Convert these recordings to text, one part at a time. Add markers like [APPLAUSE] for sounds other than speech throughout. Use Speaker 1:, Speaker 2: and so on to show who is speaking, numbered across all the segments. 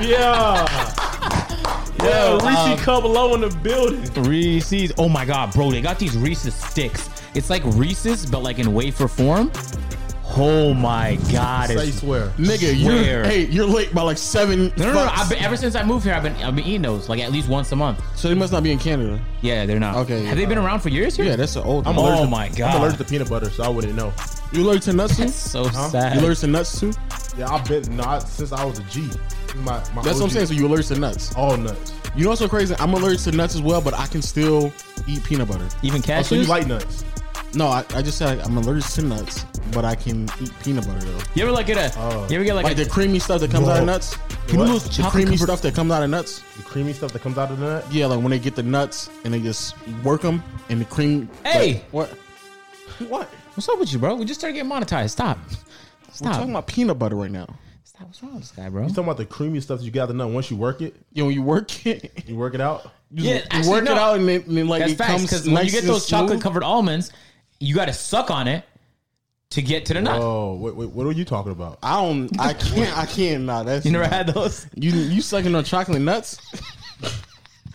Speaker 1: Yeah. Yeah,
Speaker 2: um,
Speaker 1: Reese cup low in the building.
Speaker 2: Reese's. Oh my god, bro, they got these Reese's sticks. It's like Reese's, but like in wafer form. Oh my god,
Speaker 3: Say
Speaker 2: it's
Speaker 3: swear.
Speaker 4: Nigga, you're
Speaker 2: Swear.
Speaker 4: hey, you're late by like seven.
Speaker 2: no, no, no. no.
Speaker 4: fucks.
Speaker 2: I've been, ever since I moved here, I've been I've been eating those like at least once a month.
Speaker 4: so they must not be in Canada.
Speaker 2: Yeah, they're not.
Speaker 4: Okay,
Speaker 2: Have they been around for years here?
Speaker 4: Yeah, that's an old.
Speaker 3: I'm
Speaker 4: one.
Speaker 2: Oh
Speaker 3: allergic-
Speaker 2: my
Speaker 3: I'm
Speaker 2: God.
Speaker 3: allergic to peanut butter, so I wouldn't know.
Speaker 4: You allergic to nuts too?
Speaker 2: That's so
Speaker 4: You
Speaker 2: sad.
Speaker 4: allergic to nuts too?
Speaker 3: Yeah, I've been not since I was a G. My, my
Speaker 4: That's what I'm
Speaker 3: OG.
Speaker 4: saying. So you allergic to nuts?
Speaker 3: All nuts.
Speaker 4: You know what's so crazy? I'm allergic to nuts as well, but I can still eat peanut butter.
Speaker 2: Even
Speaker 3: Oh,
Speaker 2: cashews.
Speaker 3: so you like nuts?
Speaker 4: No, I, I just said I'm allergic to nuts, but I can eat peanut butter though.
Speaker 2: you ever like get a?
Speaker 3: Oh.
Speaker 2: You ever get like,
Speaker 4: Like
Speaker 2: a?
Speaker 4: the creamy stuff that comes out
Speaker 3: Whoa.
Speaker 4: of nuts.
Speaker 2: you know
Speaker 3: What?
Speaker 2: those
Speaker 4: The
Speaker 2: chocolate
Speaker 4: creamy
Speaker 2: covered-
Speaker 4: stuff that comes out of nuts.
Speaker 3: The creamy stuff that comes out of the nut.
Speaker 4: Yeah, like when they get the nuts and they just work them and the cream.
Speaker 2: Hey!
Speaker 4: like, what? [LAUGHS] What?
Speaker 2: What's up with you, bro? We just started getting monetized. Stop.
Speaker 4: We're
Speaker 2: Stop.
Speaker 4: talking about peanut butter right now.
Speaker 2: Stop. What's wrong with this guy, bro?
Speaker 3: You talking about the creamy stuff that you got in the nut? Once you work it,
Speaker 4: You know, you work [LAUGHS] it, you
Speaker 3: you work it out.
Speaker 2: Yeah, actually,
Speaker 4: work
Speaker 2: no.
Speaker 4: it out, and then, and then, like
Speaker 2: That's
Speaker 4: it
Speaker 2: facts.
Speaker 4: comes
Speaker 2: Because
Speaker 4: nice
Speaker 2: when you get
Speaker 4: and
Speaker 2: those chocolate
Speaker 4: smooth.
Speaker 2: covered almonds, you got to suck on it to get to the nut.
Speaker 3: Oh, wait, wait, what are you talking about?
Speaker 4: I don't. I can't. I can't. Nah, that's
Speaker 2: You never
Speaker 4: nah.
Speaker 2: had those?
Speaker 4: You you sucking on chocolate nuts?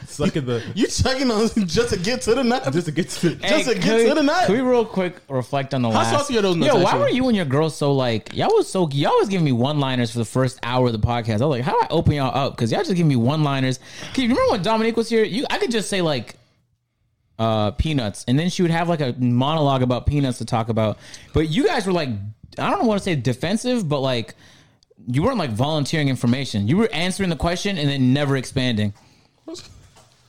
Speaker 3: Sucking the
Speaker 4: You sucking on [LAUGHS] just to get to the nut?
Speaker 3: just to get to the,
Speaker 4: Just to
Speaker 2: can
Speaker 4: get
Speaker 2: we-
Speaker 4: to the nut.
Speaker 2: Can we real quick reflect on the last?
Speaker 4: saucy are those nuts,
Speaker 2: Yo, why
Speaker 4: actually?
Speaker 2: were you and your girl so like? Y'all was so y'all was giving me one liners for the first hour of the podcast. I was like, how do I open y'all up? Because y'all just giving me one liners. Can you remember when Dominique was here? You, I could just say like. Uh, peanuts, and then she would have like a monologue about peanuts to talk about. But you guys were like, I don't want to say defensive, but like, you weren't like volunteering information. You were answering the question and then never expanding. [LAUGHS]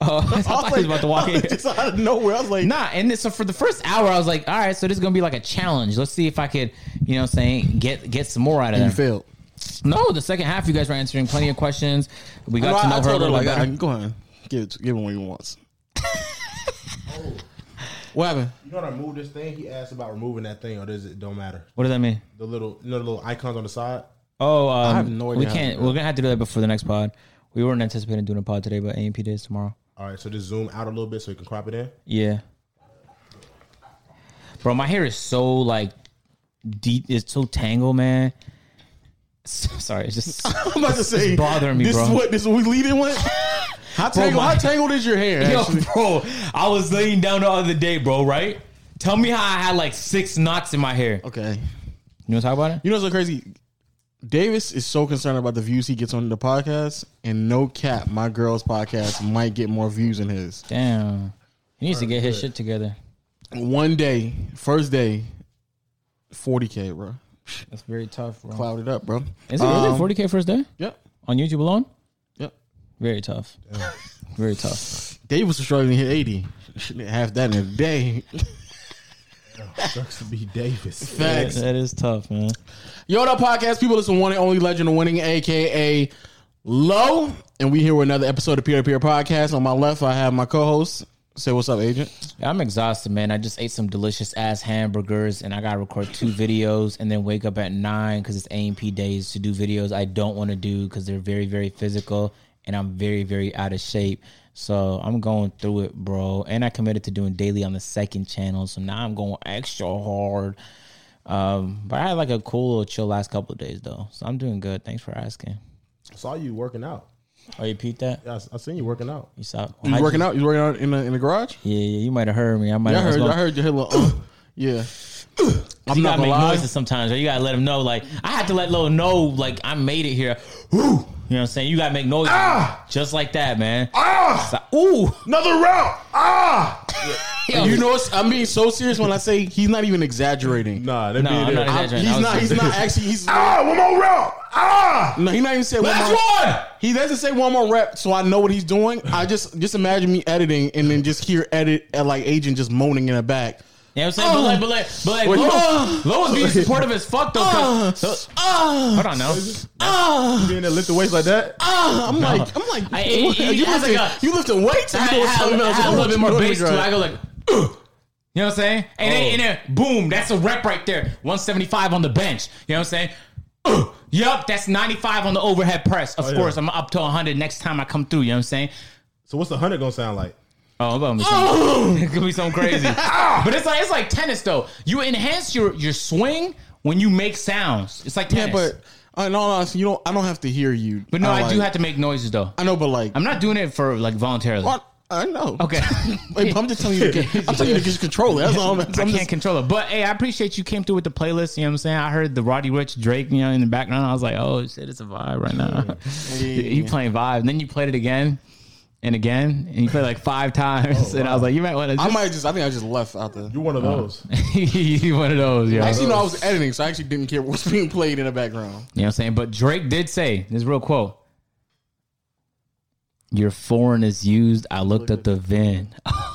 Speaker 2: Oh, [LAUGHS] I thought he was about to
Speaker 4: [LAUGHS]
Speaker 2: walk in.
Speaker 4: Just out of nowhere, I was like,
Speaker 2: Nah, and this, so for the first hour, I was like, all right, so this is gonna be like a challenge. Let's see if I could, you know, what I'm saying get get some more out of
Speaker 4: you
Speaker 2: them.
Speaker 4: failed.
Speaker 2: No, the second half, you guys were answering plenty of questions. We
Speaker 4: No,
Speaker 2: got to know
Speaker 4: I,
Speaker 2: her
Speaker 4: I
Speaker 2: a
Speaker 4: told her
Speaker 2: little
Speaker 4: like,
Speaker 2: bit better.
Speaker 4: I, Uh, go ahead, give it, give him what he wants. What happened?
Speaker 3: You know how to move this thing? He asked about removing that thing, or does it don't matter?
Speaker 2: what does that mean?
Speaker 3: The little, you know, the little icons on the side.
Speaker 2: Oh, um,
Speaker 4: have no idea
Speaker 2: We
Speaker 4: how to
Speaker 2: can't.
Speaker 4: do it.
Speaker 2: We're gonna have to do that before the next pod. We weren't anticipating doing a pod today, but AMP days tomorrow.
Speaker 3: All right, so just zoom out a little bit so you can crop it in.
Speaker 2: Yeah. Bro, my hair is so like deep. It's so tangled, man. [LAUGHS] Sorry, it's just
Speaker 4: [LAUGHS] I'm about to say,
Speaker 2: bothering me,
Speaker 4: this
Speaker 2: bro.
Speaker 4: Is what this is what we leading
Speaker 2: [LAUGHS]
Speaker 4: with? How tangled?
Speaker 2: my-
Speaker 4: how tangled is your
Speaker 2: [LAUGHS]
Speaker 4: hair?
Speaker 2: Yo,
Speaker 4: actually?
Speaker 2: bro, I was laying down the other day, bro, right? Tell me how I had like six knots in my hair.
Speaker 4: Okay.
Speaker 2: You wanna talk about it?
Speaker 4: You know what's so crazy? Davis is so concerned about the views he gets on the podcast, and no cap, my girl's podcast might get more views than his.
Speaker 2: Damn. He needs to get his shit together.
Speaker 4: One day, first day, 40k, bro.
Speaker 2: That's very tough, bro.
Speaker 4: Cloud it up, bro.
Speaker 2: Is it
Speaker 4: Um,
Speaker 2: really 40K first day?
Speaker 4: Yep,
Speaker 2: On YouTube alone?
Speaker 4: yep.
Speaker 2: Very tough. Very tough.
Speaker 4: Davis was struggling to hit 80. Shouldn't have that in
Speaker 2: [LAUGHS]
Speaker 4: a day.
Speaker 3: Sucks to be Davis.
Speaker 4: Facts.
Speaker 2: that is tough, man.
Speaker 4: Yo, what up, podcast people? Listen, one and only legend of winning, aka Low, and we here with another episode of Peer to Peer Podcast. On my left, I have my co-host. Say what's up, agent.
Speaker 2: I'm exhausted, man. I just ate some delicious ass hamburgers and I gotta record two videos and then wake up at nine because it's AMP days to do videos I don't wanna do because they're very, very physical and I'm very, very out of shape. So I'm going through it, bro. And I committed to doing daily on the second channel. So now I'm going extra hard. Um, but I had like a cool little chill last couple of days though. So I'm doing good. Thanks for asking.
Speaker 3: I saw you working out.
Speaker 2: Oh, you peeped that?
Speaker 3: Yeah, I, I seen you working out.
Speaker 2: You saw
Speaker 4: You working out? You working out in the in the garage?
Speaker 2: Yeah, yeah, you might have heard me. I might
Speaker 4: Yeah, I
Speaker 2: have
Speaker 4: heard. I heard your hit little. Uh,
Speaker 2: [CLEARS THROAT]
Speaker 4: yeah, I'm
Speaker 2: you
Speaker 4: not
Speaker 2: gotta
Speaker 4: gonna
Speaker 2: make
Speaker 4: lie.
Speaker 2: noises sometimes, or you gotta let him know. Like I had to let Lo know, like I made it here. Woo! You know what I'm saying? You gotta make noises
Speaker 4: Ah!
Speaker 2: just like that, man.
Speaker 3: Ah,
Speaker 2: So- ooh,
Speaker 3: another route. Ah.
Speaker 4: You know, what's- I'm being so serious when I say he's not even exaggerating.
Speaker 3: Nah, they
Speaker 2: No,
Speaker 3: be
Speaker 2: I'm
Speaker 3: there.
Speaker 2: not
Speaker 4: I-
Speaker 2: exaggerating.
Speaker 4: he's
Speaker 2: I was
Speaker 4: not. He's
Speaker 2: serious. [LAUGHS]
Speaker 4: not actually. He's
Speaker 3: Ah, one more route. Ah.
Speaker 4: no. He not even said one
Speaker 2: Last
Speaker 4: more.
Speaker 2: one.
Speaker 4: He doesn't say one more rep, so I know what he's doing. I just just imagine me editing and then just hear edit at like agent just moaning in the back.
Speaker 2: You know what I'm saying?
Speaker 4: Uh.
Speaker 2: but like, but like, but
Speaker 4: Well,
Speaker 2: like, Lo, Lo
Speaker 4: uh.
Speaker 2: was being supportive as fuck though. 'cause-
Speaker 4: Ah,
Speaker 2: hold on now.
Speaker 4: ah,
Speaker 3: Being there lift the weights like that.
Speaker 4: ah. I'm like, I'm like,
Speaker 2: I- he- he
Speaker 4: you,
Speaker 2: has
Speaker 4: lifting,
Speaker 2: like a-
Speaker 4: you lifting weights?
Speaker 2: I
Speaker 4: You
Speaker 2: had,
Speaker 4: doing
Speaker 2: I had-
Speaker 4: something
Speaker 2: I
Speaker 4: else?
Speaker 2: had a
Speaker 4: What
Speaker 2: little bit
Speaker 4: you
Speaker 2: more
Speaker 4: doing,
Speaker 2: bass too.
Speaker 4: Dre?
Speaker 2: I go like. "Ugh." You know what I'm saying? And then,
Speaker 4: Oh.
Speaker 2: and then, boom, that's a rep right there. 175 on the bench. You know what I'm saying? Ugh. Yup, that's 95 on the overhead press. Of
Speaker 3: Oh, yeah.
Speaker 2: course, I'm up to 100 next time I come through. You know what I'm saying?
Speaker 3: So what's the hundred gonna sound like?
Speaker 2: Oh, I'm about to be something. [LAUGHS] it could be something crazy.
Speaker 4: [LAUGHS]
Speaker 2: but it's like it's like tennis though. You enhance your your swing when you make sounds. It's like tennis.
Speaker 4: Yeah, but I no, no, you don't. I don't have to hear you.
Speaker 2: But no, I, do
Speaker 4: like-
Speaker 2: have to make noises though.
Speaker 4: I know, but like,
Speaker 2: I'm not doing it for like voluntarily.
Speaker 4: I, I know. [LAUGHS]
Speaker 2: Okay.
Speaker 4: Wait, but I'm just telling you. To get, I'm telling you to just control it. That's all.
Speaker 2: [LAUGHS]
Speaker 4: I'm,
Speaker 2: I
Speaker 4: I'm
Speaker 2: can't
Speaker 4: just,
Speaker 2: control it. But hey, I appreciate you came through with the playlist. You know what I'm saying? I heard the Roddy Rich Drake, you know, in the background. I was like, oh shit, it's a vibe right now. [LAUGHS] you playing vibe. And then you played it again and again. And you played like five times.
Speaker 4: Oh,
Speaker 2: and I was like, you might want to
Speaker 4: I might just. I think I just left out there.
Speaker 3: You're one of
Speaker 2: Oh.
Speaker 3: those.
Speaker 2: [LAUGHS] you one of those, yo.
Speaker 4: Actually, no, I was editing, so I actually didn't care what's [LAUGHS] being played in the background.
Speaker 2: You know what I'm saying? But Drake did say this real quote. Your foreign is used. I looked up the VIN. [LAUGHS]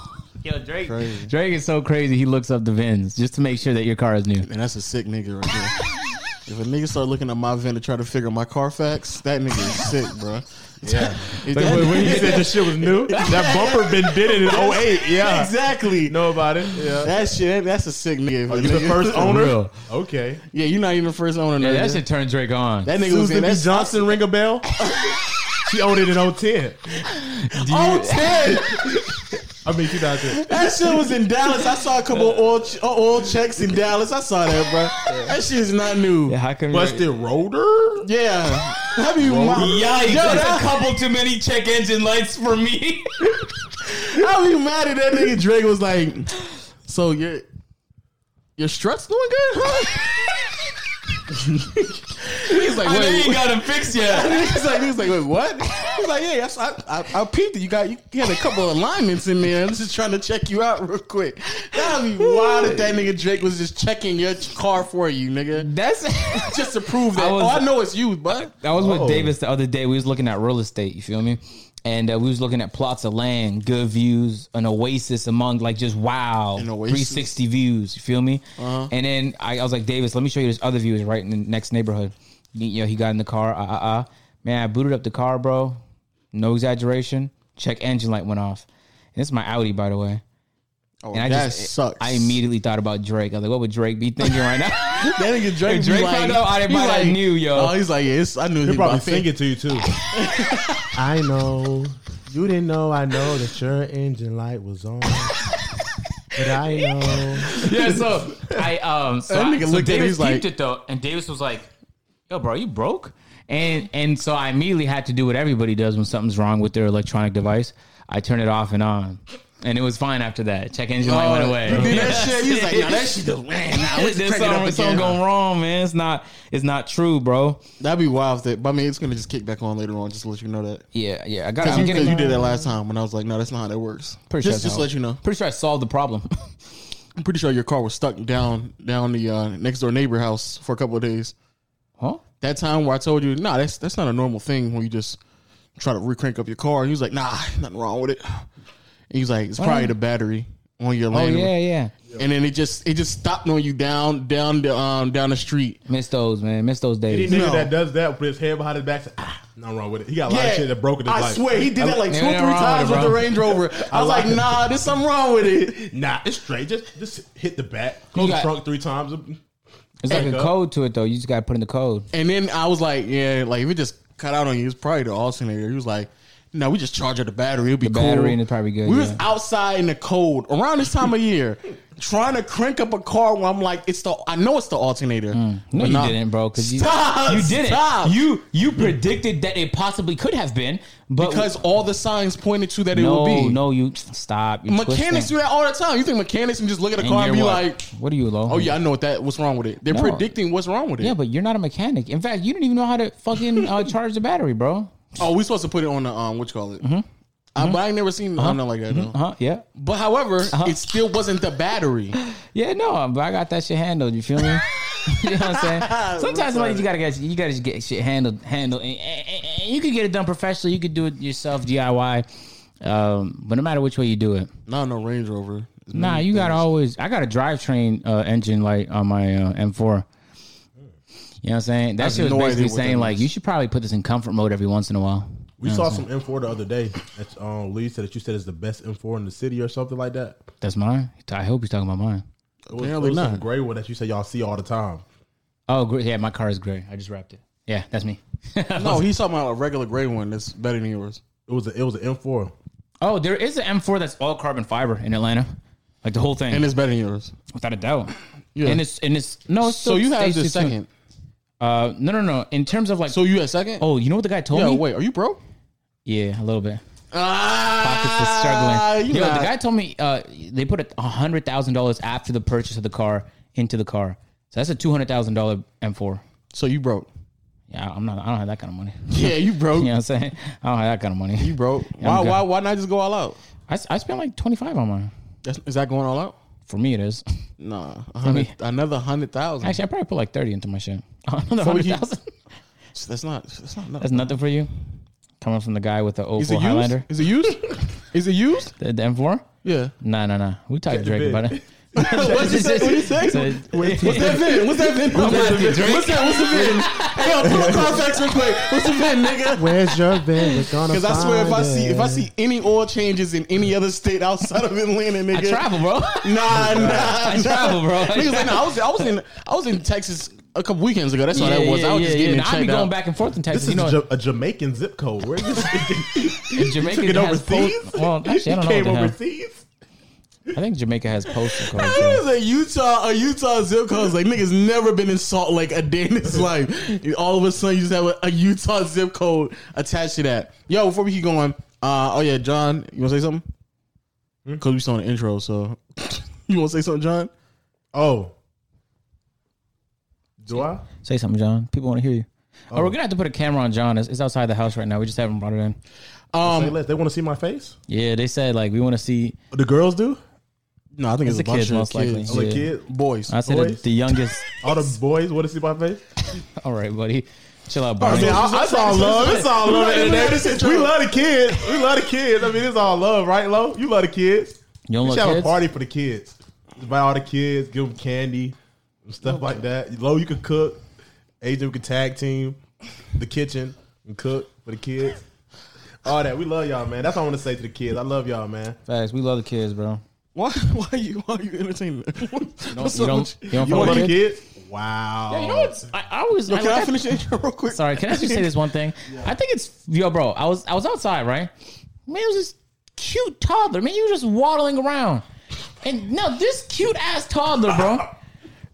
Speaker 2: Yo, Drake.
Speaker 4: Crazy.
Speaker 2: Drake is so crazy. He looks up the VINs just to make sure that your car is new.
Speaker 4: Man, that's a sick nigga right there. [LAUGHS] if a nigga start looking at my van to try to figure my Carfax, that nigga is sick, bro. [LAUGHS] Yeah.
Speaker 1: when he said the shit was
Speaker 3: [LAUGHS]
Speaker 1: new, that bumper been did it in 08. Yeah.
Speaker 4: [LAUGHS] Exactly. Oh,
Speaker 1: Know about it. Yeah.
Speaker 4: That shit, that's a sick nigga.
Speaker 3: you the
Speaker 4: [LAUGHS]
Speaker 3: first
Speaker 2: For
Speaker 3: owner?
Speaker 2: real.
Speaker 3: Okay.
Speaker 4: Yeah, you're not even the first owner.
Speaker 2: Yeah,
Speaker 4: nigga.
Speaker 2: that should turn Drake on.
Speaker 4: That nigga was
Speaker 3: Susan
Speaker 4: in
Speaker 3: B.
Speaker 4: that
Speaker 3: Johnson ring a [LAUGHS] bell? she owned it in 010.
Speaker 4: Oh, 10.
Speaker 3: I mean, 2010.
Speaker 4: [LAUGHS] That shit was in Dallas. I saw a couple of oil, ch- uh, oil checks in Dallas. I saw that, bro. That shit is not new. Yeah.
Speaker 2: how come?
Speaker 3: Busted Rotor?
Speaker 4: That be my,
Speaker 2: Yikes!
Speaker 4: Yo,
Speaker 2: that's
Speaker 4: that-
Speaker 2: a couple too many check engine lights for me. [LAUGHS]
Speaker 4: I be mad at that nigga Drake was like, so your your struts doing good, huh? [LAUGHS] He's like,
Speaker 2: I know
Speaker 4: wait.
Speaker 2: you
Speaker 4: what? [LAUGHS]
Speaker 2: got them fixed [LAUGHS] yet.
Speaker 4: He's like, he's like, wait, what? He's like, yeah, that's, I, I, I peeped it. You got, you had a couple of alignments in there. I'm just trying to check you out real quick. That'd be wild if that nigga Drake was just checking your car for you, nigga,
Speaker 2: That's [LAUGHS]
Speaker 4: just to prove that.
Speaker 2: I was-
Speaker 4: oh, I know it's you, but
Speaker 2: I was
Speaker 3: Oh.
Speaker 2: with Davis the other day. We was looking at real estate. You feel me? And uh, we was looking at plots of land, good views, an oasis among like just wow,
Speaker 4: An oasis? Uh-huh.
Speaker 2: 360 views. You feel me? And then I, I was like, Davis, let me show you this other view. It's right in the next neighborhood. He- You know, he got in the car. Uh, uh, uh. Man, I booted up the car, bro. No exaggeration. Check engine light went off. And this is my Audi, by the way.
Speaker 4: oh,
Speaker 2: And I
Speaker 4: that
Speaker 2: just
Speaker 4: sucks.
Speaker 2: I immediately thought about Drake. I was like, what would Drake be thinking right now? [LAUGHS]
Speaker 4: that nigga Drake,
Speaker 2: If
Speaker 4: be
Speaker 2: Drake
Speaker 4: like,
Speaker 2: found out I didn't
Speaker 4: he
Speaker 2: buy that
Speaker 4: like-
Speaker 2: new, yo.
Speaker 4: Oh, he's like, yeah, it's, I knew
Speaker 3: He'll
Speaker 4: he
Speaker 3: probably
Speaker 4: probably
Speaker 3: sing it to you, [LAUGHS] too. I know. You didn't know I know that your engine light was on. But [LAUGHS] I know.
Speaker 2: yeah, so I um so,
Speaker 4: That
Speaker 2: I,
Speaker 4: nigga
Speaker 2: so
Speaker 4: looked at it,
Speaker 2: Davis
Speaker 4: he's like-
Speaker 2: peeped it though, and Davis was like, "Yo, bro, you broke." And and so I immediately had to do what everybody does when something's wrong with their electronic device. I turn it off and on, and it was fine after that. Check engine light went away.
Speaker 4: You
Speaker 2: [LAUGHS]
Speaker 4: did Oh, that shit. He's like, nah, that shit just man. Nah, let's
Speaker 2: There's
Speaker 4: crank it up
Speaker 2: something, something
Speaker 4: again.
Speaker 2: going wrong, man. It's not it's not true, bro.
Speaker 4: That'd be wild. If that, but I mean, it's gonna just kick back on later on. Just to let you know that.
Speaker 2: Yeah, yeah. I got.
Speaker 4: Because
Speaker 2: I'm
Speaker 4: you,
Speaker 2: getting.
Speaker 4: 'cause you did that last time when I was like, no, that's not how that works.
Speaker 2: Pretty sure that's
Speaker 4: just just
Speaker 2: how-
Speaker 4: let you know.
Speaker 2: Pretty sure I solved the problem. [LAUGHS]
Speaker 4: I'm pretty sure your car was stuck down down the uh, next door neighbor house for a couple of days.
Speaker 2: huh?
Speaker 4: That time where I told you, nah, that's that's not a normal thing when you just try to recrank up your car. He was like, nah, nothing wrong with it. He was like, it's probably
Speaker 2: not?
Speaker 4: the battery on your
Speaker 2: Oh
Speaker 4: Land Rover.
Speaker 2: yeah, yeah.
Speaker 4: And then it just it just stopped on you down down the um down the street.
Speaker 2: Miss those, man. Miss those
Speaker 3: Any
Speaker 2: days.
Speaker 3: nigga
Speaker 4: No.
Speaker 3: that does that with his head behind his back, said, ah, nothing wrong with it. He got a lot of shit that broke in his
Speaker 4: I
Speaker 3: life.
Speaker 4: swear he did that like
Speaker 2: Yeah,
Speaker 4: two or three
Speaker 2: ain't wrong with
Speaker 4: times
Speaker 2: it,
Speaker 4: with the
Speaker 2: bro.
Speaker 3: [LAUGHS]
Speaker 4: Range Rover. I was like, nah, there's something wrong with it.
Speaker 3: Nah, it's straight. Just just hit the back, close
Speaker 2: got-
Speaker 3: the trunk three times.
Speaker 2: It's like a
Speaker 3: Echo.
Speaker 2: code to it though. You just gotta put in the code.
Speaker 4: And then I was like, yeah, like if it just cut out on you, it's probably the alternator. He was like, no, we just charge up the battery. It'll be
Speaker 2: The
Speaker 4: cool.
Speaker 2: battery and it's probably good,
Speaker 4: We was
Speaker 2: yeah.
Speaker 4: outside in the cold around this time of [LAUGHS] year, trying to crank up a car where I'm like, it's the I know it's the alternator.
Speaker 2: Mm. No,
Speaker 4: But
Speaker 2: you
Speaker 4: nah.
Speaker 2: didn't, bro. Because you,
Speaker 4: Stop,
Speaker 2: you didn't.
Speaker 4: stop.
Speaker 2: You you predicted that it possibly could have been, but
Speaker 4: Because all the signs pointed to that it
Speaker 2: no,
Speaker 4: would be.
Speaker 2: no, you stop. You're
Speaker 4: Mechanics do
Speaker 2: twisting.
Speaker 4: that all the time. You think mechanics can just look at a
Speaker 2: And
Speaker 4: car and
Speaker 2: you're
Speaker 4: be
Speaker 2: what?
Speaker 4: like,
Speaker 2: "What are you, low?"
Speaker 4: oh yeah, I know what that what's wrong with it. They're
Speaker 2: No.
Speaker 4: predicting what's wrong with it.
Speaker 2: yeah, but you're not a mechanic. In fact, you didn't even know how to fucking
Speaker 4: [LAUGHS]
Speaker 2: uh, charge the battery, bro.
Speaker 4: oh, we supposed to put it on the um what you call it.
Speaker 2: Mm-hmm.
Speaker 4: Uh, but I ain't never seen nothing like that though.
Speaker 2: Uh huh. Yeah.
Speaker 4: But however,
Speaker 2: Uh-huh.
Speaker 4: it still wasn't the battery.
Speaker 2: Yeah. No, but I got that shit handled. You feel me? [LAUGHS] you know what I'm
Speaker 4: [LAUGHS]
Speaker 2: saying? Sometimes like you gotta get you gotta just get shit handled handled. And, and- and- and you could get it done professionally. You could do it yourself DIY. Um, but no matter which way you do it,
Speaker 4: Not no Range Rover.
Speaker 2: Nah, you gotta always. I got a drivetrain uh, engine light on my uh, M4. You know what I'm saying? That
Speaker 4: have
Speaker 2: shit was
Speaker 4: no idea
Speaker 2: basically
Speaker 4: what that
Speaker 2: saying like
Speaker 4: means.
Speaker 2: you should probably put this in comfort mode every once in a while.
Speaker 3: We saw some M4 the other day. That's um, Lee said that you said it's the best M4 in the city or something like that.
Speaker 2: That's mine. I hope he's talking about mine.
Speaker 3: It was,
Speaker 4: Apparently
Speaker 3: it was Some
Speaker 4: not.
Speaker 3: gray one that you said y'all see all the time.
Speaker 2: Oh, gr- yeah, my car is gray. I just wrapped it. Yeah, that's me. [LAUGHS]
Speaker 4: No, he's talking about a regular gray one that's better than yours.
Speaker 3: It was a, it was an M4.
Speaker 2: oh, there is an M4 that's all carbon fiber in Atlanta, like the whole thing,
Speaker 4: And it's better than yours.
Speaker 2: without a doubt.
Speaker 4: Yeah.
Speaker 2: And it's and it's no. It's
Speaker 4: so
Speaker 2: still
Speaker 4: you have
Speaker 2: stage
Speaker 4: the
Speaker 2: two-
Speaker 4: second.
Speaker 2: Uh, no, no, no. In terms of like,
Speaker 4: So you at second?
Speaker 2: oh, you know what the guy told
Speaker 4: yeah.
Speaker 2: me?
Speaker 4: Wait, are you broke?
Speaker 2: Yeah, a little bit. Pockets is
Speaker 4: Ah,
Speaker 2: struggling.
Speaker 4: you
Speaker 2: Yo,
Speaker 4: not-
Speaker 2: the guy told me uh, they put a hundred thousand dollars after the purchase of the car into the car. So that's a two hundred thousand dollar M4.
Speaker 4: So you broke?
Speaker 2: Yeah, I'm not. I don't have that kind of money. [LAUGHS]
Speaker 4: Yeah, you broke.
Speaker 2: You know what I'm saying? I don't have that kind of money.
Speaker 4: You broke.
Speaker 2: Yeah,
Speaker 4: why?
Speaker 2: I'm good.
Speaker 4: Why? Why not just go all out?
Speaker 2: I, s- I spent like 25 on mine.
Speaker 4: That's, is that going all out?
Speaker 2: For me, it is. [LAUGHS]
Speaker 4: Nah, a hundred-
Speaker 2: me-
Speaker 4: another hundred thousand.
Speaker 2: Actually, I probably put like 30 into my shit. [LAUGHS] Another
Speaker 4: Forty-
Speaker 2: 100,000.
Speaker 4: That's not. That's
Speaker 2: [LAUGHS]
Speaker 4: not.
Speaker 2: That's nothing for you. Coming from the guy with the
Speaker 4: Is
Speaker 2: Opal
Speaker 4: it used?
Speaker 2: Highlander,
Speaker 4: Is it used? [LAUGHS] Is it used?
Speaker 2: the, the M4. [LAUGHS]
Speaker 4: Yeah.
Speaker 2: Nah, nah, nah. We talked to Drake
Speaker 1: bid.
Speaker 2: about it.
Speaker 4: What'd you say? [LAUGHS] What'd
Speaker 2: [LAUGHS]
Speaker 4: you say? What's that VIN? What's that VIN? What's that VIN? What's that? What's the VIN? Yo, pull the contracts real quick. What's the VIN, nigga?
Speaker 3: Where's your van? We're [LAUGHS] gonna
Speaker 4: Because I swear, if I
Speaker 3: find
Speaker 4: see if I
Speaker 3: it.
Speaker 4: see any oil changes in any other state outside of Atlanta, nigga,
Speaker 2: I travel, bro. [LAUGHS]
Speaker 4: Nah, nah, I
Speaker 2: travel, bro. I
Speaker 4: [LAUGHS] Niggas like, nah, I was, I was in, I was in Texas a couple weekends ago. That's all that was. I was just getting
Speaker 2: Nah,
Speaker 4: it
Speaker 2: I be
Speaker 4: checked
Speaker 2: going
Speaker 4: out.
Speaker 2: back and forth in Texas.
Speaker 3: This
Speaker 2: You
Speaker 3: is
Speaker 2: know,
Speaker 3: Ja- a Jamaican zip code. Where
Speaker 2: [LAUGHS]
Speaker 3: you [LAUGHS]
Speaker 2: Jamaica
Speaker 3: took it
Speaker 2: has
Speaker 3: overseas? [LAUGHS]
Speaker 2: post- well, actually, I don't know
Speaker 3: came
Speaker 2: what they have.
Speaker 3: overseas?
Speaker 2: I think Jamaica
Speaker 3: [LAUGHS]
Speaker 2: has postal codes.
Speaker 4: It
Speaker 2: bro.
Speaker 4: was a Utah, a Utah zip code. It's Like niggas never been in Salt Lake a day in his [LAUGHS] life. All of a sudden, you just have a, a Utah zip code attached to that. Yo, before we keep going, uh, oh yeah, John, you want to say something?
Speaker 2: Hmm?
Speaker 4: Because we saw the intro, so [LAUGHS] you want to say something, John?
Speaker 3: Oh, do I?
Speaker 2: Say something, John. People want to hear you. Oh, we're gonna have to put a camera on John. It's, it's outside the house right now. We just haven't brought it in.
Speaker 3: Say
Speaker 4: Um,
Speaker 3: less. They want to see my face.
Speaker 2: Yeah, they said like we want to see.
Speaker 3: The girls do.
Speaker 4: no, I think
Speaker 2: It's
Speaker 4: it's,
Speaker 2: the
Speaker 4: a bunch
Speaker 2: kids,
Speaker 4: of
Speaker 2: most
Speaker 4: kids.
Speaker 3: All
Speaker 2: likely.
Speaker 3: the
Speaker 2: Yeah.
Speaker 3: kids,
Speaker 4: boys.
Speaker 2: I said the,
Speaker 3: Boys?
Speaker 2: the youngest. [LAUGHS]
Speaker 3: all the boys want to see my face.
Speaker 2: All right, buddy. Chill out,
Speaker 3: I
Speaker 2: Barney.
Speaker 3: mean, I- it's all love. It's all love. at
Speaker 4: Right,
Speaker 3: the end of
Speaker 4: right,
Speaker 3: the
Speaker 4: it's
Speaker 3: day. We love the kids. We love the kids. I mean, it's all love, right, Lo? You love the kids.
Speaker 2: You don't
Speaker 3: We
Speaker 2: love
Speaker 3: should have a
Speaker 2: kids?
Speaker 3: party for the kids. Invite all the kids, give them candy and stuff like that. Lo, you can cook. Agent, we can tag team the kitchen and cook for the kids. All that. We love y'all, man. That's what I want to say to the kids. I love y'all, man.
Speaker 2: Facts. We love the kids, bro.
Speaker 4: Why? [LAUGHS] Why are you? Why are you [LAUGHS] entertaining? What's
Speaker 2: You
Speaker 4: up
Speaker 2: don't.
Speaker 4: with
Speaker 2: You
Speaker 4: you?
Speaker 2: don't
Speaker 3: You
Speaker 2: fuck
Speaker 3: want the
Speaker 2: with kids.
Speaker 3: kids? Wow.
Speaker 2: You know what's? I, I always. I
Speaker 4: Can
Speaker 2: like-
Speaker 4: I finish the intro real quick?
Speaker 2: Sorry, can I just say
Speaker 4: [LAUGHS]
Speaker 2: this one thing? I think it's yo, bro. I was I was outside, right? Man, it was this cute toddler. Man, you was just waddling around, and now this cute ass toddler, bro.
Speaker 4: [LAUGHS]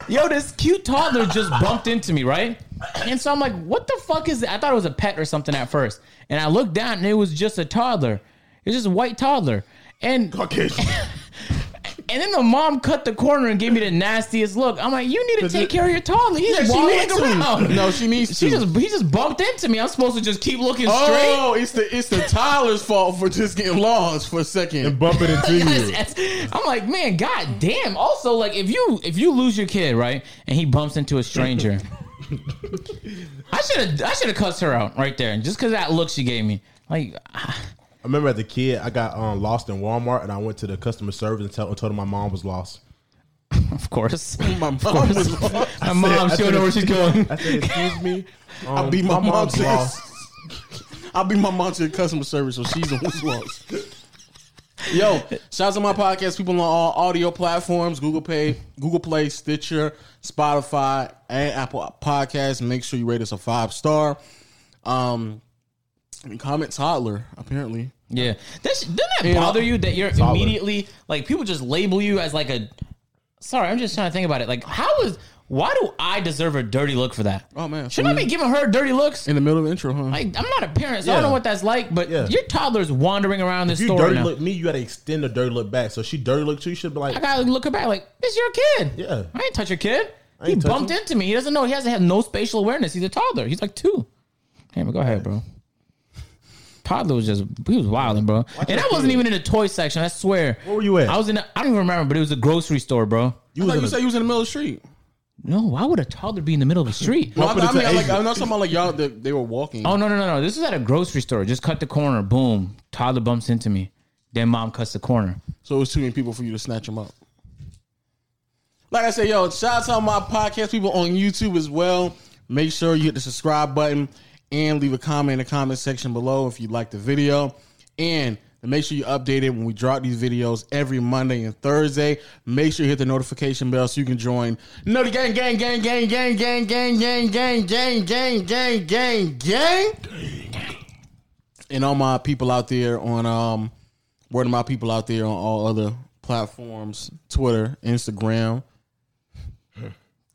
Speaker 2: Yo, this cute toddler just bumped into me, right? And so I'm like, what the fuck is that? I thought it was a pet or something at first, and I looked down, and it was just a toddler. It's just a white toddler, and
Speaker 3: Caucasian.
Speaker 2: and then the mom cut the corner and gave me the nastiest look. I'm like, you need to take care of your toddler. He's
Speaker 4: Yeah, she
Speaker 2: waddling
Speaker 4: needs to.
Speaker 2: around.
Speaker 4: No, she needs
Speaker 2: She
Speaker 4: to.
Speaker 2: just he just bumped into me. I'm supposed to just keep looking straight. [LAUGHS]
Speaker 4: Oh, it's the it's the Tyler's fault for just getting lost for a second.
Speaker 3: [LAUGHS] Bump it [LAUGHS] into you.
Speaker 2: Yes, yes. I'm like, man, god damn. Also, like if you if you lose your kid, right, and he bumps into a stranger.
Speaker 3: [LAUGHS]
Speaker 2: I should have I should have cussed her out right there, and just because that look she gave me, like [SIGHS]
Speaker 3: I remember as a kid, I got um, lost in Walmart, and I went to the customer service and, tell, and told them my mom was lost. [LAUGHS]
Speaker 2: of course,
Speaker 4: [LAUGHS] My mom was lost.
Speaker 2: my mom
Speaker 3: I
Speaker 2: she don't know where she's going.
Speaker 3: I said, "Excuse me, um,
Speaker 4: I beat my,
Speaker 3: my
Speaker 4: mom
Speaker 3: mom's
Speaker 4: to
Speaker 3: lost."
Speaker 4: [LAUGHS] I beat my mom to the customer service, so she's the one who's lost. Yo, shout out to my podcast. People on all audio platforms: Google Pay, Google Play, Stitcher, Spotify, and Apple Podcasts. Make sure you rate us a five star. Um, and comment toddler. Apparently,
Speaker 2: [LAUGHS] Yeah, that sh- doesn't that
Speaker 4: Yeah.
Speaker 2: bother you that you're immediately like people just label you as like a. Sorry, I'm just trying to think about it. Like, how is why do I deserve a dirty look for that?
Speaker 4: Oh, man.
Speaker 2: should not I
Speaker 3: Mm-hmm.
Speaker 2: be giving her dirty looks?
Speaker 4: in the middle of the intro, huh?
Speaker 2: Like, I'm not a parent, so I
Speaker 3: Yeah.
Speaker 2: don't know what that's like. But
Speaker 3: Yeah.
Speaker 2: your toddler's wandering around this
Speaker 3: If you
Speaker 2: store
Speaker 3: dirty
Speaker 2: now.
Speaker 3: look me, you gotta extend the dirty look back. So she dirty look too. You should be like,
Speaker 2: I gotta look her back. Like, it's your kid.
Speaker 3: Yeah.
Speaker 2: I ain't touch your kid. He
Speaker 3: ain't touch
Speaker 2: bumped
Speaker 3: him.
Speaker 2: into me. He doesn't know. He hasn't had no spatial awareness. He's a toddler. He's like two. Hey, but go ahead, bro. Toddler was just he was wilding, bro. and I wasn't even in the toy section. I swear.
Speaker 3: Where were you at?
Speaker 2: I was in. A, I don't even remember, but it was a grocery store, bro.
Speaker 3: you was
Speaker 4: I thought
Speaker 3: in
Speaker 4: you
Speaker 3: a-
Speaker 4: said you was in the middle of the street.
Speaker 2: No, why would a toddler be in the middle of a street?
Speaker 4: No, I,
Speaker 3: Bump it
Speaker 4: I mean,
Speaker 3: into
Speaker 4: I like,
Speaker 3: Asia.
Speaker 4: I'm not talking about like y'all. They, they were walking.
Speaker 2: Oh no, no, no, no. This was at a grocery store. Just cut the corner. Boom. Toddler bumps into me. Then mom cuts the corner.
Speaker 4: So it was too many people for you to snatch them up. Like I said, yo, shout out to all my podcast people on YouTube as well. Make sure you hit the subscribe button and leave a comment in the comment section below if you like the video. And make sure you update it when we drop these videos every Monday and Thursday. Make sure you hit the notification bell so you can join. No, the gang, gang, gang, gang, gang, gang, gang, gang, gang, gang, gang, gang, gang, gang. And all my people out there on um word of my people out there on all other platforms Twitter, Instagram,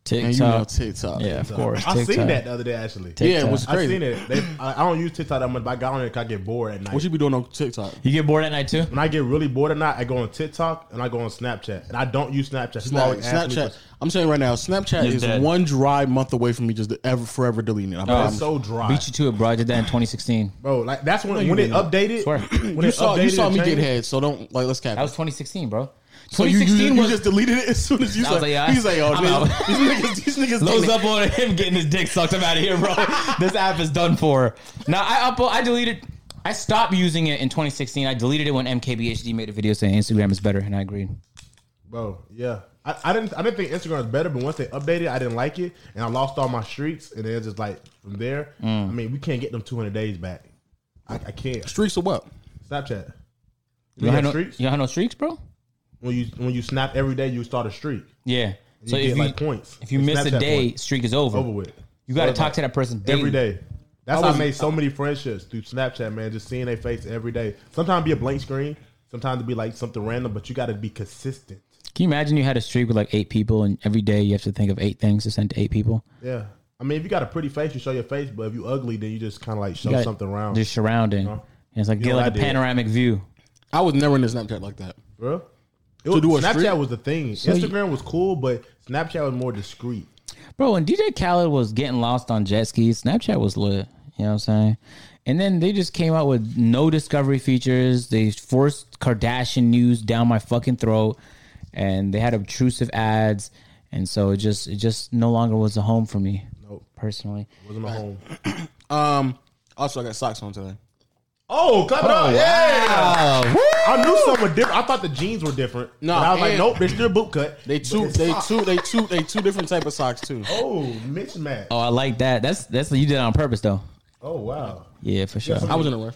Speaker 2: TikTok.
Speaker 4: And you know TikTok.
Speaker 2: yeah, of course.
Speaker 5: I seen
Speaker 2: TikTok.
Speaker 5: that the other day actually.
Speaker 4: Yeah, it was
Speaker 5: I
Speaker 4: crazy.
Speaker 5: seen it. They, I, I don't use TikTok that much, but I got on it 'cause I get bored at night.
Speaker 4: What you be doing on TikTok?
Speaker 2: You get bored at night too?
Speaker 5: when I get really bored at night, I go on TikTok and I go on Snapchat, and I don't use Snapchat. People
Speaker 4: Snap-
Speaker 5: always ask me
Speaker 4: Snapchat. I'm saying right now, Snapchat
Speaker 6: It's
Speaker 4: is
Speaker 6: dead.
Speaker 4: one dry month away from me just ever forever deleting it. I
Speaker 5: questions.
Speaker 4: promise.
Speaker 5: It's so dry,
Speaker 2: Um, Beat you to it, bro. I did that in 2016.
Speaker 5: bro. Like that's when when it
Speaker 4: didn't.
Speaker 5: updated.
Speaker 2: Swear.
Speaker 5: When
Speaker 4: you
Speaker 5: it
Speaker 4: saw you
Speaker 5: updated
Speaker 4: saw
Speaker 5: and
Speaker 4: me get
Speaker 5: changed-
Speaker 4: head, so don't like let's cap.
Speaker 2: That
Speaker 4: it.
Speaker 2: was 2016, bro.
Speaker 4: So you,
Speaker 2: 2016
Speaker 4: you, you
Speaker 2: was
Speaker 4: just deleted it as soon as you
Speaker 2: I
Speaker 4: said.
Speaker 2: was like, yeah,
Speaker 4: he's like, oh,
Speaker 2: I'm
Speaker 4: man,
Speaker 2: out.
Speaker 4: these niggas, these niggas.
Speaker 2: Lows
Speaker 4: deleted-
Speaker 2: up on him getting his dick sucked. I'm out of here, bro. [LAUGHS] this app is done for. Now I upload, I deleted. I stopped using it in 2016. I deleted it when MKBHD made a video saying Instagram is better, and I agreed.
Speaker 5: bro. Yeah, I, I didn't. I didn't think Instagram was better, but once they updated, I didn't like it, and I lost all my streaks. And then it's just like from there,
Speaker 2: Mm.
Speaker 5: I mean, we can't get them 200 days back. I, I can't.
Speaker 4: Streaks of what?
Speaker 5: Snapchat.
Speaker 2: You
Speaker 5: You
Speaker 2: don't, have
Speaker 5: have
Speaker 2: no, you
Speaker 5: streaks
Speaker 2: don't have no streaks, bro.
Speaker 5: when you when you snap every day, you start a streak.
Speaker 2: Yeah. So
Speaker 5: you
Speaker 2: if
Speaker 5: get
Speaker 2: you
Speaker 5: like points.
Speaker 2: if you
Speaker 5: It's
Speaker 2: miss a
Speaker 5: Snapchat
Speaker 2: day,
Speaker 5: points.
Speaker 2: streak is over.
Speaker 5: over with.
Speaker 2: You got to
Speaker 5: Over.
Speaker 2: talk to that person daily.
Speaker 5: every day. That's
Speaker 4: I
Speaker 5: how I
Speaker 4: was-
Speaker 5: made so many friendships through Snapchat, man. Just seeing their face every day. Sometimes it'd be a blank screen. Sometimes it be like something random, but you got to be consistent.
Speaker 2: Can you imagine you had a streak with like eight people, and every day you have to think of eight things to send to eight people?
Speaker 5: Yeah. I mean, if you got a pretty face, you show your face, but if you ugly, then you just kind of like show
Speaker 2: You got-
Speaker 5: something round.
Speaker 2: Just surrounding. And it's like
Speaker 5: know
Speaker 2: get
Speaker 5: what I
Speaker 2: like a
Speaker 5: did?
Speaker 2: panoramic view.
Speaker 4: I was never in a Snapchat like that.
Speaker 5: bro. It was,
Speaker 4: do a
Speaker 5: Snapchat
Speaker 4: streak?
Speaker 5: was the thing. Instagram was cool, but Snapchat was more discreet.
Speaker 2: Bro, when DJ Khaled was getting lost on jet skis, Snapchat was lit. You know what I'm saying? And then they just came out with no discovery features. They forced Kardashian news down my fucking throat, and they had obtrusive ads, and so it just it just no longer was a home for me.
Speaker 5: Nope.
Speaker 2: personally.
Speaker 5: Wasn't my home.
Speaker 4: Um. Also, I got socks on today.
Speaker 5: Oh, clap it up. Yeah. I knew something was different. I thought the jeans were different.
Speaker 4: No,
Speaker 5: No, I was like,
Speaker 4: and-
Speaker 5: nope, they're still boot cut.
Speaker 4: They
Speaker 5: But
Speaker 4: two.
Speaker 5: it's
Speaker 4: They
Speaker 5: socks.
Speaker 4: two. They two. They two different type of socks too.
Speaker 5: Oh, mismatch.
Speaker 2: Oh, I like that. That's that's you did it on purpose though.
Speaker 5: Oh, wow.
Speaker 2: Yeah, for sure.
Speaker 4: I was in a rush.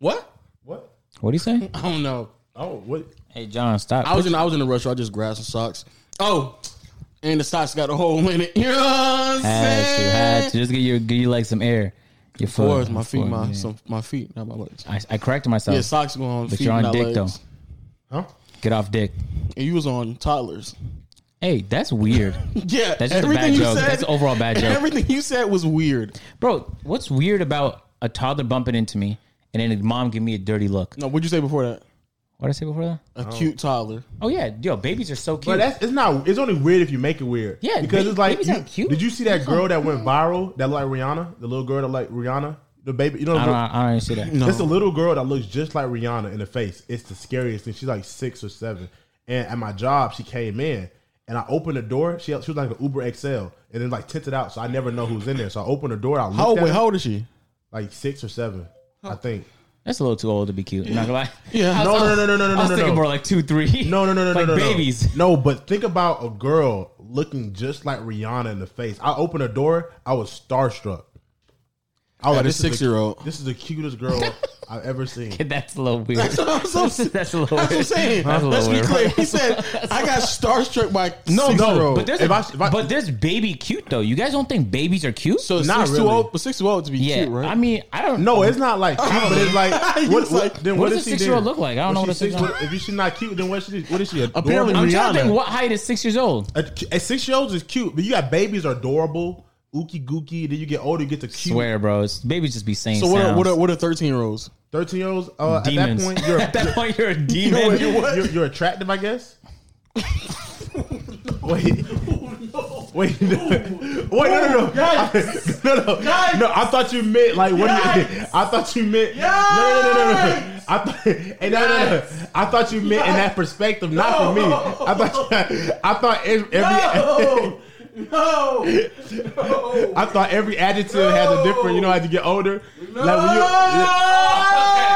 Speaker 4: What?
Speaker 5: What?
Speaker 2: What do you say?
Speaker 4: I don't know.
Speaker 5: Oh, what?
Speaker 2: Hey, John, stop.
Speaker 4: I was in. I was in a rush. So I just grabbed some socks. Oh, and the socks got a hole in it. [LAUGHS] You know what
Speaker 2: had
Speaker 4: I'm
Speaker 2: to, had
Speaker 4: saying?
Speaker 2: to just get your get you like some air. Your foot,
Speaker 4: Or it's my feet.
Speaker 2: foot,
Speaker 4: My
Speaker 2: yeah.
Speaker 4: some, my feet. Not my legs.
Speaker 2: I, I corrected myself.
Speaker 4: Yeah, socks going on
Speaker 2: but
Speaker 4: feet,
Speaker 2: you're on
Speaker 4: not
Speaker 2: dick
Speaker 4: legs.
Speaker 2: though.
Speaker 5: Huh?
Speaker 2: Get off dick.
Speaker 4: And you was on toddlers. [LAUGHS]
Speaker 2: Hey, that's
Speaker 5: [LAUGHS]
Speaker 2: weird,
Speaker 4: Yeah,
Speaker 2: That's just a bad joke. That's overall
Speaker 4: [LAUGHS]
Speaker 2: bad joke.
Speaker 4: Everything you said was weird.
Speaker 2: bro. What's weird about a toddler bumping into me and then a mom give me a dirty look?
Speaker 4: No, what'd you say before that?
Speaker 2: What did I say before that?
Speaker 4: A cute toddler.
Speaker 2: Oh yeah, yo, babies are so cute.
Speaker 5: Uh, But that's it's not. It's only weird if you make it weird.
Speaker 2: Yeah,
Speaker 5: because
Speaker 2: ba-
Speaker 5: it's like.
Speaker 2: babies
Speaker 5: you-
Speaker 2: aren't cute.
Speaker 5: Did you see that girl that went viral? That looked like Rihanna, the little girl that like Rihanna, the baby. You know,
Speaker 2: I don't, I don't see
Speaker 5: [LAUGHS]
Speaker 2: that.
Speaker 5: it's a little girl that looks just like Rihanna in the face. It's the scariest thing. She's like six or seven. And at my job, she came in, and I opened the door. She she was like an Uber XL, and then like tinted out, so I never know who's in there. So I opened the door. I looked
Speaker 4: How old?
Speaker 5: at
Speaker 4: Wait,
Speaker 5: her,
Speaker 4: how old is she?
Speaker 5: like six or seven, I think.
Speaker 2: That's a little too old to be cute. I'm not gonna lie.
Speaker 4: Yeah.
Speaker 2: I was-
Speaker 5: No,
Speaker 2: I
Speaker 5: no,
Speaker 2: was-
Speaker 5: no, no, no,
Speaker 2: [LAUGHS]
Speaker 5: no,
Speaker 2: I was
Speaker 5: no,
Speaker 2: thinking
Speaker 5: no.
Speaker 2: more like two, three.
Speaker 5: No, no, no, no,
Speaker 2: like
Speaker 5: no, no,
Speaker 2: babies. [LAUGHS]
Speaker 5: [LAUGHS] No. no, but think about a girl looking just like Rihanna in the face. I opened a door. I was starstruck. I was
Speaker 4: Yeah,
Speaker 5: like,
Speaker 4: this
Speaker 5: is the-
Speaker 4: six-year-old.
Speaker 5: This is the
Speaker 2: [LAUGHS]
Speaker 5: cutest girl I've ever seen.
Speaker 2: That's a little
Speaker 5: [LAUGHS]
Speaker 2: weird.
Speaker 4: [LAUGHS] That's what I'm saying.
Speaker 2: [LAUGHS] That's a little
Speaker 4: That's what I'm
Speaker 2: weird.
Speaker 4: saying.
Speaker 2: That's a
Speaker 4: Let's
Speaker 2: little
Speaker 4: be
Speaker 2: weird.
Speaker 4: clear. He said, "I got starstruck by
Speaker 5: No, no,
Speaker 4: six-year-old."
Speaker 2: But there's,
Speaker 5: If
Speaker 2: a-
Speaker 5: I- if I-
Speaker 2: but there's baby cute though. You guys don't think babies are cute?
Speaker 4: so
Speaker 5: Not
Speaker 4: six too
Speaker 5: really.
Speaker 4: old, but six too old to be
Speaker 2: yeah,
Speaker 4: cute, right?
Speaker 2: I mean, I don't.
Speaker 5: No, it's not like cute, but it's
Speaker 2: [LAUGHS]
Speaker 5: like
Speaker 4: He
Speaker 5: what,
Speaker 4: was
Speaker 5: what,
Speaker 4: like,
Speaker 5: then
Speaker 2: what
Speaker 5: what
Speaker 2: does
Speaker 5: is
Speaker 2: a
Speaker 5: she
Speaker 2: six-year-old
Speaker 5: then?
Speaker 2: look like? I don't know
Speaker 5: Was
Speaker 2: what a
Speaker 5: she six-
Speaker 2: six-year-old-
Speaker 5: If you- she's not cute, then what is she? What is she? Adorable?
Speaker 4: Apparently
Speaker 2: I'm trying to
Speaker 4: Rihanna.
Speaker 2: think what height is six years old.
Speaker 5: a, a six year olds is cute, but you got babies are adorable, ookie gookie. Then you get older, you get to cute.
Speaker 2: Swear, bro, it's, babies just be saying.
Speaker 4: so what? Are,
Speaker 2: sounds.
Speaker 4: what? Are, what are thirteen year olds?
Speaker 5: Thirteen year olds. Uh, at that
Speaker 2: demons?
Speaker 5: point,
Speaker 2: [LAUGHS]
Speaker 5: you're,
Speaker 2: At that point, you're a
Speaker 4: Yo,
Speaker 2: demon.
Speaker 4: you what?
Speaker 5: You're, you're attractive, I guess. wait, wait, no. wait, no, no, no, no, no, no. I thought you meant like what? do you, I thought you meant no, no, no, no, no, no. I thought, [LAUGHS] hey, no, no, no. I thought you meant in that perspective, not for me. I thought, I thought every, every
Speaker 1: [LAUGHS]
Speaker 5: no, [LAUGHS] I thought every adjective has a different. You know, as you get older, no, like when you,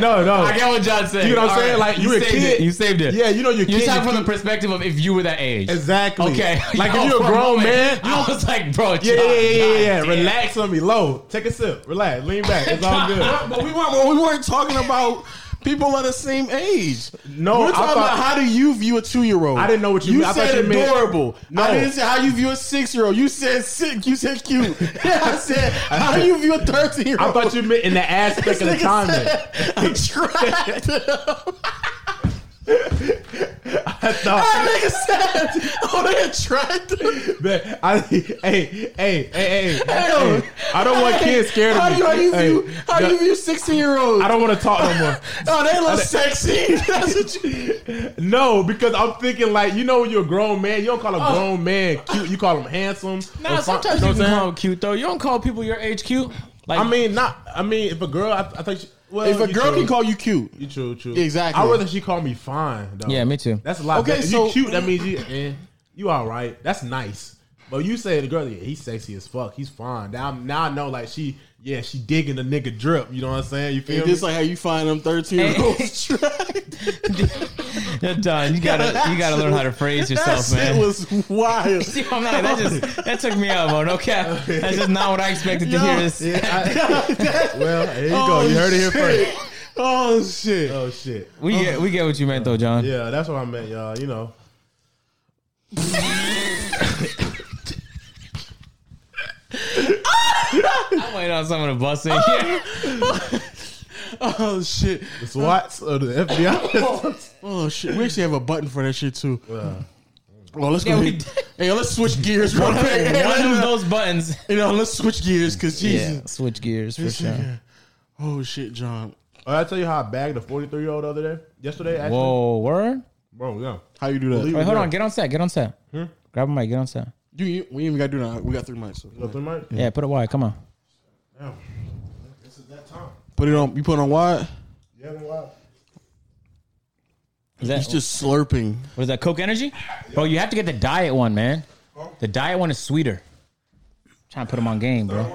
Speaker 5: no,
Speaker 2: [LAUGHS]
Speaker 5: no.
Speaker 2: I get what John said.
Speaker 5: You know what I'm
Speaker 2: All
Speaker 5: saying? Like, you a
Speaker 2: saved
Speaker 5: kid.
Speaker 2: It. You saved it.
Speaker 5: Yeah, you know, you're
Speaker 2: You're
Speaker 5: kid,
Speaker 2: talking
Speaker 5: you
Speaker 2: from the perspective of if you were that age.
Speaker 5: Exactly.
Speaker 2: Okay. [LAUGHS]
Speaker 5: Like
Speaker 2: Yo,
Speaker 5: if you're
Speaker 2: for
Speaker 5: a grown
Speaker 2: moment,
Speaker 5: man,
Speaker 2: I was like, bro,
Speaker 5: yeah, yeah, yeah, yeah, yeah, yeah.
Speaker 2: God damn.
Speaker 5: Relax on me, low. Take a sip. Relax. Lean back. It's all good.
Speaker 4: But we weren't. Well, we weren't talking about people of the same age.
Speaker 5: No,
Speaker 4: we're
Speaker 5: I
Speaker 4: talking
Speaker 5: thought-
Speaker 4: about how do you view a two year old?
Speaker 5: I didn't know what you
Speaker 4: You
Speaker 5: meant. I thought
Speaker 4: said
Speaker 5: you meant-
Speaker 4: adorable.
Speaker 5: No.
Speaker 4: I didn't say how you view a six year old. You said sick. You said cute. [LAUGHS] I said how do you view a thirteen year
Speaker 5: I
Speaker 4: old? [LAUGHS]
Speaker 5: thought you meant in the aspect of the timing.
Speaker 4: I'm tried.
Speaker 3: I thought
Speaker 4: [LAUGHS] That nigga said, "Oh, they attractive."
Speaker 3: that I hey hey hey hey.
Speaker 4: Hell.
Speaker 3: hey I don't want kids scared
Speaker 4: how
Speaker 3: of me.
Speaker 4: you, how you
Speaker 3: Hey,
Speaker 4: view how
Speaker 3: no,
Speaker 4: you view sixteen year olds?
Speaker 3: I don't want to talk no more.
Speaker 4: Oh, they look sexy. [LAUGHS] That's what you.
Speaker 3: No, because I'm thinking like you know when you're a grown man, you don't call a grown man cute. You call him handsome. or
Speaker 2: Nah,
Speaker 3: fine-
Speaker 2: sometimes
Speaker 3: know
Speaker 2: you
Speaker 3: what I'm
Speaker 2: can
Speaker 3: saying?
Speaker 2: call them cute though. You don't call people your age cute. Like
Speaker 3: I mean, not. I mean, if a girl, I, I think. She, well,
Speaker 4: If a
Speaker 3: you
Speaker 4: girl
Speaker 3: true.
Speaker 4: can call you cute,
Speaker 3: you true, true.
Speaker 4: Exactly.
Speaker 3: I rather she call me fine. Though.
Speaker 2: Yeah, me too.
Speaker 3: That's a lot.
Speaker 4: Okay,
Speaker 3: Okay, if
Speaker 4: so-
Speaker 3: you cute. That means
Speaker 5: [CLEARS THROAT]
Speaker 3: you. Eh, you all right. That's nice. But you say the girl, yeah, he's sexy as fuck. He's fine. Now, I'm- now I know, like she, yeah, she digging the nigga drip. You know what I'm saying? You feel
Speaker 4: it's
Speaker 3: me?
Speaker 4: just like how you find them thirteen year
Speaker 2: [LAUGHS]
Speaker 4: olds attractive.
Speaker 2: you're done. You gotta you gotta learn how to phrase
Speaker 4: That
Speaker 2: yourself, [LAUGHS]
Speaker 4: shit
Speaker 2: man.
Speaker 4: was wild.
Speaker 2: [LAUGHS] See, I'm not- that just that took me out, bro. No [LAUGHS] cap. That's just not what I expected to
Speaker 4: Yo.
Speaker 2: hear. This.
Speaker 3: Yeah, I- well, there you go. You heard it here
Speaker 4: shit.
Speaker 3: first.
Speaker 4: Oh shit!
Speaker 3: Oh shit.
Speaker 2: We get we get what you meant though, John.
Speaker 3: Yeah, that's what I meant, y'all. You know.
Speaker 2: I'm waiting on someone to bust in here.
Speaker 4: Oh shit!
Speaker 3: The SWATs or the
Speaker 5: [LAUGHS]
Speaker 3: FBI.
Speaker 4: Oh shit! We actually have a button for that shit too.
Speaker 3: Well,
Speaker 4: Oh,
Speaker 2: [LAUGHS]
Speaker 4: let's
Speaker 2: Yeah,
Speaker 4: go.
Speaker 2: we
Speaker 4: ahead.
Speaker 2: did.
Speaker 4: Hey, let's switch [LAUGHS] gears real quick. Hey,
Speaker 2: One of
Speaker 4: let's-
Speaker 2: those buttons.
Speaker 4: You know, let's switch gears because Jesus.
Speaker 2: Yeah, switch gears for
Speaker 4: This
Speaker 2: sure.
Speaker 4: nigga. Oh shit, John!
Speaker 3: Oh, I tell you how I bagged a 43 year old the other day. Yesterday, actually.
Speaker 2: Whoa, word.
Speaker 3: Bro, yeah.
Speaker 4: How you do that?
Speaker 3: Believe-
Speaker 2: Wait, hold
Speaker 3: Yeah.
Speaker 2: on. Get on set. Get on set. Grab a mic. Get on set.
Speaker 4: You, you, we ain't even gotta do that. We got three mics. so-
Speaker 3: Nothing, Mike?
Speaker 2: Yeah, put it wide. Come on.
Speaker 3: Damn. This is that time.
Speaker 4: Put it on. You put it on wide.
Speaker 3: You haven't wild.
Speaker 2: Is that
Speaker 4: He's just slurping.
Speaker 2: what is that? Coke Energy, bro. You have to get the diet one, man. The diet one is sweeter. trying to put them on game, bro.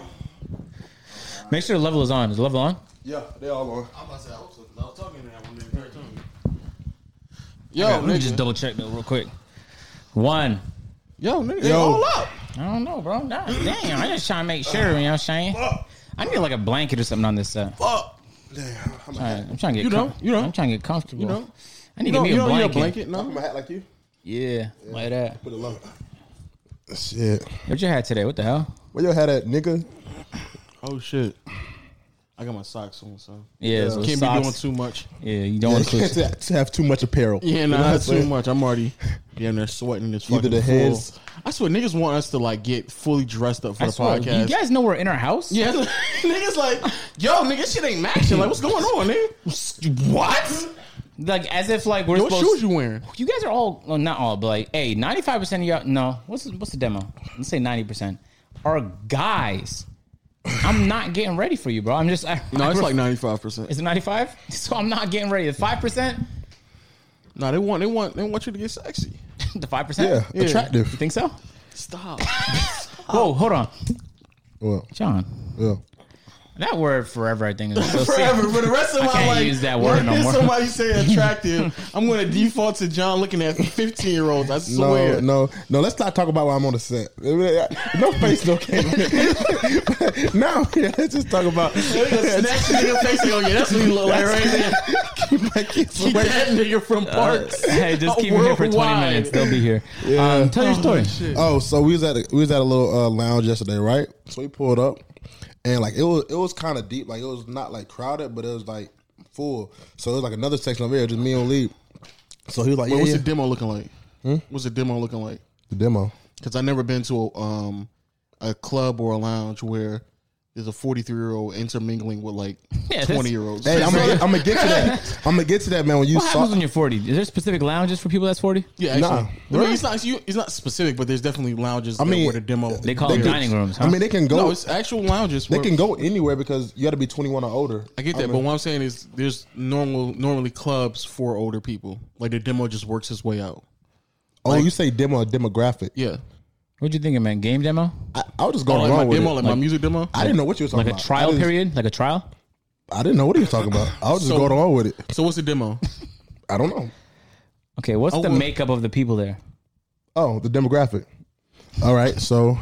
Speaker 2: Make sure the level is on. Is the level on?
Speaker 5: Yeah, they all on.
Speaker 4: I'm about to say I was, I was talking to that one Yo,
Speaker 2: Let me
Speaker 4: nigga.
Speaker 2: just double check though, real quick. One.
Speaker 4: Yo, nigga. Yo.
Speaker 5: Yo.
Speaker 4: all up.
Speaker 2: I don't know, bro. God, damn, I just trying to make sure. You know what I'm saying? I need like a blanket or something on this set.
Speaker 4: Fuck.
Speaker 5: Damn, I'm
Speaker 2: All
Speaker 5: gonna
Speaker 2: right, I'm trying to get
Speaker 4: You don't,
Speaker 2: com-
Speaker 4: you don't.
Speaker 2: I'm trying to get comfortable.
Speaker 4: You don't.
Speaker 2: I need
Speaker 4: You
Speaker 2: to
Speaker 4: don't,
Speaker 2: give
Speaker 4: you
Speaker 2: me a
Speaker 4: don't need a
Speaker 2: blanket.
Speaker 4: blanket, no?
Speaker 5: hat like you.
Speaker 2: Yeah, like that.
Speaker 5: Put a lump. Shit.
Speaker 2: What you had today? What the hell?
Speaker 5: Where your hat at, nigga? [LAUGHS]
Speaker 4: Oh shit. I got my socks on, so
Speaker 2: Yeah, so
Speaker 4: can't
Speaker 2: socks.
Speaker 4: be doing too much.
Speaker 2: Yeah, you don't
Speaker 4: [LAUGHS]
Speaker 5: You
Speaker 2: want to.
Speaker 5: can't ha- have too much apparel.
Speaker 4: Yeah,
Speaker 5: You know
Speaker 4: nah,
Speaker 5: what I'm
Speaker 4: that's too
Speaker 5: saying?
Speaker 4: much. I'm already damn near sweating this
Speaker 5: Either
Speaker 4: fucking
Speaker 5: the
Speaker 4: full-
Speaker 5: heads-
Speaker 4: I swear niggas want us to like get fully dressed up for
Speaker 2: I
Speaker 4: the
Speaker 2: swear,
Speaker 4: podcast.
Speaker 2: you guys know we're in our house.
Speaker 4: Yeah, [LAUGHS] niggas like, yo, nigga, shit ain't matching. Like, what's going on, nigga? What?
Speaker 2: like as if like we're
Speaker 4: What
Speaker 2: supposed.
Speaker 4: shoes you wearing?
Speaker 2: You guys are all well, not all, but like, hey, ninety five percent of y'all. No, what's the, what's the demo? Let's say ninety percent are guys. I'm not getting ready for you, bro. I'm just. I,
Speaker 4: No, it's
Speaker 2: I-
Speaker 4: like ninety five percent.
Speaker 2: Is it ninety five? [LAUGHS] So I'm not getting ready. The five percent. [LAUGHS]
Speaker 4: No, they want, they want, they want you to get sexy.
Speaker 2: The five percent.
Speaker 5: Yeah,
Speaker 2: You
Speaker 5: attractive.
Speaker 2: think so?
Speaker 4: Stop. [LAUGHS]
Speaker 2: Whoa, hold on,
Speaker 5: Well,
Speaker 2: John.
Speaker 5: yeah.
Speaker 2: That word forever, I
Speaker 4: [LAUGHS]
Speaker 2: think. Is [LAUGHS]
Speaker 4: Forever for the rest of my
Speaker 2: can't
Speaker 4: life.
Speaker 2: use that word
Speaker 4: when I
Speaker 2: no
Speaker 4: hear
Speaker 2: more.
Speaker 4: Somebody
Speaker 2: [LAUGHS]
Speaker 4: say attractive. I'm gonna default to John looking at 15 year olds. I swear.
Speaker 5: No,
Speaker 4: [LAUGHS]
Speaker 5: no, no. Let's not talk about why I'm on the set. [LAUGHS] No face, no camera. [LAUGHS] no, yeah, let's just talk about
Speaker 4: They gonna snatch the nigga face and go, yeah, that's what he look like right there.
Speaker 5: [LAUGHS] keep my kids
Speaker 4: Keep
Speaker 5: away.
Speaker 4: that nigga from parks.
Speaker 2: hey, just keep him here for twenty
Speaker 4: Worldwide.
Speaker 2: minutes. They'll be here.
Speaker 5: Yeah.
Speaker 2: Um, tell your story.
Speaker 4: Shit.
Speaker 5: Oh, so we was at a, we was at a little uh, lounge yesterday, right? So we pulled up, and like it was it was kind of deep, like it was not like crowded, but it was like full. So it was like another section over here, just me and Lee. So he was like,
Speaker 4: Wait,
Speaker 5: yeah,
Speaker 4: what's
Speaker 5: yeah.
Speaker 4: the demo looking like? What's the demo looking like?
Speaker 5: the demo?
Speaker 4: Because I never been to a um a club or a lounge where there's a 43 year old intermingling with like
Speaker 2: [LAUGHS] Yeah,
Speaker 4: 20
Speaker 2: that's-
Speaker 4: year olds.
Speaker 5: Hey, I'm gonna, I'm gonna get to that. I'm gonna get to that, man. When you
Speaker 2: What
Speaker 5: saw,
Speaker 2: happens when you're 40? Is there specific lounges for people that's 40?
Speaker 4: yeah, actually,
Speaker 5: Nah.
Speaker 4: I mean, it's not you, it's not specific, but there's definitely lounges. I
Speaker 5: mean,
Speaker 4: where the demo.
Speaker 2: They call
Speaker 5: They
Speaker 2: them
Speaker 5: do.
Speaker 2: dining rooms, huh?
Speaker 5: I mean, they can go.
Speaker 4: no, it's actual lounges.
Speaker 5: they
Speaker 4: where-
Speaker 5: can go anywhere because you got to be 21 or older.
Speaker 4: I get that, but
Speaker 5: mean,
Speaker 4: what I'm saying is there's normal normally clubs for older people. Like the demo just works its way out.
Speaker 5: oh, you say demo or demographic?
Speaker 4: Yeah,
Speaker 2: What'd you think, man? Game demo?
Speaker 5: I, I was just
Speaker 4: oh,
Speaker 5: going
Speaker 4: like
Speaker 5: wrong
Speaker 4: my
Speaker 5: with
Speaker 4: demo,
Speaker 5: it.
Speaker 4: like, my music demo.
Speaker 5: I didn't know what you were talking
Speaker 2: Like a
Speaker 5: about. I
Speaker 2: trial
Speaker 5: didn't-
Speaker 2: period? Like a trial?
Speaker 5: I didn't know what he was talking about. I was just
Speaker 4: So-
Speaker 5: going along with it.
Speaker 4: So what's the
Speaker 5: [LAUGHS]
Speaker 4: demo?
Speaker 5: I don't know.
Speaker 2: Okay, what's the
Speaker 4: well-
Speaker 2: makeup of the people there?
Speaker 5: Oh, the demographic. All right, so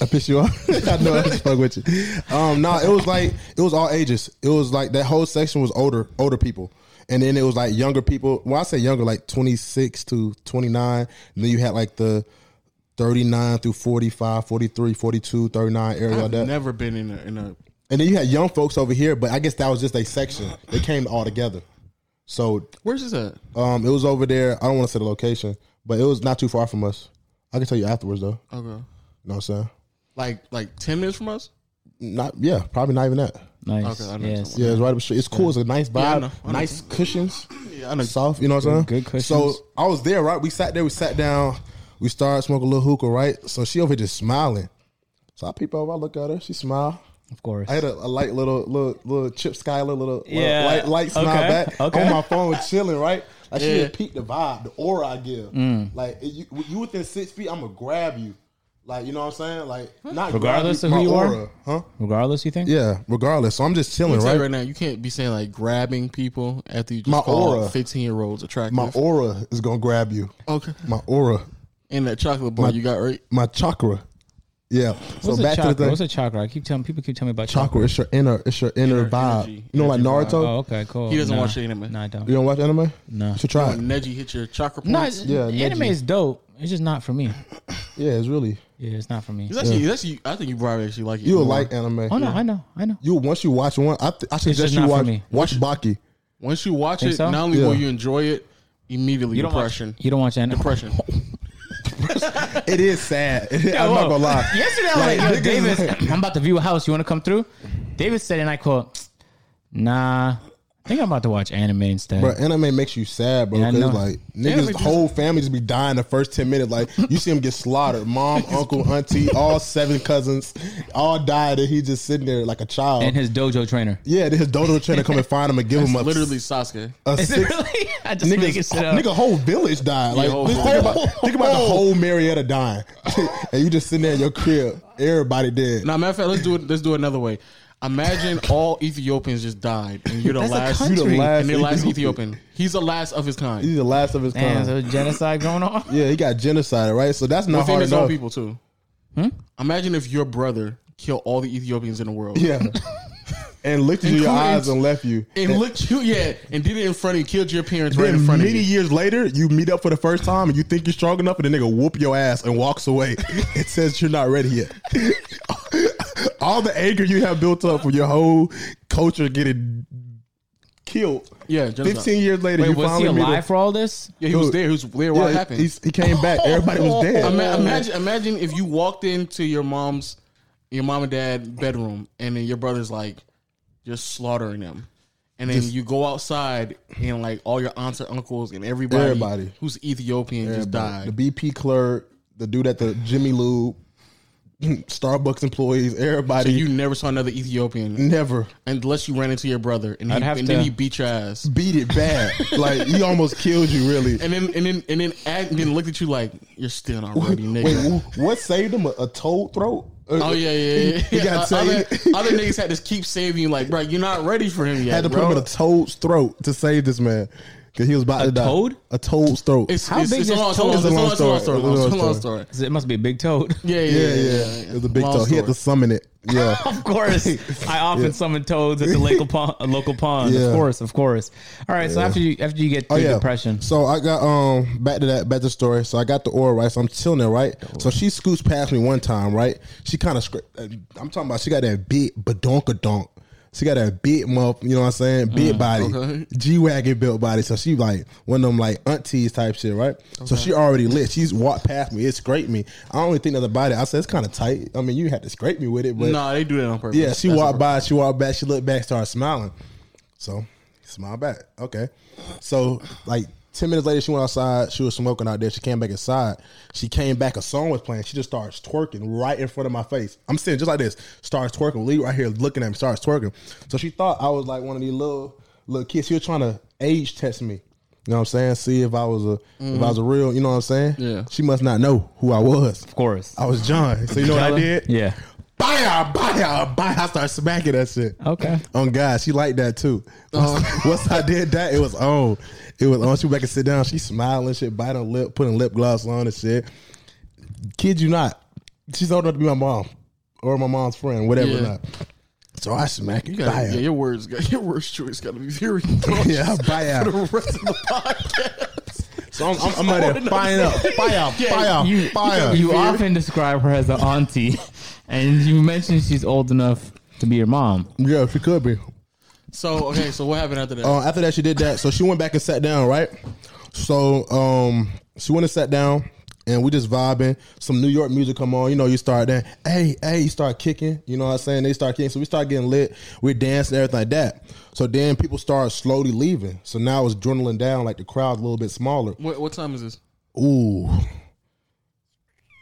Speaker 5: I pissed you off. [LAUGHS] I know I just fuck with you. Um, no, it was like it was all ages. It was like that whole section was older, older people, and then it was like younger people. When I say younger, like twenty six to twenty nine, and then you had like the. 39 through 45, 43, 42, 39 area like
Speaker 4: I've
Speaker 5: that.
Speaker 4: [LAUGHS] never been in a in a
Speaker 5: and then you had young folks over here, but I guess that was just a section. They came all together. So
Speaker 4: Where's this at?
Speaker 5: um, it was over there. I don't want to say the location, but it was not too far from us. I can tell you afterwards though.
Speaker 4: Okay.
Speaker 5: You know what I'm saying?
Speaker 4: Like like ten minutes from us.
Speaker 5: Not yeah, probably not even that.
Speaker 2: Nice.
Speaker 4: Okay, I know
Speaker 2: yes.
Speaker 5: Yeah, it's right up the street. It's cool. It's a nice vibe.
Speaker 4: Yeah, I know. I know.
Speaker 5: Nice cushions.
Speaker 4: Yeah, I know.
Speaker 5: Soft. You know what I'm saying?
Speaker 2: Good cushions.
Speaker 5: So I was there, right? We sat there. We sat down. We started smoking a little hookah, right? So she over here just smiling. So I peep over. I look at her. She smile.
Speaker 2: Of course.
Speaker 5: I had a, a light little little little Chip Skyler little, little
Speaker 1: Yeah.
Speaker 5: light light smile
Speaker 1: Okay.
Speaker 5: back
Speaker 1: Okay.
Speaker 5: on my phone, chilling right. Like she
Speaker 4: Yeah.
Speaker 5: didn't peep the vibe, the aura I give.
Speaker 2: Mm.
Speaker 5: Like it- you, you within six feet, I'm gonna grab you. Like you know what I'm saying? Like not
Speaker 2: Regardless
Speaker 5: grab
Speaker 2: of who
Speaker 5: my
Speaker 2: you are?
Speaker 5: aura, huh?
Speaker 2: Regardless, you think?
Speaker 5: Yeah, regardless. So I'm just chilling,
Speaker 4: Right.
Speaker 5: right?
Speaker 4: right now, you can't be saying like grabbing people after you just
Speaker 5: My
Speaker 4: call
Speaker 5: aura.
Speaker 4: fifteen year olds attractive.
Speaker 5: My aura is gonna grab you.
Speaker 4: okay.
Speaker 5: My aura,
Speaker 4: And that chocolate bar you got right.
Speaker 5: my chakra. Yeah.
Speaker 2: What's
Speaker 5: so
Speaker 2: a chakra?
Speaker 5: back to the thing.
Speaker 2: What's a chakra? I keep telling people keep telling me about chakra.
Speaker 5: chakra? It's your inner. It's your inner,
Speaker 4: Inner
Speaker 5: vibe.
Speaker 4: energy,
Speaker 5: you know, like
Speaker 4: energy vibe.
Speaker 5: Naruto.
Speaker 2: Oh, okay, cool.
Speaker 4: He doesn't
Speaker 2: nah.
Speaker 4: watch the anime.
Speaker 2: No, I don't.
Speaker 5: You don't watch anime?
Speaker 2: No.
Speaker 5: You should try it.
Speaker 4: Neji hit your chakra
Speaker 2: No,
Speaker 4: points.
Speaker 2: it's-
Speaker 5: Yeah,
Speaker 2: anime
Speaker 5: Neji.
Speaker 2: is dope. It's just not for me.
Speaker 5: Yeah, it's really.
Speaker 2: Yeah, it's not for me.
Speaker 4: It's actually, it's actually, I think you probably actually like it.
Speaker 5: You will
Speaker 4: more.
Speaker 5: like anime.
Speaker 2: Oh no, I know, I know.
Speaker 5: You once you watch one, I, th- I suggest
Speaker 2: just
Speaker 5: you
Speaker 2: not for
Speaker 5: watch
Speaker 2: me.
Speaker 5: watch
Speaker 2: [LAUGHS]
Speaker 5: Baki.
Speaker 4: once you watch
Speaker 2: Think
Speaker 4: it.
Speaker 2: so?
Speaker 4: Not only will
Speaker 5: Yeah.
Speaker 4: you enjoy it, immediately depression.
Speaker 2: Watch, you don't watch anime.
Speaker 5: [LAUGHS]
Speaker 4: Depression.
Speaker 5: It is sad. [LAUGHS] I'm not
Speaker 2: whoa. [LAUGHS]
Speaker 5: gonna lie.
Speaker 2: [LAUGHS] Yesterday, I was like, yo, Davis, I'm about to view a house. You want to come through? Davis said, and I quote, "Nah, I think I'm about to watch anime instead."
Speaker 5: Bro, anime makes you sad, bro.
Speaker 2: Yeah, I
Speaker 5: Because
Speaker 2: know.
Speaker 5: like
Speaker 4: Anime
Speaker 5: niggas,
Speaker 4: just-
Speaker 5: whole family just be dying the first ten minutes. Like you see him get
Speaker 2: [LAUGHS]
Speaker 5: slaughtered. Mom, uncle, auntie, all seven cousins, all died, and he just sitting there like a child.
Speaker 2: and his dojo trainer.
Speaker 5: yeah, then his dodo trying to come and find him and give him a
Speaker 4: Literally
Speaker 5: [LAUGHS]
Speaker 4: Sasuke.
Speaker 2: [LAUGHS]
Speaker 5: a
Speaker 2: Is
Speaker 5: six.
Speaker 2: it really? I just
Speaker 5: Niggas,
Speaker 2: making shit up.
Speaker 5: nigga, whole village died. Like,
Speaker 4: whole
Speaker 5: just think,
Speaker 4: village.
Speaker 5: about, think about the whole Marietta dying, [LAUGHS] and you just sitting there in your crib, everybody dead.
Speaker 4: Now, matter of fact, let's do it. Let's do it another way.
Speaker 5: [LAUGHS]
Speaker 4: Imagine all Ethiopians just died, and you're the
Speaker 2: That's a
Speaker 4: last.
Speaker 2: country.
Speaker 5: You the last,
Speaker 4: and they're last
Speaker 5: Ethiopian.
Speaker 4: Ethiopian. He's the last of his kind.
Speaker 5: He's the last of his
Speaker 2: Damn,
Speaker 5: kind.
Speaker 2: is there genocide going on?
Speaker 5: yeah, he got genocided, right? So that's not
Speaker 4: Within
Speaker 5: hard
Speaker 4: his own
Speaker 5: enough.
Speaker 4: people too.
Speaker 2: Hmm?
Speaker 4: Imagine if your brother killed all the Ethiopians in the world.
Speaker 5: [LAUGHS] Yeah, and looked you in your
Speaker 4: Including-
Speaker 5: eyes and left you.
Speaker 4: And looked you, yeah, and did it in front of you, killed your parents right
Speaker 5: Then
Speaker 4: in front of
Speaker 5: many
Speaker 4: you.
Speaker 5: years later, you meet up for the first time, and you think you're strong enough, and the nigga whoop your ass and
Speaker 2: [LAUGHS]
Speaker 5: walks away. it says you're not ready yet. [LAUGHS] All the anger you have built up from your whole culture getting killed.
Speaker 4: Yeah, genocide.
Speaker 5: 15 years later,
Speaker 2: Wait,
Speaker 5: you
Speaker 2: was he
Speaker 5: finally meet
Speaker 2: alive
Speaker 5: a-
Speaker 2: for all this?
Speaker 4: Yeah, he was
Speaker 5: Dude.
Speaker 4: there. He was there. What
Speaker 5: Yeah,
Speaker 4: happened?
Speaker 5: he's- He came back. Everybody
Speaker 2: [LAUGHS]
Speaker 5: was dead.
Speaker 4: Ima-
Speaker 2: Oh.
Speaker 4: imagine, imagine if you walked into your mom's, your mom and dad bedroom, and then your brother's like just slaughtering them, and then you go outside and like all your aunts and uncles and everybody,
Speaker 5: Everybody.
Speaker 4: who's Ethiopian just died.
Speaker 5: The BP clerk, the dude at the Jimmy Lube, [CLEARS THROAT] Starbucks employees, everybody.
Speaker 4: you never saw another Ethiopian
Speaker 5: never
Speaker 4: unless you ran into your brother, and, he,
Speaker 2: I'd have
Speaker 4: and then
Speaker 2: to-
Speaker 4: he beat your ass,
Speaker 5: beat it bad. like he almost killed you, really.
Speaker 4: and [LAUGHS] then and then and then act, and then looked at you like you're still not ready, nigga.
Speaker 5: Wait, wh- what saved him? A, a toad throat? Uh,
Speaker 4: Oh yeah, yeah,
Speaker 5: [LAUGHS]
Speaker 4: yeah.
Speaker 5: He got
Speaker 4: Uh, [LAUGHS] other,
Speaker 5: saved.
Speaker 4: other
Speaker 5: [LAUGHS]
Speaker 4: niggas had to keep saving you, like, bro, you're not ready for him yet.
Speaker 5: Had to put
Speaker 4: bro.
Speaker 5: him in a toad's throat to save this man because he was about to die.
Speaker 2: toad?
Speaker 5: A toad's throat.
Speaker 4: It's,
Speaker 2: How
Speaker 4: it's,
Speaker 2: big
Speaker 4: it's
Speaker 2: is
Speaker 4: a long, it's a long,
Speaker 5: Toad?
Speaker 4: it's a long, it's a long story.
Speaker 5: It's a
Speaker 4: It's a
Speaker 5: long
Speaker 4: long
Speaker 5: story.
Speaker 4: story.
Speaker 2: It must be a big
Speaker 5: [LAUGHS]
Speaker 2: toad.
Speaker 4: Yeah, yeah,
Speaker 5: yeah,
Speaker 4: yeah.
Speaker 5: yeah.
Speaker 4: yeah, yeah.
Speaker 5: It was a big
Speaker 4: Long
Speaker 5: toad. He had to
Speaker 4: story.
Speaker 5: summon it. Yeah.
Speaker 4: [LAUGHS]
Speaker 2: Of
Speaker 5: [LAUGHS]
Speaker 2: course, I often summon toads at the local pond. Local pond.
Speaker 5: Yeah. Oh,
Speaker 2: Of course, of course. All right. So after you after you get through depression,
Speaker 5: So I got um back to that back to the story. So I got the aura right. So I'm chilling there, right. So she scoots past me one time, right. She kind of script. I'm talking about she got that big badonka donk. She got that big muff, you know what I'm saying? Big
Speaker 2: Mm,
Speaker 5: body, G wagon built body. So she like one of them like aunties type shit, right? So she already lit. She's walked past me. It scraped me. I don't even think nothing about it. I said it's kind of tight. I mean, you had to scrape me with it, but
Speaker 4: Nah, they do that on purpose.
Speaker 5: yeah, she
Speaker 4: That's
Speaker 5: walked
Speaker 4: a-
Speaker 5: by, she walked back, she looked back, started smiling. So, smile back. Okay. So, like 10 minutes later, she went outside. She was smoking out there. She came back inside. She came back, a song was playing. She just starts twerking right in front of my face. I'm sitting just like this, starts twerking, Lee right here looking at me, starts twerking. So, she thought I was like one of these little, little kids. She was trying to age test me. You know what I'm saying? See if I was a if I was a real, you know what I'm saying?
Speaker 4: Yeah.
Speaker 5: She must not know who I was.
Speaker 2: of course.
Speaker 5: I was John. So you know what I did?
Speaker 2: Yeah.
Speaker 5: Bye, bye, bye. I start smacking that shit.
Speaker 2: Okay.
Speaker 4: Oh,
Speaker 5: On God, she liked that too. Once, [LAUGHS] once I did that, it was on. It was on. She back and sit down. She smiling, shit, biting her lip, putting lip gloss on and shit. Kid you not, she's old enough to be my mom or my mom's friend, whatever.
Speaker 4: Yeah.
Speaker 5: Not. So I smack it.
Speaker 4: You gotta,
Speaker 5: Bam.
Speaker 4: yeah, your [LAUGHS] words, got, your words choice got to be very
Speaker 5: [LAUGHS]
Speaker 4: cautious
Speaker 5: Yeah, buy
Speaker 4: [LAUGHS] for the rest of the podcast.
Speaker 5: So I'm, I'm, I'm out there firing up, fire,
Speaker 4: Yeah,
Speaker 5: fire,
Speaker 2: You
Speaker 5: fire.
Speaker 2: you often describe her as an [LAUGHS] auntie, and you mentioned she's old enough to be your mom.
Speaker 5: yeah, she could be.
Speaker 4: So okay, so what happened after that?
Speaker 5: Uh, after that, she did that. So she went back and sat down, right? So um, she went and sat down, and we just vibing. Some New York music come on. You know, you start that. Hey, hey, you start kicking. You know what I'm saying? They start kicking. So we start getting lit. We're dancing, everything like that. So then people start slowly leaving. So now it's dwindling down, like the crowd's a little bit smaller.
Speaker 4: what, what time is this?
Speaker 5: Ooh.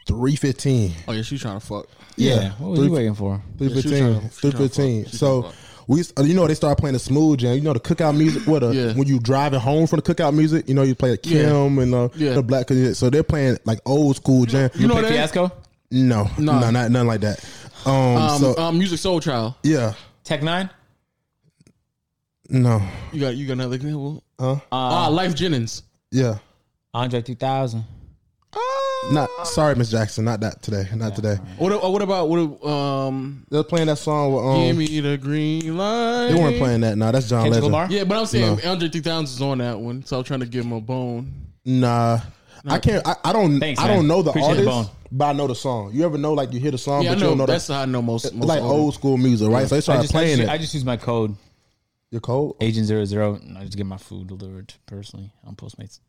Speaker 5: 315.
Speaker 4: Oh yeah, she's trying to fuck.
Speaker 5: Yeah.
Speaker 2: What were you waiting for?
Speaker 5: Three
Speaker 4: Yeah, she was
Speaker 5: fifteen.
Speaker 4: trying to- she
Speaker 5: Three
Speaker 4: was trying to
Speaker 5: fifteen.
Speaker 4: fuck. She
Speaker 5: So
Speaker 4: trying to
Speaker 5: we, used- uh, you know, they started playing the smooth jam. You know, the cookout music. What a,
Speaker 4: Yeah.
Speaker 5: when you driving home from the cookout music, you know, you play like
Speaker 4: Yeah.
Speaker 5: Kim and uh,
Speaker 4: Yeah.
Speaker 5: the Black. So they're playing like old school jam.
Speaker 4: You know
Speaker 2: Big
Speaker 4: what that?
Speaker 2: Fiasco?
Speaker 5: no,
Speaker 4: Nah.
Speaker 5: no, not nothing like that. Um,
Speaker 4: Um,
Speaker 5: so
Speaker 4: um, music soul child.
Speaker 5: yeah,
Speaker 2: Tech Nine?
Speaker 5: no,
Speaker 4: You got you got another example.
Speaker 5: huh?
Speaker 4: Ah, Life Jennings.
Speaker 5: Yeah,
Speaker 2: Andre 3000.
Speaker 5: not sorry, Miss Jackson, not that today, not today.
Speaker 4: What a- what about what? a- Um,
Speaker 5: They're playing that song. With,
Speaker 4: give
Speaker 5: um,
Speaker 4: me the green light.
Speaker 5: they weren't playing that. No, that's John
Speaker 2: Kendrick
Speaker 5: Legend.
Speaker 2: Lamar?
Speaker 4: Yeah, but I'm saying Andre 3000 is on that one, so I'm trying to give him a bone.
Speaker 5: Nah. I can't. I, I don't.
Speaker 2: Thanks,
Speaker 5: I
Speaker 2: man.
Speaker 5: don't know the
Speaker 2: Appreciate the
Speaker 5: artist,
Speaker 2: bone.
Speaker 5: but I know the song. You ever know like you hear the song,
Speaker 4: Yeah, I
Speaker 5: Oh, but you
Speaker 4: know.
Speaker 5: don't know the
Speaker 4: That's how I know most. most
Speaker 5: like
Speaker 4: of them.
Speaker 5: old school music, right? So they
Speaker 2: I
Speaker 5: started
Speaker 2: just, I,
Speaker 5: playing
Speaker 2: just,
Speaker 5: it.
Speaker 2: I just use my code,
Speaker 5: Your code?
Speaker 2: Agent 00, and I just get my food delivered personally on Postmates.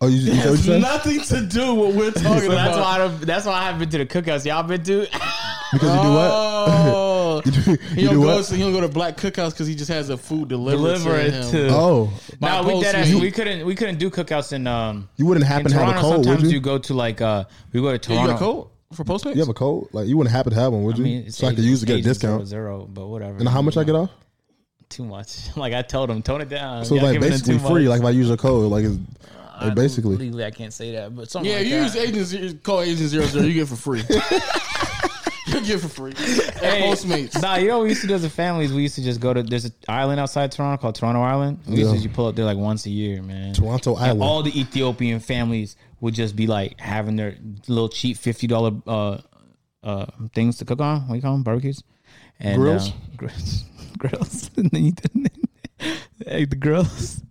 Speaker 5: Oh, you, you, you
Speaker 4: It's
Speaker 5: said?
Speaker 4: nothing to do with what we're talking
Speaker 2: So that's, why
Speaker 4: about.
Speaker 2: I don't, that's why I haven't been to the cookouts y'all been to. [LAUGHS]
Speaker 5: because you do what? [LAUGHS] uh,
Speaker 4: Oh,
Speaker 5: You do,
Speaker 4: he
Speaker 5: you
Speaker 4: don't
Speaker 5: do
Speaker 4: go.
Speaker 5: what?
Speaker 4: To, he don't go to black cookouts because he just has a food delivered
Speaker 2: Deliver
Speaker 4: to
Speaker 2: it
Speaker 4: him.
Speaker 2: to.
Speaker 5: Oh,
Speaker 2: no,
Speaker 4: by
Speaker 2: we,
Speaker 4: post
Speaker 2: dead ass-
Speaker 4: meet.
Speaker 2: we couldn't we couldn't do cookouts in um
Speaker 5: you wouldn't
Speaker 2: in
Speaker 5: happen to have
Speaker 2: Toronto.
Speaker 5: a code, would
Speaker 2: sometimes
Speaker 5: you?
Speaker 2: you?
Speaker 5: you?
Speaker 2: go to like uh we go to
Speaker 4: You
Speaker 2: Toronto.
Speaker 4: got code for Postmates?
Speaker 5: have a code? Like you wouldn't happen to have one, would
Speaker 2: I
Speaker 5: you?
Speaker 2: mean, it's
Speaker 5: so I could
Speaker 2: Agent-
Speaker 5: use to get a
Speaker 2: Agent
Speaker 5: discount.
Speaker 2: 00, but whatever.
Speaker 5: And how much I get off?
Speaker 2: Too much. [LAUGHS] Like I told him, tone it down.
Speaker 5: So it's
Speaker 2: Y'all
Speaker 5: like
Speaker 2: giving it
Speaker 5: basically
Speaker 2: too
Speaker 5: free.
Speaker 2: much.
Speaker 5: Like if I use a code, like it's like,
Speaker 2: I-
Speaker 5: basically.
Speaker 2: legally I can't say that, but something
Speaker 4: Yeah,
Speaker 2: like
Speaker 4: you
Speaker 2: that.
Speaker 4: use agent zero, call agent zero zero. You get
Speaker 5: [LAUGHS]
Speaker 4: for free. you get for free. At Postmates.
Speaker 2: Nah, you know what we used to do as a family is we used to just go to there's an island outside Toronto called Toronto Island. We used to
Speaker 5: Yeah.
Speaker 2: just pull up there like once a year, man.
Speaker 5: Toronto
Speaker 2: And
Speaker 5: Island.
Speaker 2: all the Ethiopian families would just be like having their little cheap fifty dollar uh uh things to cook on. What do you call them? Barbecues? And
Speaker 5: Grills?
Speaker 2: uh, grills. [LAUGHS] grills. and then you [LAUGHS] Hey, the grills.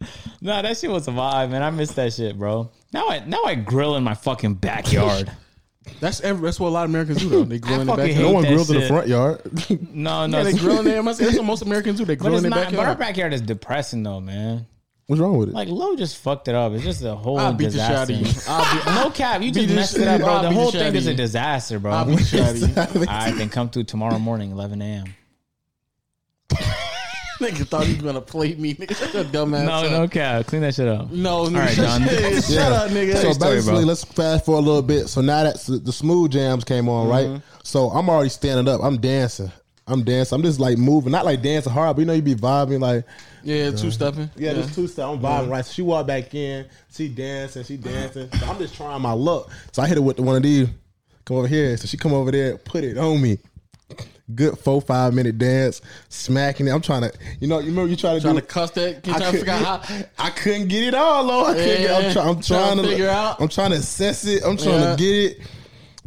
Speaker 2: Nah, that shit was a vibe, man. I miss that shit, bro. Now I now I grill in my fucking backyard.
Speaker 4: That's every, that's what a lot of Americans do though. They grill in the
Speaker 2: fucking
Speaker 4: backyard.
Speaker 2: hate
Speaker 5: No one
Speaker 2: that
Speaker 5: grills in the
Speaker 2: shit.
Speaker 5: front yard. [LAUGHS]
Speaker 2: No, no,
Speaker 4: Yeah, they
Speaker 2: it's-
Speaker 4: grill in their. That's what most Americans do. They
Speaker 2: but
Speaker 4: grill in
Speaker 2: it's
Speaker 4: their
Speaker 2: not. But our
Speaker 4: backyard.
Speaker 2: backyard is depressing though, man.
Speaker 5: What's wrong with it?
Speaker 2: Like Lowe just fucked it up. It's just a whole
Speaker 4: I'll beat the shit out
Speaker 2: disaster.
Speaker 4: of you. I'll be,
Speaker 2: no cap, you
Speaker 4: Beat
Speaker 2: just
Speaker 4: the
Speaker 2: messed
Speaker 4: shit-
Speaker 2: it up, bro.
Speaker 4: I'll
Speaker 2: The
Speaker 4: beat the
Speaker 2: whole
Speaker 4: shit out
Speaker 2: thing
Speaker 4: of
Speaker 2: is a
Speaker 4: you.
Speaker 2: disaster, bro.
Speaker 4: I'll
Speaker 2: All [LAUGHS]
Speaker 4: beat the shit
Speaker 5: [LAUGHS]
Speaker 4: out of you.
Speaker 2: right, then come through tomorrow morning, eleven a.m.
Speaker 4: Nigga thought he was gonna play me. Nigga, shut your dumb ass
Speaker 2: No,
Speaker 4: up.
Speaker 2: no cap. Clean that shit up.
Speaker 4: No, no,
Speaker 2: right,
Speaker 4: shut,
Speaker 2: Don.
Speaker 4: shut up, nigga.
Speaker 5: So
Speaker 4: Hey,
Speaker 2: story,
Speaker 5: basically,
Speaker 2: bro.
Speaker 5: let's fast forward a little bit. So now that the smooth jams came on, right? So I'm already standing up. I'm dancing. I'm dancing. I'm just like moving, not like dancing hard, but you know, you be vibing like.
Speaker 4: yeah, two stepping.
Speaker 3: Yeah, this two step. I'm vibing right. So she walked back in. She dancing. She dancing. So I'm just trying my luck.
Speaker 5: So I hit her with one of these. Come over here. So she come over there, put it on me. Good four five minute dance, smacking it. I'm trying to, you know, you remember you try to
Speaker 4: trying
Speaker 5: do,
Speaker 4: to cuss that. Can
Speaker 5: I
Speaker 4: you try to figure out how?
Speaker 5: couldn't- I couldn't get it all, though. I couldn't get, I'm,
Speaker 4: Yeah,
Speaker 5: try, I'm trying, to
Speaker 4: figure out.
Speaker 5: I'm trying to assess it. I'm trying
Speaker 4: Yeah.
Speaker 5: to get it.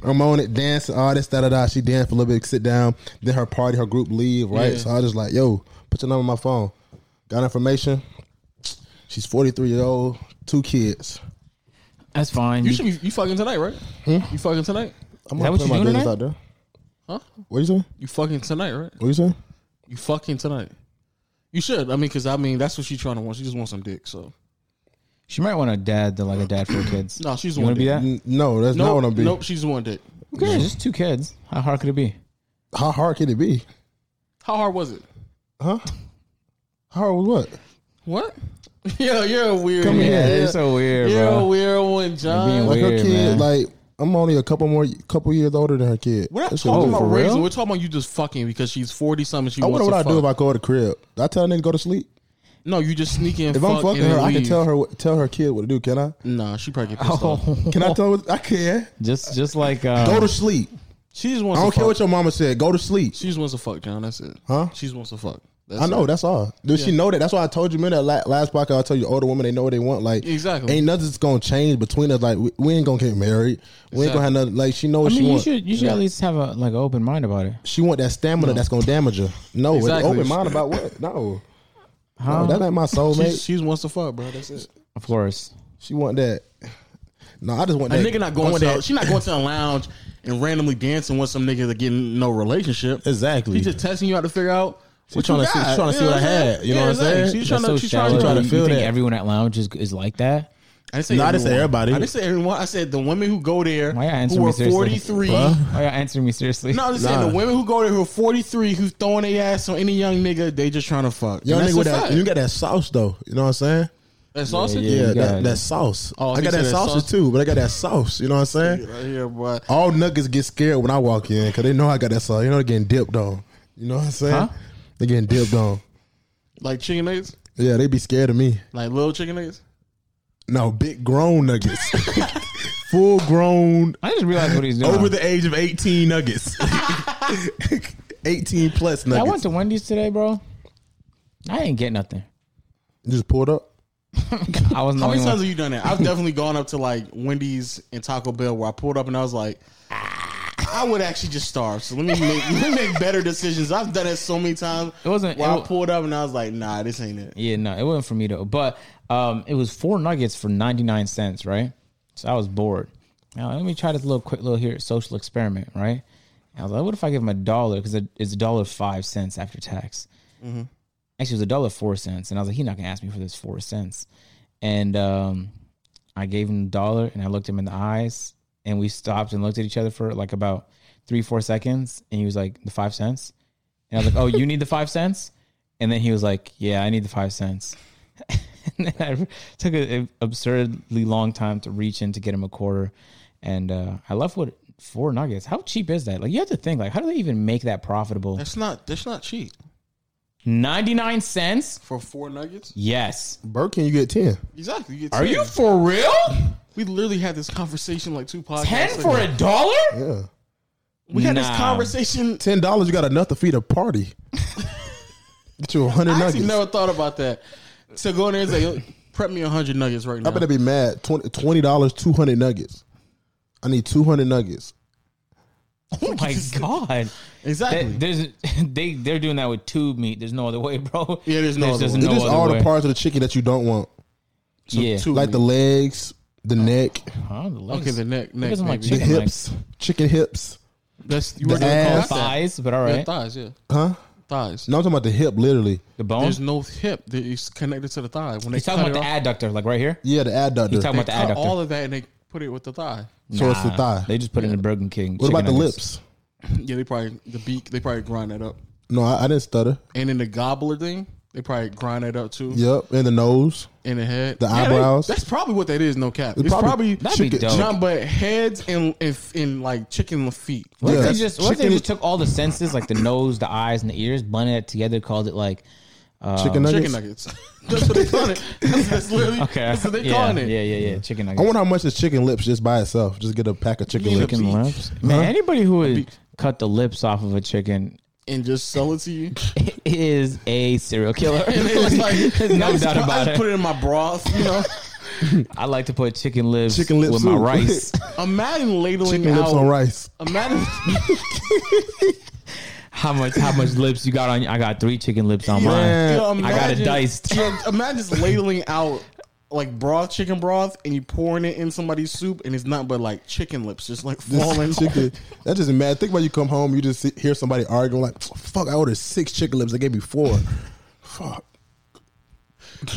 Speaker 5: I'm on it, dancing, all this, da da da. She danced for a little bit, sit down. Then her party, her group leave, right?
Speaker 4: Yeah.
Speaker 5: So I was just like, yo, put your number on my phone. Got information. She's 43 years old, two kids.
Speaker 2: That's fine.
Speaker 4: You should be. You fucking tonight, right?
Speaker 5: Hmm?
Speaker 4: You fucking tonight,
Speaker 5: I'm
Speaker 2: Is that
Speaker 5: gonna
Speaker 2: what
Speaker 5: put
Speaker 2: you
Speaker 5: my
Speaker 2: doing
Speaker 5: business
Speaker 2: tonight?
Speaker 5: out there.
Speaker 4: huh?
Speaker 5: What you saying?
Speaker 4: You fucking tonight, right?
Speaker 5: What you saying?
Speaker 4: You fucking tonight. You should. I mean, because I mean, that's what she's trying to want. She just wants some dick. So
Speaker 2: She might want a dad, to like a dad for her kids.
Speaker 4: no, she's
Speaker 2: you
Speaker 4: one
Speaker 2: want to be
Speaker 4: dick.
Speaker 2: that?
Speaker 5: N- No, that's not
Speaker 4: Nope,
Speaker 5: what I'm being.
Speaker 4: nope, she's one dick.
Speaker 2: Okay, just two kids. How hard could it be?
Speaker 5: How hard can it be?
Speaker 4: How hard was it?
Speaker 5: Huh? How hard was what?
Speaker 4: What? [LAUGHS] Yo, you're a weird.
Speaker 5: Come
Speaker 4: nigga.
Speaker 5: here.
Speaker 2: Yeah,
Speaker 5: yeah.
Speaker 2: it's so weird,
Speaker 4: You're a
Speaker 2: bro.
Speaker 4: weird one,
Speaker 2: being
Speaker 4: John.
Speaker 5: Like her
Speaker 2: Weird, man.
Speaker 5: kid, like I'm only a couple more, couple years older than her kid.
Speaker 4: We're not
Speaker 5: That's
Speaker 4: talking
Speaker 5: what it
Speaker 4: about
Speaker 5: is.
Speaker 4: raising. We're talking about you just fucking because she's forty something. She
Speaker 5: I
Speaker 4: Oh, wants
Speaker 5: wonder what
Speaker 4: to
Speaker 5: I
Speaker 4: fuck.
Speaker 5: do if I go to the crib. Do I tell a nigga to go to sleep.
Speaker 4: no, you just sneak in.
Speaker 5: If
Speaker 4: fuck
Speaker 5: I'm fucking
Speaker 4: and
Speaker 5: her,
Speaker 4: then
Speaker 5: I can
Speaker 4: leave.
Speaker 5: tell Oh. her, what- tell her kid what to do. Can I?
Speaker 4: Nah, she probably get pissed off.
Speaker 5: Can I tell her? What, I can.
Speaker 2: Just, just like
Speaker 5: Go
Speaker 2: uh,
Speaker 5: to sleep.
Speaker 4: She just
Speaker 5: I
Speaker 4: wants.
Speaker 5: don't
Speaker 4: to
Speaker 5: care
Speaker 4: fuck.
Speaker 5: what your mama said. Go to sleep.
Speaker 4: She just wants to fuck, John. That's it.
Speaker 5: Huh?
Speaker 4: She just wants to fuck. That's
Speaker 5: I know.
Speaker 4: It.
Speaker 5: That's all. Does she know that? That's why I told you, man. That la- last podcast, I told you, older women they know what they want. Like
Speaker 4: Exactly.
Speaker 5: Ain't nothing's gonna change between us. Like we, we ain't gonna get married. We ain't
Speaker 4: Exactly.
Speaker 5: gonna have nothing. Like she know
Speaker 2: I
Speaker 5: what she
Speaker 2: mean, you
Speaker 5: wants.
Speaker 2: should, you should at least have a like open mind about it.
Speaker 5: she want that stamina that's gonna damage her. No, it's
Speaker 4: Exactly.
Speaker 5: open mind about what? No,
Speaker 2: Huh?
Speaker 5: no that ain't my
Speaker 4: She,
Speaker 5: soulmate.
Speaker 4: she just wants to fuck, bro. That's it.
Speaker 2: of course.
Speaker 5: She want that. No, I just want
Speaker 4: A
Speaker 5: that.
Speaker 4: nigga not
Speaker 5: I
Speaker 4: going
Speaker 5: want
Speaker 4: to she not going to a lounge and randomly dancing with some niggas that get in no relationship.
Speaker 5: Exactly.
Speaker 4: He's just testing you out to figure out
Speaker 5: She's trying to see, she's trying to see what I had. You know what I'm saying? She's trying
Speaker 2: That's so
Speaker 5: to, she's trying
Speaker 2: shallow.
Speaker 5: to
Speaker 2: You-
Speaker 5: feel
Speaker 2: you think
Speaker 5: that.
Speaker 2: everyone at lounge is, is like that?
Speaker 4: I didn't say
Speaker 5: No, I didn't say everybody.
Speaker 4: I didn't say everyone. I said the women who go there
Speaker 2: Why y'all answer
Speaker 4: who
Speaker 2: me
Speaker 4: are
Speaker 2: seriously?
Speaker 4: 43.
Speaker 5: Huh?
Speaker 2: Why y'all answering me seriously?
Speaker 4: No, I'm just saying the women who go there who are 43 who's throwing their ass on any young nigga, they just trying to fuck.
Speaker 5: Young
Speaker 4: And that's
Speaker 5: nigga with
Speaker 4: a
Speaker 5: that,
Speaker 4: fact.
Speaker 5: you got that sauce though. You know what I'm saying?
Speaker 4: That's awesome.
Speaker 2: Yeah,
Speaker 5: Yeah,
Speaker 2: you got it.
Speaker 5: that, that sauce.
Speaker 4: Oh,
Speaker 5: I
Speaker 4: he
Speaker 5: got
Speaker 4: said
Speaker 5: that
Speaker 4: that
Speaker 5: sauce,
Speaker 4: sauce.
Speaker 5: too, but I got that sauce. You know what I'm saying?
Speaker 4: Right here, boy.
Speaker 5: All niggas get scared when I walk in because they know I got that sauce. You know, they're getting dipped on. You know what I'm saying?
Speaker 2: Huh?
Speaker 5: They're getting dipped on.
Speaker 4: Like chicken nuggets?
Speaker 5: Yeah, they be scared of me.
Speaker 4: Like little chicken nuggets?
Speaker 5: No, big grown nuggets. [LAUGHS] Full grown,
Speaker 2: I just realized what he's doing.
Speaker 5: over the age of 18 nuggets. [LAUGHS] 18 plus
Speaker 2: I
Speaker 5: nuggets.
Speaker 2: went to Wendy's today, bro. I didn't get nothing.
Speaker 5: you just pulled up?
Speaker 2: I wasn't the
Speaker 4: How
Speaker 2: only
Speaker 4: many times
Speaker 2: one.
Speaker 4: have you done that? I've definitely gone up to like Wendy's and Taco Bell where I pulled up and I was like, I would actually just starve. So let me make, [LAUGHS] let me make better decisions. I've done that so many times.
Speaker 2: It wasn't-
Speaker 4: Where
Speaker 2: it
Speaker 4: I
Speaker 2: wa-
Speaker 4: pulled up and I was like, Nah, this ain't it.
Speaker 2: Yeah, no, it wasn't for me though. But um, it was four nuggets for ninety nine cents, right? So I was bored. Now let me try this little quick little here social experiment, right? And I was like, what if I give him a dollar because it's a dollar five cents after tax. Actually, it was a dollar four cents, and I was like, he's not gonna ask me for this four cents. And um, I gave him a dollar, and I looked him in the eyes, and we stopped and looked at each other for like about three four seconds, and he was like, the five cents. And I was like, "Oh, you need the five cents?" And then he was like, "Yeah, I need the five cents." [LAUGHS] and then I took an absurdly long time to reach in to get him a quarter, and uh, I left with four nuggets. How cheap is that? Like, you have to think, like, how do they even make that profitable?
Speaker 4: That's not that's not cheap.
Speaker 2: Ninety nine cents?
Speaker 4: For four nuggets?
Speaker 2: Yes.
Speaker 5: Burger King, you get 10.
Speaker 4: Exactly. You get
Speaker 2: Are
Speaker 4: 10.
Speaker 2: you for real?
Speaker 4: We literally had this conversation like two podcasts.
Speaker 2: Ten
Speaker 4: ago.
Speaker 2: for a dollar?
Speaker 5: Yeah.
Speaker 4: We had
Speaker 2: Nah.
Speaker 4: this conversation.
Speaker 5: $10, you got enough to feed a party. [LAUGHS] get you 100
Speaker 4: I
Speaker 5: nuggets.
Speaker 4: actually never thought about that. To go in there and say, "Yo, prep me hundred nuggets right now.
Speaker 5: I better be mad. Twenty twenty dollars, two hundred nuggets. I need two hundred nuggets.
Speaker 2: [LAUGHS] Oh my god!
Speaker 4: exactly.
Speaker 2: That, there's [LAUGHS] they they're doing that with tube meat. There's no other way, bro.
Speaker 4: Yeah, there's no other
Speaker 2: just
Speaker 4: way.
Speaker 5: It's
Speaker 2: no
Speaker 5: just
Speaker 2: other
Speaker 5: all
Speaker 2: way.
Speaker 5: the parts of the chicken that you don't want,
Speaker 2: yeah.
Speaker 4: Two
Speaker 5: like the
Speaker 4: meat.
Speaker 5: legs, the neck,
Speaker 2: Huh? The legs.
Speaker 4: okay, the neck, neck,
Speaker 2: doesn't like
Speaker 4: maybe.
Speaker 5: the
Speaker 2: Chicken
Speaker 5: hips, chicken hips,
Speaker 4: That's you
Speaker 5: The
Speaker 4: were gonna
Speaker 5: ass.
Speaker 4: call
Speaker 2: Oh,
Speaker 4: it that.
Speaker 2: thighs, but all
Speaker 4: Yeah,
Speaker 2: right.
Speaker 4: thighs, yeah,
Speaker 5: huh?
Speaker 4: thighs.
Speaker 5: No, I'm talking about the hip, literally.
Speaker 2: The bones.
Speaker 4: There's no hip that is connected to the thigh. When they
Speaker 2: He's
Speaker 4: cut
Speaker 2: talking about
Speaker 4: it
Speaker 2: the
Speaker 4: off,
Speaker 2: adductor, like right here.
Speaker 5: Yeah, the adductor.
Speaker 2: He's talking
Speaker 4: they
Speaker 2: about the
Speaker 4: cut
Speaker 2: adductor.
Speaker 4: all of that and they put it with the thigh.
Speaker 5: so it's the
Speaker 2: Nah,
Speaker 5: thigh.
Speaker 2: Ah, They just put it in a Burger King.
Speaker 5: what about
Speaker 2: chicken
Speaker 5: the
Speaker 2: nuggets.
Speaker 5: lips?
Speaker 4: Yeah, they probably the beak. They probably grind that up.
Speaker 5: No, I, I didn't stutter.
Speaker 4: And then the gobbler thing, they probably grind that up too.
Speaker 5: Yep, and the nose,
Speaker 4: In the head,
Speaker 5: The
Speaker 4: Yeah, they-
Speaker 5: eyebrows.
Speaker 4: that's probably what that is. No cap. It's probably,
Speaker 5: probably-
Speaker 2: That'd be
Speaker 5: Chicken-
Speaker 2: dope.
Speaker 4: not but heads and if in like chicken feet.
Speaker 2: What if
Speaker 5: Yeah.
Speaker 2: they just what if they
Speaker 5: Chicken-
Speaker 2: just took all the senses, like the nose, the eyes, and the ears, blended it together, called it like uh,
Speaker 5: chicken nuggets.
Speaker 4: Chicken nuggets. [LAUGHS] that's what they calling it. That's,
Speaker 2: [LAUGHS]
Speaker 4: that's literally
Speaker 2: Okay,
Speaker 4: that's what they
Speaker 2: yeah,
Speaker 4: calling it.
Speaker 2: yeah, yeah, yeah, chicken
Speaker 5: I
Speaker 2: nuggets.
Speaker 5: wonder how much is chicken lips just by itself. Just get a pack of chicken
Speaker 4: Yeah.
Speaker 5: lips.
Speaker 2: chicken
Speaker 4: beak.
Speaker 2: lips. Man, anybody who would cut the lips off of a chicken
Speaker 4: And just sell it
Speaker 2: [LAUGHS]
Speaker 4: to you.
Speaker 2: is a serial killer.
Speaker 4: And [LAUGHS] it was
Speaker 2: [LAUGHS]
Speaker 4: like
Speaker 2: There's
Speaker 4: I
Speaker 2: no
Speaker 4: just
Speaker 2: doubt
Speaker 4: put- I
Speaker 2: about
Speaker 4: just put
Speaker 2: it.
Speaker 4: it in my broth,
Speaker 2: [LAUGHS]
Speaker 4: you know.
Speaker 2: I like to put chicken lips,
Speaker 5: Chicken lips
Speaker 2: with my
Speaker 5: soup.
Speaker 2: rice.
Speaker 4: [LAUGHS] Imagine ladling
Speaker 5: Chicken
Speaker 4: out.
Speaker 5: lips on
Speaker 4: [LAUGHS]
Speaker 5: rice.
Speaker 4: Imagine
Speaker 2: how much? How much lips you got on? I got three chicken lips on mine.
Speaker 5: Man.
Speaker 4: you know,
Speaker 2: I got it diced.
Speaker 4: you know, imagine just ladling out like broth, chicken broth, and you pouring it in somebody's soup, and it's not but like chicken lips, just like falling.
Speaker 5: This [LAUGHS] chicken. That just mad. Think about you come home, you just see, hear somebody arguing like, "Fuck, I ordered six chicken lips. They gave me four. Fuck.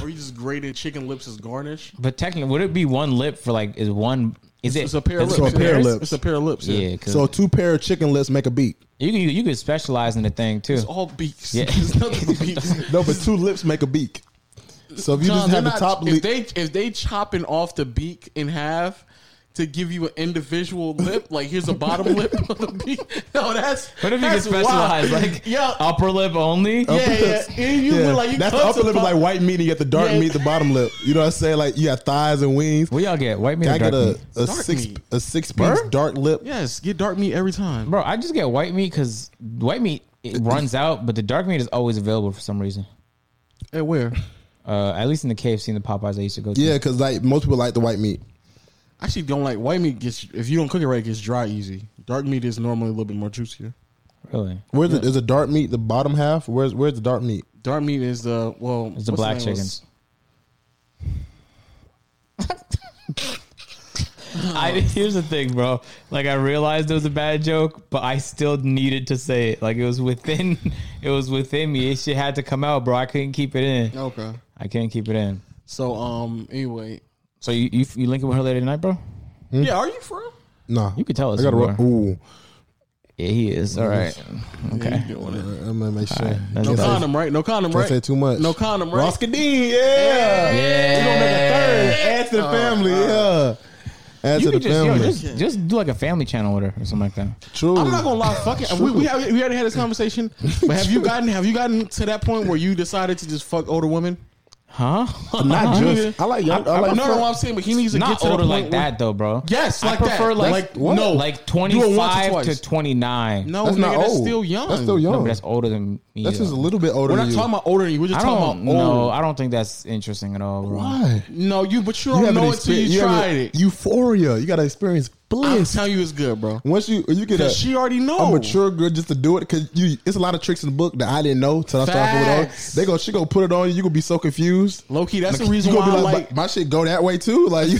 Speaker 4: or you just grated chicken lips as garnish.
Speaker 2: But technically, would it be one lip for like? Is one? Is it?
Speaker 4: It's a pair of
Speaker 2: is
Speaker 4: lips.
Speaker 2: it
Speaker 5: a pair of
Speaker 2: pairs?
Speaker 5: lips.
Speaker 4: It's a pair of lips. [LAUGHS] Yeah.
Speaker 2: Yeah, 'cause
Speaker 5: So two pair of chicken lips make a beat.
Speaker 2: you, you you could specialize in the thing too.
Speaker 4: It's all beaks.
Speaker 2: Yeah.
Speaker 4: [LAUGHS] It's nothing but
Speaker 2: [LAUGHS]
Speaker 4: beaks.
Speaker 5: No, but two lips make a beak. So if you
Speaker 4: John,
Speaker 5: just
Speaker 4: they're
Speaker 5: have the
Speaker 4: not-
Speaker 5: top
Speaker 4: if
Speaker 5: [LAUGHS] lip,
Speaker 4: they if they chopping off the beak in half to give you an individual lip, like here's the bottom lip [LAUGHS] of the beak. No, that's
Speaker 2: What if you could
Speaker 4: that's
Speaker 2: specialize
Speaker 4: wild.
Speaker 2: like
Speaker 4: [LAUGHS]
Speaker 2: uh,
Speaker 4: yeah, Oh.
Speaker 2: upper lip only?
Speaker 4: yeah, yeah. And you
Speaker 5: yeah,
Speaker 4: look like you
Speaker 5: that's
Speaker 4: cut
Speaker 5: the upper
Speaker 4: some
Speaker 5: lip is like white meat, and you got the dark
Speaker 4: Yeah.
Speaker 5: meat, the bottom lip. You know what I'm saying? Like you got thighs and wings.
Speaker 2: What y'all get? White meat
Speaker 5: I
Speaker 2: or dark
Speaker 5: got a,
Speaker 2: meat?
Speaker 5: a
Speaker 4: Dark
Speaker 5: six
Speaker 4: meat.
Speaker 5: a six piece dark lip.
Speaker 4: Yes, get dark meat every time.
Speaker 2: Bro, I just get white meat because white meat it runs out, but the dark meat is always available for some reason.
Speaker 4: At where?
Speaker 2: Uh, at least in the KFC and the Popeyes I used to go to.
Speaker 5: Yeah, because like most people like the white meat.
Speaker 4: I actually don't like white meat. Gets if you don't cook it right, it gets dry easy. Dark meat is normally a little bit more juicier.
Speaker 2: Really?
Speaker 5: Where's it? Is a dark meat the bottom half? Where's where's the dark meat?
Speaker 4: Dark meat is the well.
Speaker 2: It's the
Speaker 4: what's
Speaker 2: black
Speaker 4: name?
Speaker 2: chickens. [LAUGHS] I, here's the thing, bro. Like I realized it was a bad joke, but I still needed to say it. Like it was within, [LAUGHS] it was within me. It shit had to come out, bro. I couldn't keep it in.
Speaker 4: Okay.
Speaker 2: I couldn't keep it in.
Speaker 4: So um. Anyway.
Speaker 2: So you you, you linking with her later tonight, bro?
Speaker 5: Hmm?
Speaker 4: Yeah. Are you for real?
Speaker 5: Nah,
Speaker 2: You could tell us.
Speaker 5: I gotta.
Speaker 2: bro.
Speaker 5: Run. Ooh,
Speaker 2: Yeah, he is. All right. Okay.
Speaker 4: You doing it?
Speaker 5: I'm gonna make sure.
Speaker 2: that's
Speaker 5: Can't
Speaker 2: good.
Speaker 5: say-
Speaker 4: Condom, right? No condom,
Speaker 5: Can't
Speaker 4: right?
Speaker 5: say too much.
Speaker 4: No condom, right?
Speaker 3: Roskadine, yeah.
Speaker 2: Yeah.
Speaker 3: You gonna make a third. Add
Speaker 4: Oh,
Speaker 3: to the family, yeah.
Speaker 5: Add
Speaker 2: You
Speaker 5: to the
Speaker 2: could just, yo,
Speaker 5: family.
Speaker 2: just just do like a family channel with her or something like that.
Speaker 5: True.
Speaker 4: I'm not
Speaker 5: [LAUGHS]
Speaker 4: gonna lie, fuck it. We, we, have, we already had this conversation, but have you gotten have you gotten to that point where you decided to just fuck older women?
Speaker 2: Huh? [LAUGHS]
Speaker 5: Not just. I like young. I, like.
Speaker 4: no, no, what I'm saying, but he needs to get
Speaker 2: Not
Speaker 4: to the
Speaker 2: older
Speaker 4: point
Speaker 2: like
Speaker 4: where-
Speaker 2: that though, bro.
Speaker 4: Yes,
Speaker 2: I
Speaker 4: like that.
Speaker 2: prefer like
Speaker 4: Like what?
Speaker 2: no, like twenty five
Speaker 4: twice.
Speaker 2: to twenty nine.
Speaker 4: No,
Speaker 5: That's
Speaker 4: nigga,
Speaker 5: not
Speaker 4: that's
Speaker 5: old.
Speaker 4: still young.
Speaker 5: That's still young.
Speaker 2: No, but that's older than me.
Speaker 5: That's just a
Speaker 2: though.
Speaker 5: little bit older.
Speaker 4: We're not
Speaker 5: than you.
Speaker 4: talking about older than you. We're
Speaker 2: I
Speaker 4: just
Speaker 2: don't
Speaker 4: talking about
Speaker 2: know.
Speaker 4: old.
Speaker 2: I don't think that's interesting at all, bro.
Speaker 5: Why?
Speaker 4: No, you, but you don't
Speaker 5: haven't
Speaker 4: know it till
Speaker 5: exper-
Speaker 4: you,
Speaker 5: haven't-
Speaker 4: tried it.
Speaker 5: Euphoria. You gotta experience
Speaker 4: I'm
Speaker 5: bliss.
Speaker 4: telling you, it's good, bro.
Speaker 5: Once you you get a,
Speaker 4: Because she already
Speaker 5: a
Speaker 4: knows.
Speaker 5: mature girl just to do it, because you it's a lot of tricks in the book that I didn't know till I started putting it on.
Speaker 4: Facts.
Speaker 5: They go, she gonna put it on you. You gonna be so confused.
Speaker 4: Low key, that's the
Speaker 5: You
Speaker 4: reason
Speaker 5: gonna
Speaker 4: why
Speaker 5: be
Speaker 4: I
Speaker 5: like,
Speaker 4: like.
Speaker 5: my, my shit go that way too. Like you,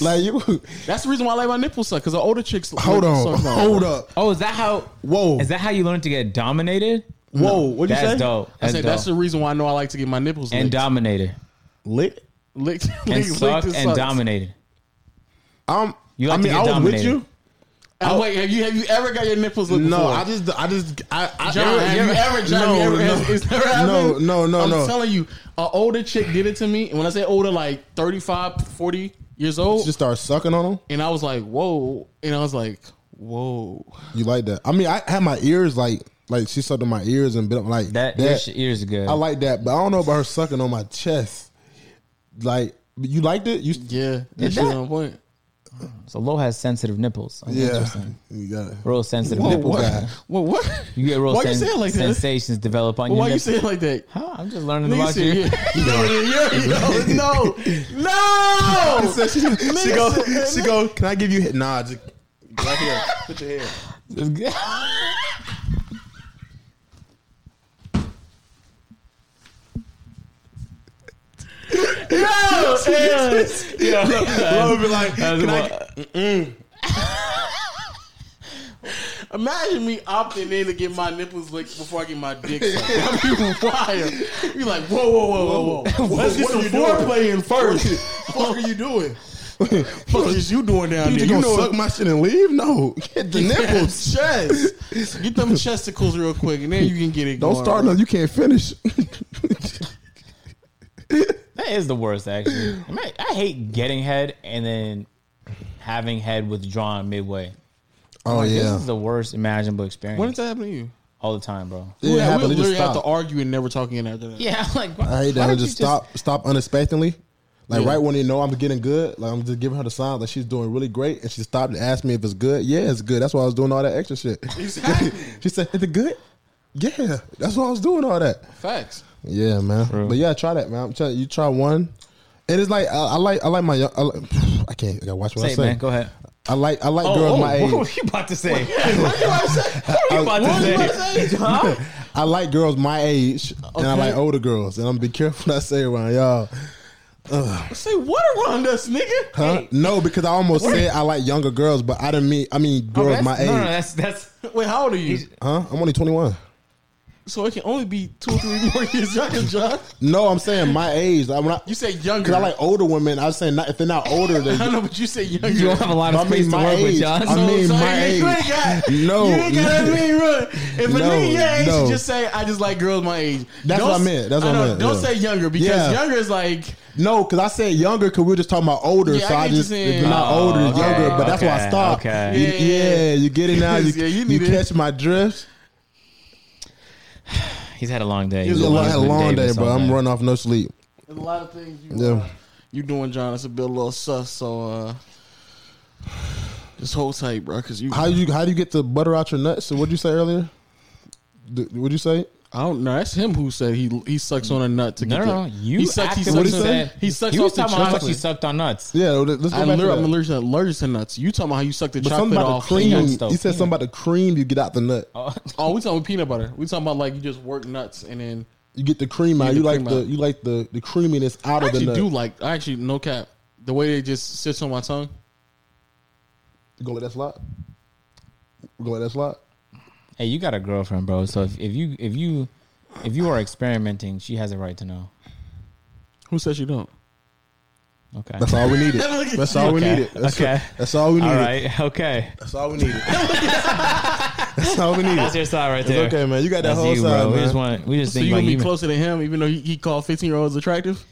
Speaker 5: [LAUGHS] like you.
Speaker 4: That's the reason why I like my nipples suck because the older chicks.
Speaker 5: Hold on,
Speaker 4: suck
Speaker 5: [LAUGHS]
Speaker 4: mine.
Speaker 5: hold up.
Speaker 2: Oh, is that how?
Speaker 5: Whoa.
Speaker 2: Is that how you learn to get dominated?
Speaker 4: Whoa, what'd
Speaker 2: That's dope.
Speaker 4: I
Speaker 2: That's
Speaker 4: said
Speaker 2: dope.
Speaker 4: that's the reason why I know I like to get my nipples
Speaker 2: and
Speaker 4: licked.
Speaker 2: dominated
Speaker 5: Lit.
Speaker 4: licked, licked,
Speaker 2: and
Speaker 4: licked
Speaker 2: sucked and
Speaker 4: sucked.
Speaker 2: dominated.
Speaker 5: Um,
Speaker 2: You like
Speaker 5: I
Speaker 2: to
Speaker 5: mean,
Speaker 2: get
Speaker 5: I was
Speaker 2: dominated.
Speaker 5: with you.
Speaker 4: Oh, wait, have you have you ever got your nipples licked?
Speaker 5: No,
Speaker 4: before?
Speaker 5: I just, I just, I, I
Speaker 4: John,
Speaker 5: ever-
Speaker 4: have you ever, John,
Speaker 5: no,
Speaker 4: you ever,
Speaker 5: no,
Speaker 4: [LAUGHS] has- it's never happened?
Speaker 5: no, no, no,
Speaker 4: I'm
Speaker 5: no.
Speaker 4: telling you, an older chick did it to me. And when I say older, like 35, 40 years old.
Speaker 5: Just start sucking on them.
Speaker 4: and I was like, whoa. And I was like, whoa.
Speaker 5: You like that? I mean, I had my ears like, like she sucked on my ears and bit up like
Speaker 2: That, your sh- ears are good.
Speaker 5: I like that, but I don't know about her sucking on my chest. Like you liked it? You
Speaker 4: Yeah, that
Speaker 2: Is
Speaker 4: shit
Speaker 2: that-
Speaker 4: on point.
Speaker 2: so Lo has sensitive nipples. Oh,
Speaker 5: yeah.
Speaker 2: interesting.
Speaker 5: You got it.
Speaker 2: Real sensitive
Speaker 4: Whoa,
Speaker 2: nipples.
Speaker 4: what?
Speaker 5: guy.
Speaker 4: What? what?
Speaker 2: You get real
Speaker 4: Why you
Speaker 2: sen-
Speaker 4: say it like that?
Speaker 2: sensations develop on your
Speaker 4: Why you
Speaker 2: nipples.
Speaker 4: say it like that?
Speaker 2: Huh, I'm just learning
Speaker 4: Nigga
Speaker 2: about you.
Speaker 4: [LAUGHS] said, yeah. Yo, no, no, no.
Speaker 5: [LAUGHS] she, she go. She go. Can I give you? hit?" Nah. Just, right here. Put your hand.
Speaker 2: It's
Speaker 5: [LAUGHS]
Speaker 2: good.
Speaker 5: [LAUGHS] Bro, be like,
Speaker 2: That's
Speaker 5: can I
Speaker 2: what-
Speaker 5: get-
Speaker 4: Imagine me opting in to get my nipples licked before I get my
Speaker 5: [LAUGHS]
Speaker 4: dick sucked. That'd be wild. Be like, whoa, whoa, whoa, whoa, whoa. Let's get some foreplay in first. fuck are
Speaker 5: [LAUGHS]
Speaker 4: you doing? fuck is you doing down
Speaker 5: you
Speaker 4: there?
Speaker 5: just
Speaker 4: You
Speaker 5: gonna
Speaker 4: know
Speaker 5: suck my shit and leave? No. Get the nipples.
Speaker 4: nipples, chest. Get them chesticles real quick, and then you can get it.
Speaker 5: Don't
Speaker 4: going.
Speaker 5: start no. You can't finish. [LAUGHS]
Speaker 2: That is the worst, actually. I, mean, I hate getting head and then having head withdrawn midway.
Speaker 5: oh
Speaker 2: Like, This
Speaker 5: yeah.
Speaker 2: is the worst imaginable experience.
Speaker 4: When does that happen to you?
Speaker 2: All the time, bro.
Speaker 5: Yeah, it
Speaker 4: Yeah, we
Speaker 5: happened. It just
Speaker 4: literally have to
Speaker 5: stopped.
Speaker 4: argue and never talk again after that.
Speaker 2: Yeah, [LAUGHS] I'm like why,
Speaker 5: I hate
Speaker 2: why
Speaker 5: that. I
Speaker 2: don't
Speaker 5: just
Speaker 2: you
Speaker 5: stop, stop unexpectedly. Like
Speaker 4: Yeah.
Speaker 5: right when you know I'm getting good, like I'm just giving her the sign like she's doing really great, and she stopped and asked me if it's good. Yeah, it's good. That's why I was doing all that extra shit. [LAUGHS]
Speaker 4: Exactly.
Speaker 5: she said, "Is it good?" Yeah, that's why I was doing all that.
Speaker 4: Facts.
Speaker 5: Yeah, man. But yeah, try that, man. I'm trying, you try one. And it's like I, I like I like my young- I, like, [SIGHS] I can't I gotta watch what
Speaker 2: Say,
Speaker 5: I
Speaker 2: it,
Speaker 5: say.
Speaker 2: man, go ahead.
Speaker 5: I like I like
Speaker 2: Oh,
Speaker 5: girls
Speaker 2: oh,
Speaker 5: my
Speaker 2: [LAUGHS] what
Speaker 5: age.
Speaker 2: were you about to say?
Speaker 4: What
Speaker 2: What were you about
Speaker 4: was
Speaker 2: to say?
Speaker 4: I saying?
Speaker 2: Huh?
Speaker 5: [LAUGHS] I like girls my age, and I
Speaker 4: Okay.
Speaker 5: like older girls, and I'm be careful what I say around y'all.
Speaker 4: Say what around us, nigga?
Speaker 5: Huh? No, because I almost said I like younger girls, but I didn't mean I mean
Speaker 4: Oh,
Speaker 2: [LAUGHS]
Speaker 5: girls
Speaker 2: That's-
Speaker 5: my age.
Speaker 2: No, no, that's that's
Speaker 4: Wait, how old are you?
Speaker 5: Huh? I'm only 21.
Speaker 4: So it can only be two or three more years younger, John.
Speaker 5: No, I'm saying my age. I'm not
Speaker 4: You say younger.
Speaker 5: because I like older women. I was saying not, if they're not older, they.
Speaker 4: [LAUGHS] I know, but you say younger.
Speaker 2: you don't have a lot of
Speaker 5: I mean
Speaker 2: space to
Speaker 5: my
Speaker 2: work with,
Speaker 5: age.
Speaker 2: John.
Speaker 5: I mean
Speaker 4: so
Speaker 5: my
Speaker 4: you ain't
Speaker 5: age.
Speaker 4: got,
Speaker 5: [LAUGHS] No.
Speaker 4: you ain't got that many run. If a
Speaker 5: No,
Speaker 4: nigga your age,
Speaker 5: no.
Speaker 4: you just say I just like girls my age.
Speaker 5: That's
Speaker 4: Don't
Speaker 5: what I
Speaker 4: s-
Speaker 5: meant. That's what I
Speaker 4: know,
Speaker 5: meant,
Speaker 4: Don't
Speaker 5: yeah.
Speaker 4: say younger because
Speaker 5: Yeah.
Speaker 4: younger is like
Speaker 5: No, because I said younger because we were just talking about older.
Speaker 4: Yeah,
Speaker 5: so
Speaker 4: I
Speaker 5: I
Speaker 4: get
Speaker 5: just
Speaker 4: you saying-
Speaker 5: if you're not
Speaker 2: Oh,
Speaker 5: older, it's
Speaker 2: okay,
Speaker 5: younger. But that's why I
Speaker 2: okay,
Speaker 5: stopped.
Speaker 2: okay.
Speaker 5: You-
Speaker 4: Yeah, yeah,
Speaker 5: yeah,
Speaker 4: yeah.
Speaker 5: you get it now. You,
Speaker 4: [LAUGHS] Yeah, you
Speaker 5: you,
Speaker 4: need it.
Speaker 5: catch my drift.
Speaker 2: He's had a long day.
Speaker 5: It's a long, had a long day, but I'm running off no sleep.
Speaker 4: there's a lot of things you
Speaker 5: Yeah.
Speaker 4: uh, you doing, John. It's a bit a little sus. So uh, just hold tight, bro. Because you,
Speaker 5: How you how do you get the butter out your nuts? So what'd you say earlier? D- What'd you say?
Speaker 4: I don't know. That's him who said he he sucks on a nut to
Speaker 2: No,
Speaker 4: get.
Speaker 2: no, no.
Speaker 4: the-
Speaker 2: You
Speaker 4: he sucks. He
Speaker 2: actively
Speaker 4: sucks.
Speaker 5: What'd he
Speaker 4: on-
Speaker 2: said-
Speaker 4: He sucks.
Speaker 2: You
Speaker 4: off
Speaker 2: was
Speaker 4: the
Speaker 2: talking about how much
Speaker 4: chocolate.
Speaker 2: you sucked on nuts.
Speaker 5: Yeah, let's go back
Speaker 4: I'm,
Speaker 5: to
Speaker 4: literally, I'm
Speaker 5: that.
Speaker 4: allergic, allergic to nuts. You talking about how you suck the
Speaker 5: But something
Speaker 4: chocolate
Speaker 5: about
Speaker 4: off?
Speaker 5: the cream.
Speaker 2: Peanuts, though.
Speaker 5: You said something about the cream. You get out the nut.
Speaker 2: Oh,
Speaker 4: Oh, we talking about peanut butter. We talking about like you just work nuts and then
Speaker 5: You get the cream out.
Speaker 4: the
Speaker 5: You like
Speaker 4: cream
Speaker 5: the
Speaker 4: out.
Speaker 5: you like the the creaminess out
Speaker 4: I
Speaker 5: of the
Speaker 4: actually
Speaker 5: nut.
Speaker 4: do like. I actually no cap. The way they just sits on my tongue,
Speaker 5: You gonna let that slide? We gonna let that slide?
Speaker 2: Hey, you got a girlfriend, bro. So if, if you if you if you are experimenting, she has a right to know.
Speaker 4: Who says you don't?
Speaker 2: Okay.
Speaker 5: That's all we needed. That's all
Speaker 2: [LAUGHS]
Speaker 5: we
Speaker 2: Okay.
Speaker 5: needed. That's,
Speaker 2: Okay.
Speaker 5: that's all we
Speaker 2: All
Speaker 5: needed.
Speaker 2: right. [LAUGHS] Okay.
Speaker 5: That's all we needed. [LAUGHS] that's all we needed.
Speaker 2: That's your side right
Speaker 5: It's
Speaker 2: there.
Speaker 5: okay, man. You got that
Speaker 2: That's
Speaker 5: whole
Speaker 2: you,
Speaker 5: side,
Speaker 2: bro. We
Speaker 5: man.
Speaker 2: just want we just
Speaker 4: So
Speaker 2: think
Speaker 4: you
Speaker 2: about
Speaker 4: gonna be
Speaker 2: you.
Speaker 4: closer to him, even though he, he called fifteen year olds attractive?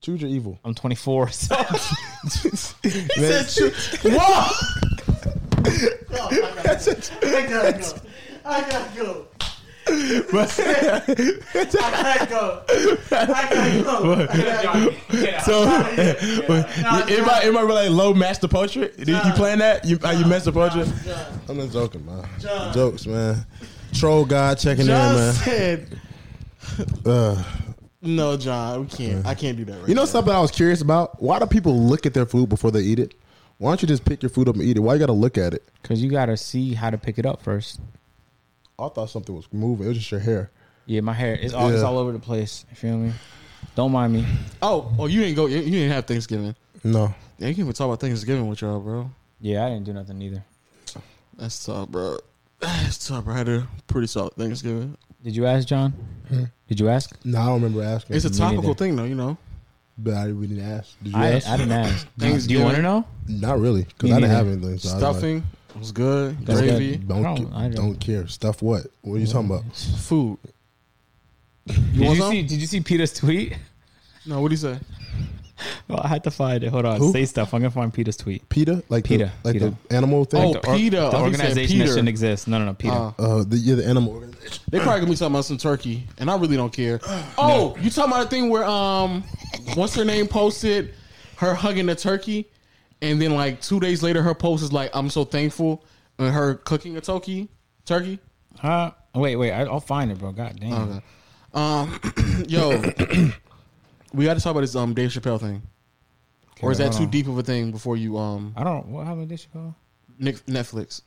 Speaker 5: Choose your evil.
Speaker 2: [LAUGHS] I'm 24. [LAUGHS] So
Speaker 5: Man, [LAUGHS]
Speaker 2: [LAUGHS]
Speaker 4: Whoa!
Speaker 3: I gotta go. I gotta go. I gotta go.
Speaker 4: [LAUGHS]
Speaker 3: I gotta go.
Speaker 5: [LAUGHS]
Speaker 4: So everybody, everybody like low master portrait. Did you playing that? You, are you master portrait?
Speaker 5: I'm not joking, man. Jokes, man. Troll guy checking in, man.
Speaker 4: said
Speaker 5: Uh,
Speaker 4: no, John. We can't. I can't do that. Right
Speaker 5: you know
Speaker 4: now.
Speaker 5: something I was curious about? Why do people look at their food before they eat it? Why don't you just pick your food up and eat it? Why you got to look at it?
Speaker 2: cuz you got to see how to pick it up first.
Speaker 5: I thought something was moving. It was just your hair.
Speaker 2: Yeah, my hair is all it's
Speaker 5: Yeah.
Speaker 2: all over the place. You feel me? Don't mind me.
Speaker 4: Oh, oh, you didn't go. You, you didn't have Thanksgiving.
Speaker 5: No.
Speaker 4: Yeah, you can't even talk about Thanksgiving with y'all, bro.
Speaker 2: Yeah, I didn't do nothing either.
Speaker 4: That's tough, bro. That's tough, right there. Pretty solid Thanksgiving.
Speaker 2: Did you ask John? Did you ask?
Speaker 5: No, I don't remember asking.
Speaker 4: It's a topical
Speaker 2: neither.
Speaker 4: thing, though. You know.
Speaker 5: but I we didn't ask. Did you
Speaker 2: I,
Speaker 5: ask?
Speaker 2: I didn't ask. Do you, do you want to know?
Speaker 5: Not really, because
Speaker 2: Me
Speaker 5: I didn't
Speaker 2: neither.
Speaker 5: have anything. So I was like,
Speaker 4: Stuffing was good.
Speaker 5: don't-
Speaker 4: Gravy,
Speaker 5: Don't,
Speaker 2: I don't-
Speaker 5: ca-
Speaker 2: I don't-
Speaker 5: don't care. Stuff what? What are you talking about?
Speaker 4: food.
Speaker 2: [LAUGHS] Did you
Speaker 4: want some?
Speaker 2: see did you see Peter's tweet? [LAUGHS]
Speaker 4: No, what do you say?
Speaker 2: Well, I had to find it. Hold on.
Speaker 5: Who?
Speaker 2: Say stuff. I'm going to find Peter's tweet.
Speaker 5: PETA? Like
Speaker 2: PETA,
Speaker 5: The, like
Speaker 2: PETA.
Speaker 5: the animal thing?
Speaker 4: Oh, PETA. I
Speaker 2: The
Speaker 4: thought you said
Speaker 2: organization that
Speaker 4: Peter.
Speaker 2: shouldn't exist. No, no, no, Peter.
Speaker 4: Uh,
Speaker 5: Uh, the, yeah, the animal organization.
Speaker 4: They probably gonna be talking about some turkey, and I really
Speaker 2: [GASPS]
Speaker 4: don't care. Oh, you talking about the thing where um, what's her name posted her hugging the turkey, and then like two days later, her post is like, "I'm so thankful," and her cooking a turkey, turkey.
Speaker 2: Huh? Wait, wait. I, I'll find it, bro. God damn.
Speaker 4: Oh. Um, [CLEARS THROAT] yo, we got to talk about this um Dave Chappelle thing, or is that
Speaker 2: hold
Speaker 4: too
Speaker 2: on.
Speaker 4: deep of a thing before you um
Speaker 2: I don't. What happened to this show?
Speaker 4: Nick- Netflix?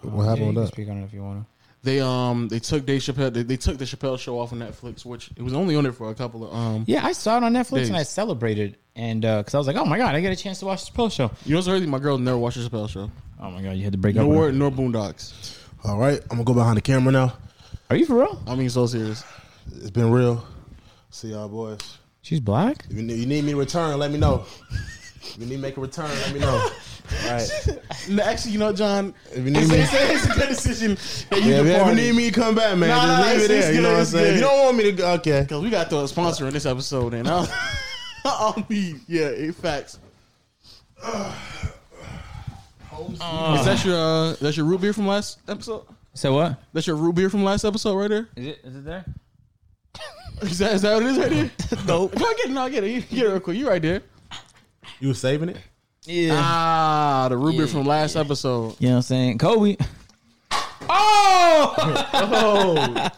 Speaker 5: What
Speaker 2: yeah, you
Speaker 5: happened with
Speaker 2: can
Speaker 5: that?
Speaker 2: Speak on it if you want to.
Speaker 4: They um they took Dave Chappelle they, they took the Chappelle show off of Netflix, which it was only on there for a couple of um.
Speaker 2: Yeah, I saw it on Netflix
Speaker 4: Days.
Speaker 2: and I celebrated, and because I was like, oh my god, I get a chance to watch this pro show.
Speaker 4: You know what's crazy? My girl never watched the Chappelle show.
Speaker 2: Oh my god, you had to break up. with
Speaker 4: Nor
Speaker 2: her.
Speaker 4: nor Boondocks.
Speaker 5: All right, I'm gonna go behind the camera now.
Speaker 2: Are you for real?
Speaker 4: I mean, so serious.
Speaker 5: It's been real. See y'all, boys.
Speaker 2: She's black.
Speaker 5: If you need, you need me to return, let me know. If you need to make a return, let me know. All right.
Speaker 4: No, actually, you know, John,
Speaker 5: If you need
Speaker 4: it's,
Speaker 5: me,
Speaker 4: it's, it's a good decision that you
Speaker 5: yeah, if you ever
Speaker 4: departed.
Speaker 5: need me to come back, man,
Speaker 4: Nah,
Speaker 5: just leave
Speaker 4: nah,
Speaker 5: it
Speaker 4: it's- it's
Speaker 5: there. You know
Speaker 4: good,
Speaker 5: what I'm
Speaker 4: it's
Speaker 5: saying? If you
Speaker 4: good.
Speaker 5: don't want me to, go, okay.
Speaker 4: Because we got to throw a sponsor in this episode, and [LAUGHS] I'll, I'll leave. Yeah, it facts. [SIGHS] is that your uh, that's your root beer from last episode?
Speaker 2: So what?
Speaker 4: That's your root beer from last episode right there.
Speaker 2: Is it? Is it there?
Speaker 4: Is that is that what it is right [LAUGHS] there? no, no, get it, no, get it, You- get it real quick. You right there.
Speaker 5: You was saving it?
Speaker 2: Yeah.
Speaker 4: Ah, the root beer from last episode.
Speaker 2: you know what I'm saying, Kobe.
Speaker 5: [LAUGHS] Oh,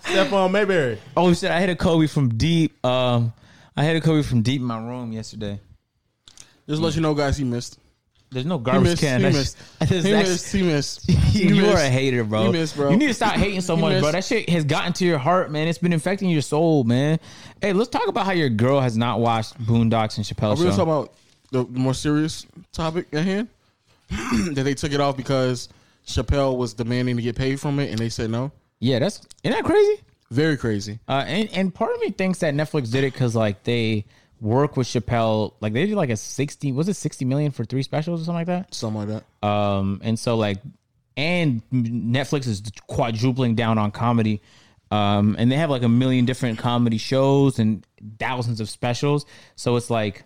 Speaker 5: Stephon Mayberry.
Speaker 2: [LAUGHS] Oh shit, I hit a Kobe from deep. Um, I hit a Kobe from deep in my room yesterday.
Speaker 4: Just let you know, guys, he missed.
Speaker 2: There's no
Speaker 4: He
Speaker 2: garbage
Speaker 4: missed.
Speaker 2: can.
Speaker 4: He
Speaker 2: That's- [LAUGHS]
Speaker 4: missed.
Speaker 2: that's
Speaker 4: He
Speaker 2: actually-
Speaker 4: missed. He
Speaker 2: [LAUGHS]
Speaker 4: missed.
Speaker 2: you
Speaker 4: He
Speaker 2: are
Speaker 4: missed.
Speaker 2: a hater, bro.
Speaker 4: You missed, bro.
Speaker 2: You need to stop hating so
Speaker 4: You
Speaker 2: much, bro.
Speaker 4: missed.
Speaker 2: That shit has gotten to your heart, man. It's been infecting your soul, man. Hey, let's talk about how your girl has not watched Boondocks and Chappelle
Speaker 4: Oh, We're
Speaker 2: Show.
Speaker 4: gonna talk about the more serious topic at hand [CLEARS THROAT] that they took it off because Chappelle was demanding to get paid from it, and they said no.
Speaker 2: yeah, that's isn't that crazy?
Speaker 4: Very crazy.
Speaker 2: Uh, and and part of me thinks that Netflix did it because like they work with Chappelle, like they did like a sixty, was it sixty million for three specials or something like that?
Speaker 4: Something like that.
Speaker 2: Um, and so like, and Netflix is quadrupling down on comedy. Um, and they have like a million different comedy shows and thousands of specials. So it's like,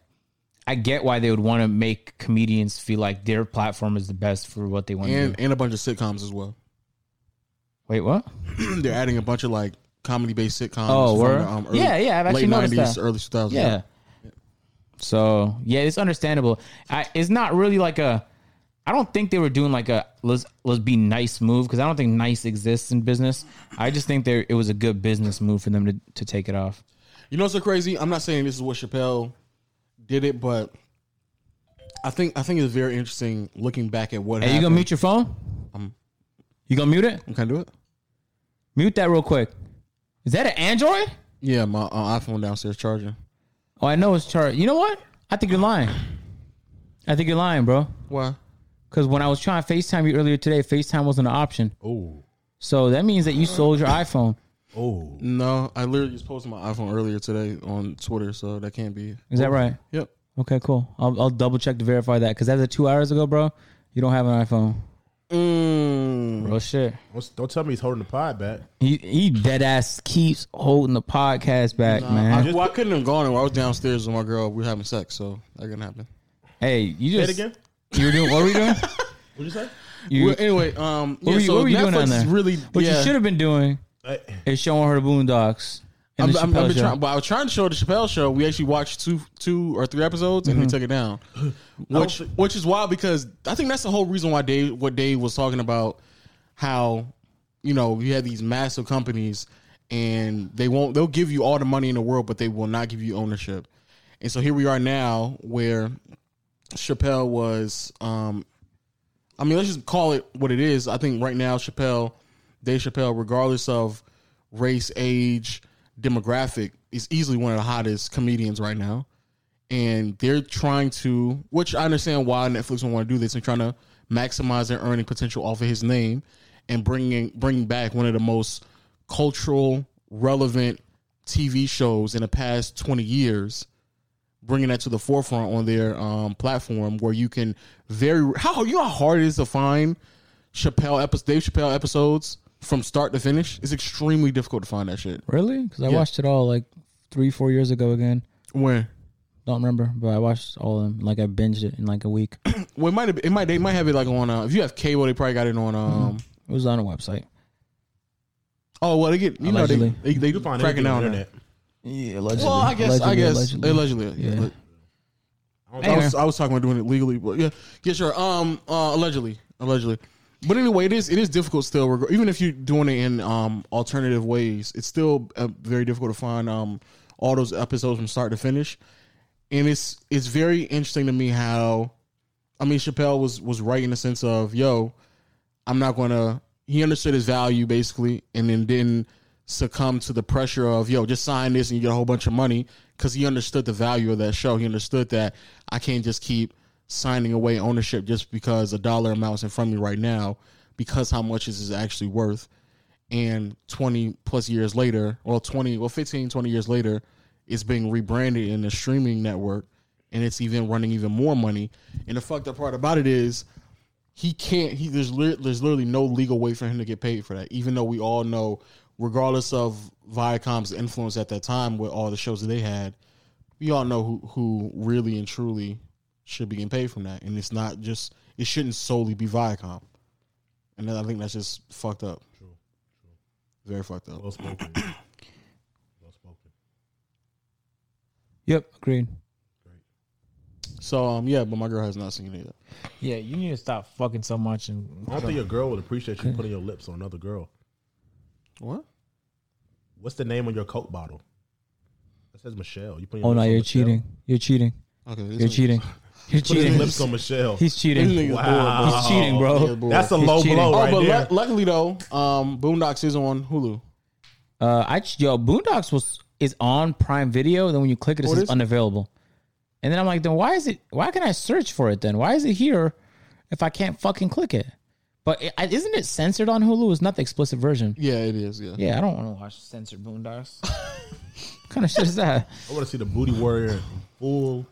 Speaker 2: I get why they would want to make comedians feel like their platform is the best for what they want to
Speaker 4: And
Speaker 2: do.
Speaker 4: and a bunch of sitcoms as well. [CLEARS THROAT]
Speaker 2: Wait, what?
Speaker 4: They're adding a bunch of like comedy based sitcoms.
Speaker 2: Oh, word?
Speaker 4: the,
Speaker 2: Yeah, yeah, I've actually
Speaker 4: late
Speaker 2: noticed that.
Speaker 4: early two thousands.
Speaker 2: Yeah. So yeah, it's understandable. I, it's not really like a. I don't think they were doing like a let's let's be nice move because I don't think nice exists in business. I just think there it was a good business move for them to, to take it off.
Speaker 4: You know what's so crazy? I'm not saying this is what Chappelle did it, but I think I think it's very interesting looking back at what.
Speaker 2: Hey, you gonna mute your phone? you gonna mute it?
Speaker 4: your? Can I do it?
Speaker 2: Mute that real quick. Is that an Android?
Speaker 4: Yeah, my uh, iPhone downstairs charging.
Speaker 2: Oh, I know it's charged. You know what? I think you're lying. I think you're lying, bro.
Speaker 4: Why?
Speaker 2: Because when I was trying to FaceTime you earlier today, FaceTime wasn't an option.
Speaker 3: Oh,
Speaker 2: So that means that you sold your iPhone.
Speaker 3: oh.
Speaker 4: No, I literally just posted my iPhone earlier today on Twitter, so that can't be.
Speaker 2: Is that right?
Speaker 4: Yep.
Speaker 2: Okay, cool. I'll, I'll double check to verify that. Because after two hours ago, bro, you don't have an iPhone.
Speaker 4: Mm.
Speaker 2: Bro, shit.
Speaker 3: Don't, don't tell me he's holding the pod back.
Speaker 2: He, he dead ass keeps holding the podcast back,
Speaker 4: I,
Speaker 2: man.
Speaker 4: well, I couldn't have gone. anywhere. I was downstairs with my girl. We were having sex, so that couldn't happen.
Speaker 2: hey, you
Speaker 3: Say it
Speaker 2: just
Speaker 3: again.
Speaker 2: you were doing what were you doing?
Speaker 3: What'd you say?
Speaker 2: You,
Speaker 4: Well, anyway, um,
Speaker 2: what
Speaker 4: yeah,
Speaker 2: were you,
Speaker 4: so
Speaker 2: what were you doing
Speaker 4: Netflix
Speaker 2: down there?
Speaker 4: is really.
Speaker 2: what
Speaker 4: yeah.
Speaker 2: you should have been doing
Speaker 3: Hey,
Speaker 2: is showing her the Boondocks. And
Speaker 4: I'm,
Speaker 2: the
Speaker 4: I'm, I'm
Speaker 2: Chappelle
Speaker 4: been
Speaker 2: Show.
Speaker 4: trying, but I was trying to show the Chappelle show. We actually watched two, two or three episodes,
Speaker 2: Mm-hmm.
Speaker 4: and we took it down, which,
Speaker 3: thi-
Speaker 4: which is wild because I think that's the whole reason why Dave, what Dave was talking about, how you know you have these massive companies, and they won't, they'll give you all the money in the world, but they will not give you ownership. And so here we are now, where Chappelle was um, I mean, let's just call it what it is. I think right now, Chappelle, Dave Chappelle, regardless of race, age, demographic, is easily one of the hottest comedians right now. And they're trying to, which I understand why Netflix would want to do this, and trying to maximize their earning potential off of his name and bringing bringing back one of the most cultural relevant TV shows in the past twenty years bringing that to the forefront on their um, platform where you can very how you know how hard it is to find Chappelle episodes, Dave Chappelle episodes from start to finish. It's extremely difficult to find that shit.
Speaker 2: Really? Because I
Speaker 4: Yeah.
Speaker 2: watched it all like three, four years ago again.
Speaker 4: When
Speaker 2: Don't remember, but I watched all of them. Like I binged it in like a week. It
Speaker 4: well, it might have, it might they might have it like on uh, if you have cable, they probably got it on. Um,
Speaker 2: was on a website.
Speaker 4: Oh well, they get you know
Speaker 2: Allegedly.
Speaker 4: they they, they
Speaker 3: you can find
Speaker 4: cracking
Speaker 3: anything on
Speaker 4: down
Speaker 3: the
Speaker 4: on that.
Speaker 3: internet.
Speaker 2: Yeah, allegedly.
Speaker 4: Well, I guess I guess allegedly,
Speaker 2: Yeah.
Speaker 4: yeah.
Speaker 3: I don't
Speaker 4: I
Speaker 3: know.
Speaker 4: was, I was talking about doing it legally, but yeah, yeah, sure. Um, uh, allegedly, allegedly, but anyway, it is it is difficult still. reg- Even if you're doing it in um alternative ways, it's still uh, very difficult to find um all those episodes from start to finish, and it's it's very interesting to me how, I mean, Chappelle was was right in the sense of yo, I'm not gonna. He understood his value basically, and then didn't succumb to the pressure of yo, just sign this and you get a whole bunch of money because he understood the value of that show. He understood that I can't just keep signing away ownership just because a dollar amount's in front of me right now because how much is this actually worth and 20 plus years later well 20 well 15 20 years later it's being rebranded in a streaming network and it's even running even more money and the fucked up part about it is he can't he there's lit there's literally no legal way for him to get paid for that even though we all know regardless of viacom's influence at that time with all the shows that they had we all know who who really and truly should be getting paid from that and it's not just it shouldn't solely be viacom and i think that's just fucked up true, true. very fucked up
Speaker 3: Well spoken. well spoken.
Speaker 2: Yep, agreed.
Speaker 4: so um yeah but my girl has not seen it yet
Speaker 7: Yeah, you need to stop fucking so much and
Speaker 3: I don't think your girl would appreciate you putting your lips on another girl.
Speaker 4: what
Speaker 3: What's the name on your Coke bottle? That says Michelle. You putting your
Speaker 2: Oh no,
Speaker 3: lips on
Speaker 2: you're
Speaker 3: Michelle?
Speaker 2: cheating. You're cheating.
Speaker 4: okay this
Speaker 2: You're
Speaker 4: nigga-
Speaker 2: cheating. [LAUGHS] You're
Speaker 3: Putting his
Speaker 2: cheating.
Speaker 3: lips on
Speaker 2: [LAUGHS]
Speaker 3: Michelle.
Speaker 2: He's
Speaker 4: this
Speaker 2: cheating.
Speaker 4: nigga's
Speaker 3: Wow.
Speaker 4: bored, bro.
Speaker 2: He's cheating,
Speaker 4: Yeah,
Speaker 2: bro.
Speaker 4: boy.
Speaker 3: That's a
Speaker 2: He's
Speaker 3: low
Speaker 2: cheating.
Speaker 3: blow
Speaker 4: Oh,
Speaker 3: right
Speaker 4: but lu-
Speaker 3: there.
Speaker 4: luckily though, um, Boondocks is on Hulu.
Speaker 2: Uh, I ch- yo Boondocks was is on Prime Video. Then when you click it, it
Speaker 4: What
Speaker 2: says
Speaker 4: is it?
Speaker 2: unavailable. And then I'm like, then why is it? Why can I search for it? Then why is it here if I can't fucking click it? But it, I- isn't it censored on Hulu? It's not the explicit version.
Speaker 4: Yeah, it is. Yeah.
Speaker 2: Yeah, I don't want to watch censored Boondocks. [LAUGHS] what kind of shit is that?
Speaker 3: I want to see the booty warrior in full.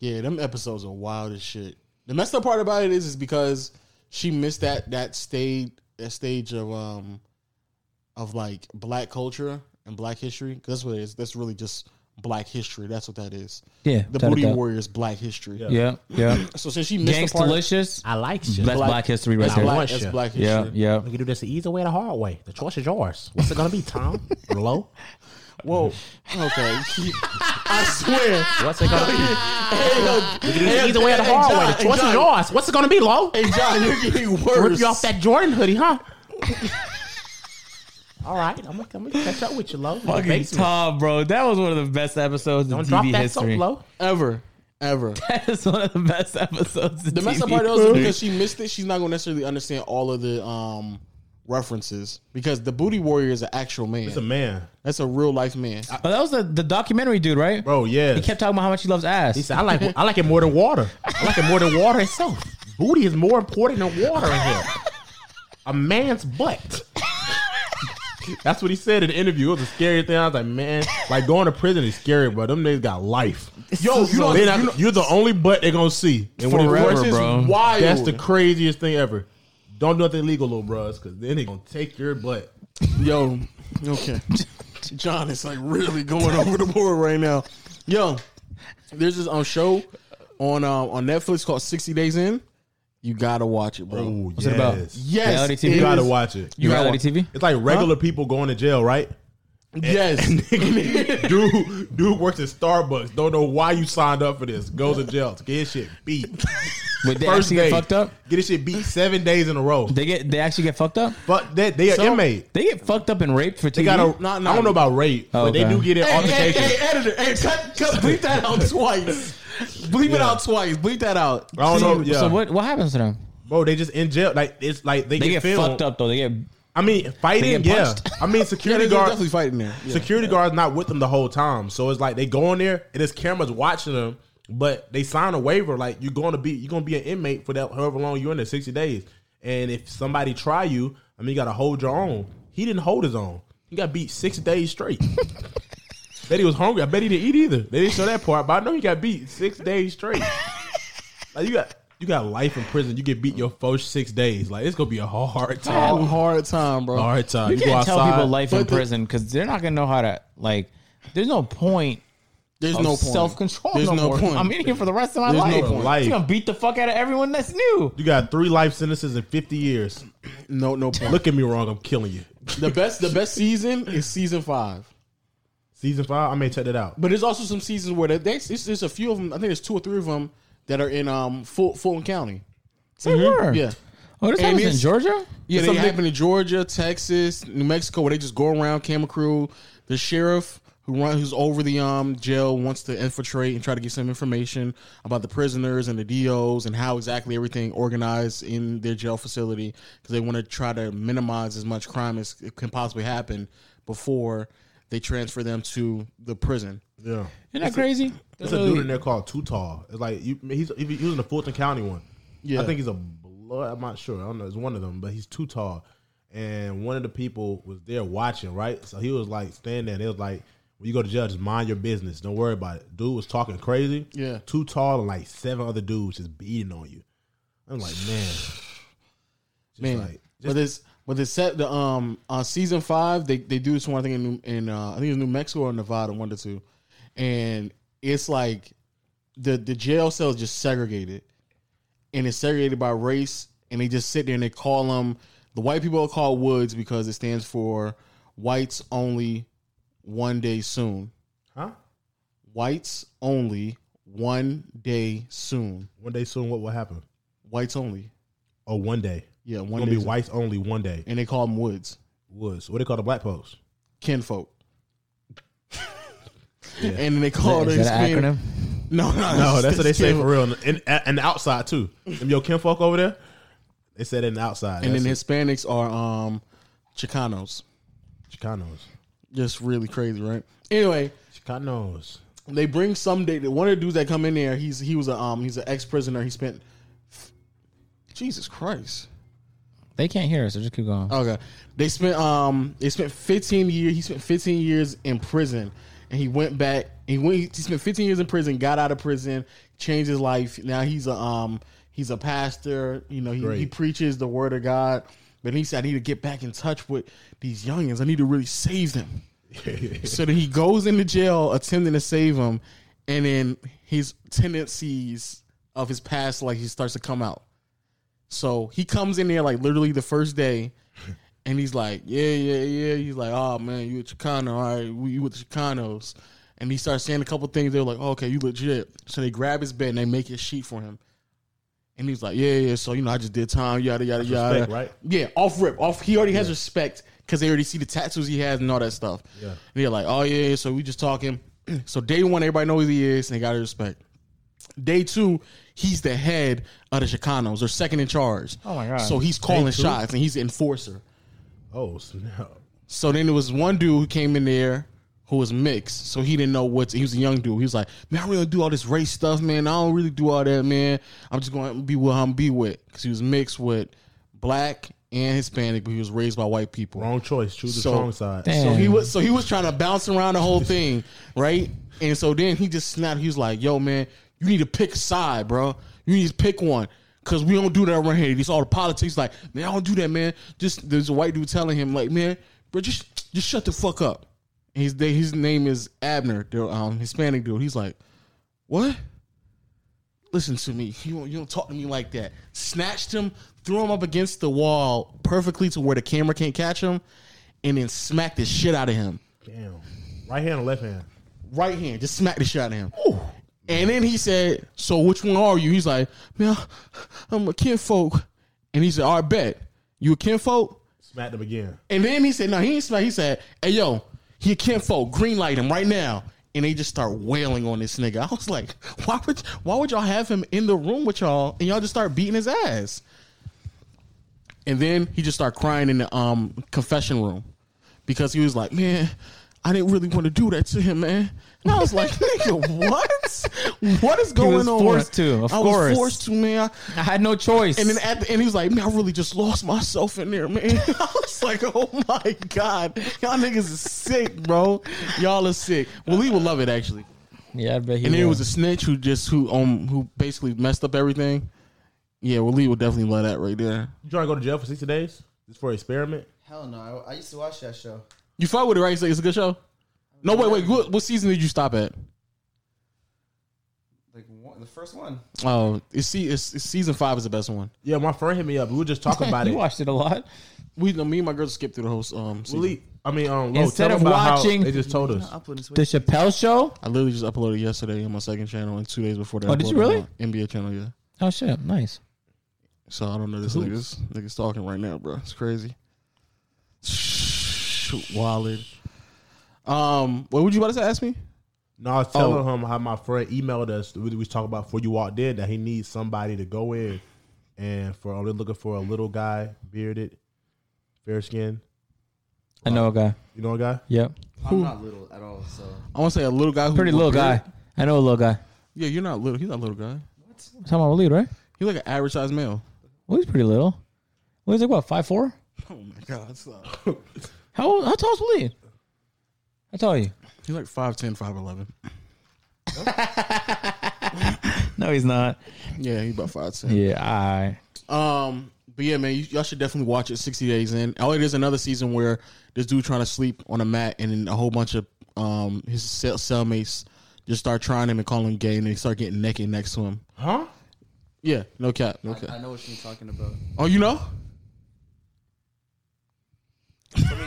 Speaker 4: Yeah, them episodes are wild as shit. The messed up part about it is, is because she missed that that stage that stage of um of like black culture and black history. 'Cause that's what it is. That's really just black history. That's what that is.
Speaker 2: Yeah,
Speaker 4: The
Speaker 2: without a
Speaker 4: Booty
Speaker 2: doubt.
Speaker 4: Warriors black history.
Speaker 2: Yeah, yeah.
Speaker 4: So since she missed
Speaker 2: Gangs
Speaker 4: the part,
Speaker 2: delicious.
Speaker 7: I like shit.
Speaker 2: That's
Speaker 4: Black-
Speaker 2: Black History right
Speaker 4: that's
Speaker 2: there.
Speaker 4: black,
Speaker 3: want
Speaker 4: that's
Speaker 3: ya.
Speaker 4: black history.
Speaker 2: Yeah, yeah.
Speaker 7: We can do this the easy way or the hard way. The choice is yours. What's it gonna
Speaker 1: [LAUGHS]
Speaker 7: be, Tom? Hello?
Speaker 4: Whoa. Okay. [LAUGHS] I swear.
Speaker 7: What's it gonna be?
Speaker 4: Hey, yo,
Speaker 7: We
Speaker 1: [LAUGHS]
Speaker 7: can do this the
Speaker 4: hey,
Speaker 7: easy way or the
Speaker 4: hey,
Speaker 7: hard
Speaker 4: John,
Speaker 7: way. The
Speaker 4: hey,
Speaker 7: choice is
Speaker 4: John.
Speaker 7: yours. What's it gonna be, Lo?
Speaker 4: Hey John, you're getting worse.
Speaker 7: Rip you off that Jordan
Speaker 1: [LAUGHS]
Speaker 7: hoodie, huh? All right, I'm gonna, I'm gonna catch up with you, Lo. in the
Speaker 2: Fucking
Speaker 7: basement.
Speaker 2: Tom, bro. That was one of the best episodes in
Speaker 7: Don't drop
Speaker 2: TV
Speaker 7: that
Speaker 2: history.
Speaker 7: soap, Lo.
Speaker 4: ever, ever.
Speaker 2: [LAUGHS] That is one of the best episodes. In
Speaker 4: The mess
Speaker 2: TV
Speaker 4: up part of those is
Speaker 2: history.
Speaker 4: because she missed it. She's not gonna necessarily understand all of the um references because the Booty Warrior is an actual man.
Speaker 3: It's a man,
Speaker 4: That's a real life man.
Speaker 2: But Oh, that was the, the documentary dude, right?
Speaker 3: bro. Yeah,
Speaker 2: He kept talking about how much he loves ass.
Speaker 7: He said, I like I like it more than water. I like it more than water itself. Booty is more important than water in here. A man's butt.
Speaker 3: that's what he said in the interview. It was a scary thing. I was like, man, like going to prison is scary, but them niggas got life.
Speaker 4: Yo, you know,
Speaker 3: They not- you're the only butt they're gonna see. And when
Speaker 4: Forever,
Speaker 3: it's
Speaker 4: bro.
Speaker 3: wild. That's the
Speaker 4: Wild.
Speaker 3: craziest thing ever. Don't do nothing illegal, little bros, because then they gonna take your butt.
Speaker 4: Yo,
Speaker 3: [LAUGHS]
Speaker 4: okay. John is like really going over the board right now. Yo, there's this um, show on uh, on Netflix called 60 Days In. You gotta watch it, bro.
Speaker 3: Oh,
Speaker 2: it about?
Speaker 3: yes.
Speaker 4: Yes,
Speaker 2: Reality
Speaker 4: it
Speaker 2: TV?
Speaker 4: is-
Speaker 3: You gotta [LAUGHS] watch it.
Speaker 2: you reality TV?
Speaker 3: It's like regular people going to jail, right? [LAUGHS]
Speaker 4: Yes,
Speaker 3: dude, dude works at Starbucks. Don't know why you signed up for this. Goes to jail. Get his shit beat.
Speaker 2: But they
Speaker 3: First
Speaker 2: actually
Speaker 3: day,
Speaker 2: get fucked up.
Speaker 3: Get his shit beat seven days in a row.
Speaker 2: They get they actually get fucked up.
Speaker 3: But that they are
Speaker 4: So-
Speaker 3: inmate.
Speaker 2: They get fucked up and raped for TV.
Speaker 3: They got a. Not, I don't know about rape, but they
Speaker 2: okay.
Speaker 3: do get in
Speaker 4: Hey, hey,
Speaker 3: altercation.
Speaker 4: hey, editor, hey, cut, cut, bleep that out twice. Bleep it
Speaker 3: Yeah.
Speaker 4: out twice. Bleep that out.
Speaker 3: I don't know. Yeah.
Speaker 2: So what what happens to them?
Speaker 3: bro? They just in jail. Like it's like they,
Speaker 2: They get
Speaker 3: get, filmed.
Speaker 2: fucked up though. They get
Speaker 3: I mean,
Speaker 2: They
Speaker 3: fighting.
Speaker 2: get
Speaker 3: Yeah.
Speaker 2: punched.
Speaker 3: I mean,
Speaker 2: [LAUGHS]
Speaker 4: Yeah,
Speaker 3: security
Speaker 4: they're
Speaker 3: guard.
Speaker 4: definitely fighting there. Yeah.
Speaker 3: security guard's not with them the whole time. So it's like they go in there and there's cameras watching them, but they sign a waiver like you're going to be you're going to be an inmate for that however long you're in there, 60 days. And if somebody try you, I mean you got to hold your own. He didn't hold his own. He got beat 6 days
Speaker 2: [LAUGHS]
Speaker 3: straight. bet he was hungry. I bet he didn't eat either. They didn't show that part, but I know he got beat 6 days
Speaker 2: [LAUGHS]
Speaker 3: straight. like you got you got life in prison. You get beat your first 6 days. Like it's going to be a hard
Speaker 4: Had a
Speaker 3: time.
Speaker 4: hard time, bro.
Speaker 3: Hard time.
Speaker 2: you can't tell people life in
Speaker 4: But the-
Speaker 2: prison because they're not gonna know how to like. There's no point
Speaker 4: There's
Speaker 2: of
Speaker 4: no point.
Speaker 2: self control.
Speaker 4: There's
Speaker 2: no,
Speaker 4: no
Speaker 2: more.
Speaker 4: point.
Speaker 2: I'm in here for the rest of my
Speaker 4: There's no
Speaker 2: life.
Speaker 4: point.
Speaker 2: You're gonna beat the fuck out of everyone that's new.
Speaker 3: You got three life sentences in 50 years.
Speaker 4: No, no point.
Speaker 3: Look at me wrong, I'm killing you.
Speaker 4: the best, the best season is season five.
Speaker 3: Season five, I may check that out.
Speaker 4: But there's also some seasons where they, there's, there's- there's a few of them. I think there's two or three of them that are in um Ful- Fulton County.
Speaker 2: Say word.
Speaker 4: Mm-hmm. Yeah,
Speaker 2: Oh, this
Speaker 4: And
Speaker 2: happens in
Speaker 4: it's-
Speaker 2: Georgia.
Speaker 4: yeah. They
Speaker 3: Some
Speaker 4: happen in Georgia, Texas, New Mexico, where they just go around camera crew. The sheriff who run, who's over the um jail wants to infiltrate and try to get some information about the prisoners and the DOs and how exactly everything organized in their jail facility because they want to try to minimize as much crime as it can possibly happen before they transfer them to the prison.
Speaker 3: Yeah.
Speaker 2: Isn't that crazy?
Speaker 3: There's a dude in there called Too Tall. It's like you, he's he was in the Fulton County one.
Speaker 4: Yeah.
Speaker 3: I think he's a blood. I'm not sure. I don't know. It's one of them, but he's too tall. And one of the people was there watching, right? So he was like standing there. And it was like, when you go to jail, just mind your business. Don't worry about it. Dude was talking crazy.
Speaker 4: Yeah.
Speaker 3: Too tall and like seven other dudes just beating on you. I'm like, man. Just
Speaker 4: Man,
Speaker 3: like-
Speaker 4: but this, but this set the um uh, season five they, they do this one I think in New, in uh, I think it's New Mexico or Nevada one to two, and it's like the the jail cell is just segregated, and it's segregated by race, and they just sit there and they call them the white people are called Woods because it stands for whites only one day soon.
Speaker 3: huh?
Speaker 4: Whites only one day soon.
Speaker 3: One day soon, what will happen?
Speaker 4: Whites only.
Speaker 3: Oh, one day.
Speaker 4: Yeah, one
Speaker 3: One
Speaker 4: day.
Speaker 3: gonna be
Speaker 4: soon.
Speaker 3: whites only one day.
Speaker 4: And they call them Woods.
Speaker 3: Woods. What they call the black folks?
Speaker 4: kinfolk. And then they called
Speaker 2: Is that an acronym?
Speaker 4: [LAUGHS] No, no,
Speaker 3: No,
Speaker 4: it's-
Speaker 3: that's what they
Speaker 4: it's
Speaker 3: say for
Speaker 4: kinfolk.
Speaker 3: real. And, and, and outside too. Them your kinfolk over there, they said in the outside.
Speaker 4: And then
Speaker 3: That's
Speaker 4: Hispanics are um Chicanos.
Speaker 3: Chicanos.
Speaker 4: Just really crazy, right? Anyway,
Speaker 3: Chicanos.
Speaker 4: they bring some day. One of the dudes that come in there, he's he was a um he's an ex prisoner. He spent Jesus Christ.
Speaker 2: They can't hear us, so just keep going.
Speaker 4: Okay. They spent um they spent 15 years he spent 15 years in prison and he went back he went he spent 15 years in prison, got out of prison, changed his life. Now he's a um he's a pastor, you know, he, he
Speaker 3: Great.
Speaker 4: preaches the word of God. But he said I need to get back in touch with these youngins. I need to really save them. so then he goes into jail attempting to save them and then his tendencies of his past like he starts to come out. So he comes in there like literally the first day, and he's like, "Yeah, yeah, yeah." He's like, "Oh man, you a Chicano? All right, we, you with the Chicanos?" And he starts saying a couple things. They're like, "Okay, you legit." So they grab his bed and they make a sheet for him. And he's like, "Yeah, yeah." So you know, I just did time, yada yada yada.
Speaker 3: respect, right?
Speaker 4: Yeah, off rip, off. He already has respect because they already see the tattoos he has and all that stuff. Yeah. And they're like, "Oh yeah." yeah, So we just talking. [CLEARS THROAT] so day one, everybody knows who he is, and they got his respect. Day two, he's the head of the Chicanos or second in charge.
Speaker 2: Oh my God.
Speaker 4: So he's calling shots and he's the enforcer.
Speaker 3: Oh snap!
Speaker 4: So then there was one dude who came in there who was mixed, so he didn't know what. To, he was a young dude. He was like, "Man, I really don't do all this race stuff, man. I don't really do all that, man. I'm just going to be what I'm be with." Because he was mixed with black and Hispanic, but he was raised by white people.
Speaker 3: Wrong choice. Choose the
Speaker 4: So-
Speaker 3: strong side.
Speaker 4: So he
Speaker 2: Damn.
Speaker 4: was so he was trying to bounce around the whole thing, right? And so then he just snapped. He was like, "Yo, man, you need to pick a side, bro. You need to pick one." Cause we don't do that around here. It's all the politics. Like, man, I don't do that, man. Just there's a white dude telling him, like, man, bro, just just shut the fuck up. And His na- his name is Abner, the um, Hispanic dude. He's like, what? Listen to me. You don't, you don't talk to me like that. Snatched him, threw him up against the wall perfectly to where the camera can't catch him, and then smacked the shit out of him.
Speaker 3: Damn. Right hand or left hand?
Speaker 4: Right hand, just smacked the shit out of him. And then he said, So which one are you? He's like, Man, I'm a kinfolk. And he said, All right, bet. You a kinfolk?
Speaker 3: Smacked him again.
Speaker 4: And then he said, No, he ain't smack. He said, Hey, yo, he a kinfolk. Green light him right now. And they just start wailing on this nigga. I was like, [LAUGHS] Why would why would y'all have him in the room with y'all and y'all just start beating his ass? And then he just started crying in the um confession room because he was like, Man, I didn't really want to do that to him, man. And I was like, [LAUGHS] Nigga, what? What is going
Speaker 2: was
Speaker 4: on?
Speaker 2: forced to, of
Speaker 4: I
Speaker 2: course.
Speaker 4: was forced to, man.
Speaker 2: [LAUGHS] I had no choice.
Speaker 4: And then at the end, he was like, "Man, I really just lost myself in there, man." [LAUGHS] I was like, "Oh my god, y'all niggas is sick, bro. Y'all are sick." Well, he would love it actually.
Speaker 2: yeah, I bet he
Speaker 4: And then it
Speaker 2: will.
Speaker 4: was a snitch who just who um who basically messed up everything. Yeah, well, Lee would definitely love that right there.
Speaker 3: You trying to go to jail for sixty days? Just for experiment?
Speaker 8: Hell no. I, I used to watch that show.
Speaker 4: You fuck with it, right? It's a- It's a good show. No, wait, wait. What, what season did you stop at?
Speaker 8: Like one, the first one.
Speaker 4: Oh, it's, se- it's, it's season five is the best one.
Speaker 3: Yeah, my friend hit me up. We were just
Speaker 2: [LAUGHS]
Speaker 3: talking about
Speaker 2: you
Speaker 3: it.
Speaker 2: watched it a lot.
Speaker 4: We, me and my girl skipped through the whole um. Season.
Speaker 3: Malik, I mean, um, Lo,
Speaker 2: Instead
Speaker 3: tell
Speaker 2: of
Speaker 3: them about how
Speaker 2: watching-
Speaker 3: they just told us.
Speaker 8: I put in
Speaker 2: The
Speaker 8: switch.
Speaker 2: Chappelle Show.
Speaker 4: I literally just uploaded yesterday on my second channel, and two days before that.
Speaker 2: Oh, did you
Speaker 4: uploaded
Speaker 2: really?
Speaker 4: on NBA channel, yeah.
Speaker 2: Oh shit, nice.
Speaker 4: So I don't know this niggas niggas talking right now, bro. It's crazy. Wallet. Um, what would you about to ask me?
Speaker 3: No, I was telling him how my friend emailed us. We we was talking about before you walked in that he needs somebody to go in, and for only looking for a little guy, bearded, fair skin.
Speaker 2: I know a guy.
Speaker 3: You know a guy?
Speaker 2: Yep,
Speaker 8: I'm not little at all, so.
Speaker 4: I want to say a little guy. Who
Speaker 2: pretty
Speaker 4: with
Speaker 2: little
Speaker 4: beard.
Speaker 2: guy. I know a little guy.
Speaker 4: Yeah, you're not little. He's not a little guy.
Speaker 2: I'm talking about Walid, right?
Speaker 4: He's like an average sized male.
Speaker 2: Well, he's pretty little. Well, he's like what five four?
Speaker 4: Oh my god, stop.
Speaker 2: How old, how tall is Walid? How tall are you?
Speaker 4: he's like 5'10", 5'11".
Speaker 2: No, he's not.
Speaker 4: Yeah, he's about five ten.
Speaker 2: Yeah, I.
Speaker 4: Um, but yeah, man, you, y'all should definitely watch it. Sixty Days In. Oh, it is another season where this dude trying to sleep on a mat, and then a whole bunch of um his cell- cellmates just start trying him and calling him gay, and they start getting naked next to him.
Speaker 3: Huh?
Speaker 4: Yeah, no cap, no
Speaker 8: I
Speaker 4: cap.
Speaker 8: know what you're talking about.
Speaker 4: Oh, you know?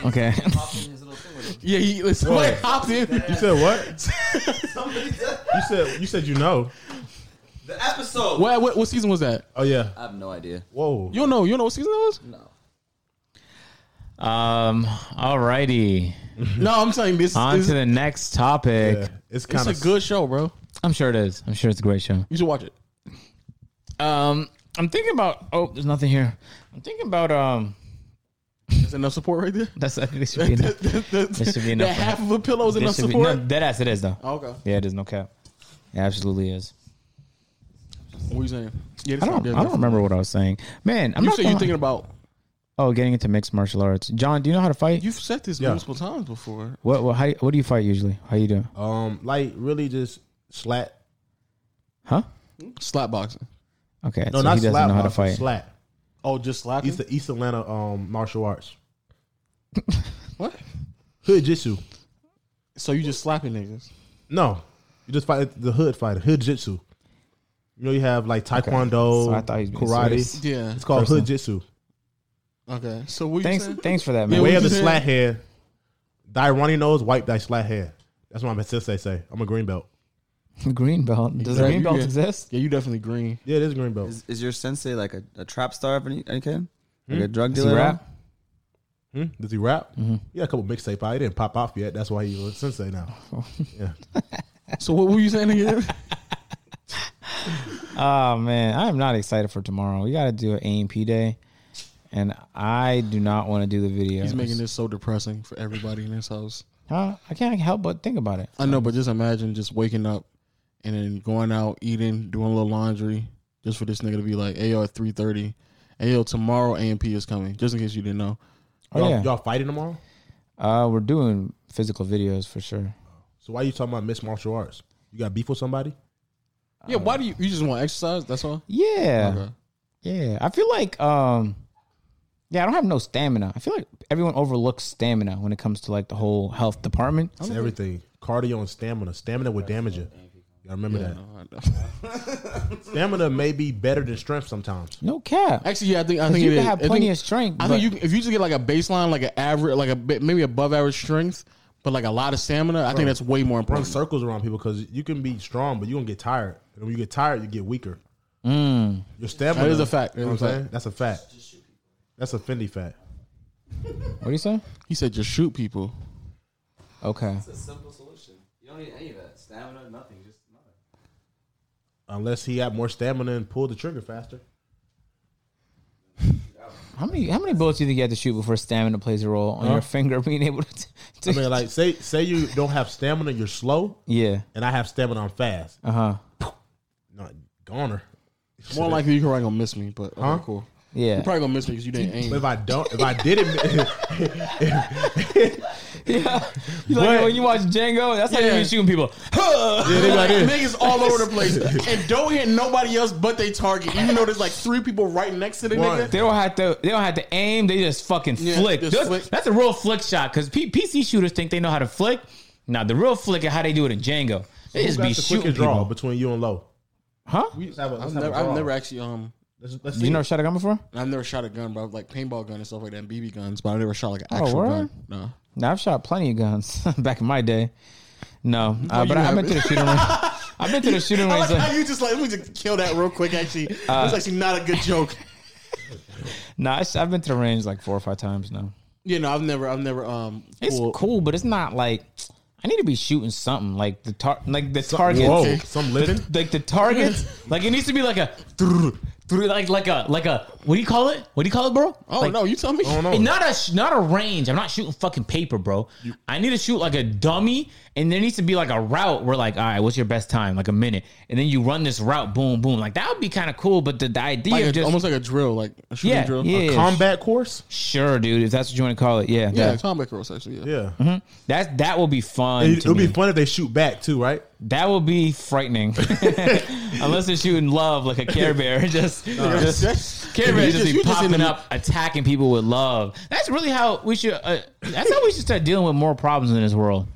Speaker 2: Okay.
Speaker 8: Pop in his little thing with him.
Speaker 4: Yeah, he like, somebody hopped in.
Speaker 3: You said what?
Speaker 8: Somebody said-
Speaker 3: you said you said you know.
Speaker 8: the episode.
Speaker 4: What, what what season was that?
Speaker 3: Oh yeah.
Speaker 8: I have no idea.
Speaker 3: Whoa.
Speaker 4: You don't know? You don't know what season that was?
Speaker 8: No.
Speaker 2: [LAUGHS] um. Alrighty.
Speaker 4: [LAUGHS] No, I'm telling you, this
Speaker 2: On
Speaker 4: is
Speaker 2: to the next topic.
Speaker 3: Yeah, it's
Speaker 4: it's
Speaker 3: kind
Speaker 4: a
Speaker 3: of
Speaker 4: good show, bro.
Speaker 2: I'm sure it is. I'm sure it's a great show.
Speaker 4: You should watch it.
Speaker 2: Um, I'm thinking about. Oh, there's nothing here. I'm thinking about. Um,
Speaker 4: Is enough
Speaker 2: [LAUGHS]
Speaker 4: support right there?
Speaker 2: that's I think this should be enough. This should be enough
Speaker 4: That
Speaker 2: for-
Speaker 4: half of a pillow is enough
Speaker 2: This should be,
Speaker 4: support.
Speaker 2: no, dead ass. It is though.
Speaker 4: Oh, okay.
Speaker 2: Yeah, it is no cap. It absolutely is.
Speaker 4: What you saying? Yeah, this
Speaker 2: I don't.
Speaker 4: is-
Speaker 2: I don't remember what I was saying. Man, I'm
Speaker 4: You
Speaker 2: not.
Speaker 4: said you
Speaker 2: gonna-
Speaker 4: thinking about
Speaker 2: oh, getting into mixed martial arts. John, do you know how to fight?
Speaker 4: You've said this
Speaker 3: Yeah.
Speaker 4: multiple times before.
Speaker 2: what? What? How, do you- what do you fight usually? How you doing?
Speaker 3: um like really just slat.
Speaker 2: Huh?
Speaker 4: Slap boxing.
Speaker 2: Okay.
Speaker 3: No,
Speaker 2: so
Speaker 3: not
Speaker 2: he doesn't
Speaker 3: slap.
Speaker 2: know how to
Speaker 3: boxing,
Speaker 2: fight.
Speaker 3: Slat.
Speaker 4: Oh, just slapping.
Speaker 3: East East Atlanta um martial
Speaker 2: [LAUGHS]
Speaker 3: arts.
Speaker 4: what?
Speaker 3: Hood jitsu.
Speaker 4: So you just slapping niggas?
Speaker 3: No, you just fight the hood fighter. Hood jitsu. You know you have like taekwondo,
Speaker 2: So Oh, I thought he was being
Speaker 3: karate.
Speaker 2: serious.
Speaker 4: Yeah.
Speaker 3: It's called
Speaker 2: Personal.
Speaker 3: hood jitsu.
Speaker 4: Okay. So what you
Speaker 2: Thanks.
Speaker 4: saying?
Speaker 2: Thanks for that,
Speaker 4: Yeah,
Speaker 2: man.
Speaker 4: what
Speaker 3: Way of
Speaker 4: you
Speaker 3: the
Speaker 4: saying?
Speaker 3: slat hair. Thy runny nose, wipe thy slat hair. That's what my sensei say. I'm a green belt.
Speaker 2: green belt. Does
Speaker 4: Yeah,
Speaker 2: green
Speaker 4: you
Speaker 2: belt
Speaker 4: get-
Speaker 2: exist?
Speaker 4: Yeah, you definitely green.
Speaker 3: Yeah, it is a green belt.
Speaker 8: Is, is your sensei like a, a trap star of any, any kind? Like a drug
Speaker 2: Does he
Speaker 8: dealer?
Speaker 2: rap?
Speaker 3: Hmm?
Speaker 2: Mm-hmm.
Speaker 3: Does he rap? He had a couple mixtape out. He didn't pop off yet. That's why he was sensei now. Yeah.
Speaker 4: So what were you saying again? [LAUGHS]
Speaker 2: Oh man, I am not excited for tomorrow. We got to do an AMP day, and I do not want to do the video.
Speaker 4: He's making this so depressing for everybody in this house.
Speaker 2: Huh? I can't help but think about it.
Speaker 4: I know, but just imagine just waking up and then going out, eating, doing a little laundry, just for this nigga to be like, "Hey, yo, at three thirty, hey, yo, tomorrow AMP is coming." Just in case you didn't know,
Speaker 2: Oh
Speaker 3: y'all,
Speaker 2: yeah,
Speaker 3: y'all fighting tomorrow?
Speaker 2: uh, we're doing physical videos for sure.
Speaker 3: So why you talking about mixed martial arts? You got beef with somebody?
Speaker 4: yeah. Why do you? You just want to exercise? That's all.
Speaker 2: Yeah,
Speaker 4: Okay.
Speaker 2: yeah. I feel like um, yeah, I don't have no stamina. I feel like everyone overlooks stamina when it comes to like the whole health department.
Speaker 3: It's everything. Cardio and stamina. Stamina will damage you. Y'all remember that. Stamina may be better than strength sometimes.
Speaker 2: No cap.
Speaker 4: [LAUGHS] Actually, yeah, I think I think
Speaker 2: you
Speaker 4: it
Speaker 2: can
Speaker 4: is.
Speaker 2: have
Speaker 4: I
Speaker 2: plenty
Speaker 4: think,
Speaker 2: of strength, but-
Speaker 4: I think you can- if you just get like a baseline, like an average, like a bit, maybe above average strength, but like a lot of stamina. I think that's way more
Speaker 3: Run
Speaker 4: important.
Speaker 3: circles around people because you can be strong, but you're gonna get tired. And when you get tired, you get weaker. Your stamina
Speaker 4: Mm. That is a fact.
Speaker 3: You know what
Speaker 4: That is a
Speaker 3: I'm saying? That's a fact. That's a Fendi fact.
Speaker 2: What do you say?
Speaker 4: He said, "Just shoot people."
Speaker 2: Okay.
Speaker 9: It's a simple solution. You don't need any of that. Stamina, nothing. Just nothing.
Speaker 3: Unless he had more stamina and pulled the trigger faster.
Speaker 2: How many how many bullets do you think you have to shoot before stamina plays a role on your finger [LAUGHS] being able to?
Speaker 3: I mean, like say say you don't have stamina, you're slow,
Speaker 2: yeah.
Speaker 3: and I have stamina, I'm fast.
Speaker 2: Uh huh.
Speaker 3: Not goner.
Speaker 4: Uh-huh. More likely, you're probably gonna miss me, but okay, cool.
Speaker 2: Yeah.
Speaker 4: You're probably gonna miss me because you didn't aim.
Speaker 3: [LAUGHS] But if I don't, if I [LAUGHS] didn't,
Speaker 2: [LAUGHS] yeah. You like when you watch Django, that's how you
Speaker 4: Yeah.
Speaker 2: be shooting
Speaker 4: [LAUGHS]
Speaker 2: people.
Speaker 3: they be like this.
Speaker 4: Niggas all over the place and don't hit nobody else but they target, even though there's like three people right next to the
Speaker 3: One.
Speaker 4: nigga.
Speaker 2: They don't have to. They don't have to aim. They just fucking
Speaker 4: Yeah,
Speaker 2: flick.
Speaker 4: just
Speaker 2: That's-
Speaker 4: flick.
Speaker 2: That's a real flick shot because P- PC shooters think they know how to flick. Now the real flick is how they do it in Django. They
Speaker 3: Who
Speaker 2: just
Speaker 3: got
Speaker 2: be
Speaker 3: the quicker
Speaker 2: shooting
Speaker 3: draw
Speaker 2: people,
Speaker 3: between you and low?
Speaker 2: huh?
Speaker 3: Let's have a- let's
Speaker 4: I've
Speaker 3: have a
Speaker 4: never, I've
Speaker 3: draw.
Speaker 4: never actually um,
Speaker 3: Let's, let's see.
Speaker 2: You never shot a gun before?
Speaker 4: I've never shot a gun, but I've like paintball gun and stuff like that, and BB guns, but I never shot like an
Speaker 3: Oh,
Speaker 4: actual
Speaker 2: word?
Speaker 4: gun. No,
Speaker 2: No, I've shot plenty of guns [LAUGHS] back in my day. No, uh, but
Speaker 4: Oh, you
Speaker 2: I, I've
Speaker 4: haven't.
Speaker 2: been
Speaker 4: [LAUGHS]
Speaker 2: to the shooting range. I've been to the shooting
Speaker 4: I
Speaker 2: range.
Speaker 3: uh,
Speaker 4: like how you just like let me just kill that real
Speaker 3: [LAUGHS]
Speaker 4: quick. Actually, it's actually not a good joke.
Speaker 2: No, nah, it's- I've been to the range like four or five times now.
Speaker 4: You know, I've never, I've never um,
Speaker 2: It's
Speaker 4: pulled-
Speaker 2: cool, but it's not like I need to be shooting something like the tar- like the target,
Speaker 3: Whoa, some living.
Speaker 2: like the
Speaker 4: [LAUGHS]
Speaker 2: targets. like it needs to be like a thrrr, thrrr, like like a like a what do you call it? What do you call it, bro?
Speaker 4: Oh
Speaker 2: Like,
Speaker 4: no, you tell me.
Speaker 3: I don't
Speaker 2: it's
Speaker 3: know.
Speaker 2: Not a sh- not a range. I'm not shooting fucking paper, bro. I need to shoot like a dummy, and there needs to be like a route where like, all right, what's your best time? Like a minute, and then you run this route, boom, boom. Like that would be kind of cool. But the, the idea
Speaker 4: Like
Speaker 2: of
Speaker 4: a,
Speaker 2: just
Speaker 4: almost like a drill, like a shooting
Speaker 2: yeah,
Speaker 4: drill.
Speaker 2: yeah, yeah.
Speaker 3: Combat course.
Speaker 2: sure, dude. If that's what you want to call it, yeah,
Speaker 4: yeah,
Speaker 2: yeah.
Speaker 4: combat girls actually. Yeah.
Speaker 3: Yeah,
Speaker 2: That's that will be fun.
Speaker 3: it,
Speaker 2: to
Speaker 3: would be
Speaker 2: me.
Speaker 3: fun if they shoot back too, right?
Speaker 2: That would be frightening, [LAUGHS] unless they're shooting love like
Speaker 3: [LAUGHS]
Speaker 2: a Care Bear. Just, just Care Bear
Speaker 4: You
Speaker 2: just,
Speaker 4: just-
Speaker 2: be
Speaker 4: you just in
Speaker 2: popping
Speaker 4: the-
Speaker 2: up, attacking people with love. That's really how we should. Uh, that's how we should start dealing with more problems in this world.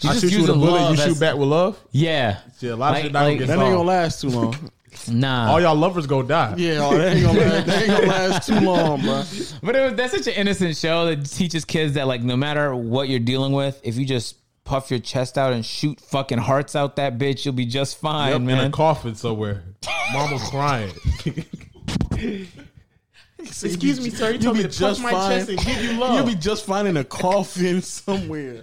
Speaker 2: You
Speaker 3: I
Speaker 2: just
Speaker 3: shoot you with a
Speaker 2: using
Speaker 3: bullet,
Speaker 2: love
Speaker 3: you
Speaker 2: as-
Speaker 3: shoot back with love.
Speaker 2: Yeah,
Speaker 3: Yeah, a lot of
Speaker 2: Like-
Speaker 3: shit not gonna
Speaker 2: like-
Speaker 3: get
Speaker 4: That ain't gonna
Speaker 3: solved.
Speaker 4: last too long.
Speaker 3: [LAUGHS]
Speaker 2: nah.
Speaker 3: All y'all lovers gonna die.
Speaker 4: Yeah, oh, that ain't gonna last, that ain't gonna last too long, bro.
Speaker 2: But it was, that's such an innocent show that teaches kids that like no matter what you're dealing with, if you just puff your chest out and shoot fucking hearts out that bitch, you'll be just fine,
Speaker 3: Yep, in a
Speaker 2: man.
Speaker 3: coffin [LAUGHS] somewhere. Mama's crying. Excuse me, sir. You
Speaker 4: You'll be just fine.
Speaker 3: give you
Speaker 4: You'll be just finding
Speaker 3: [LAUGHS]
Speaker 4: a coffin somewhere.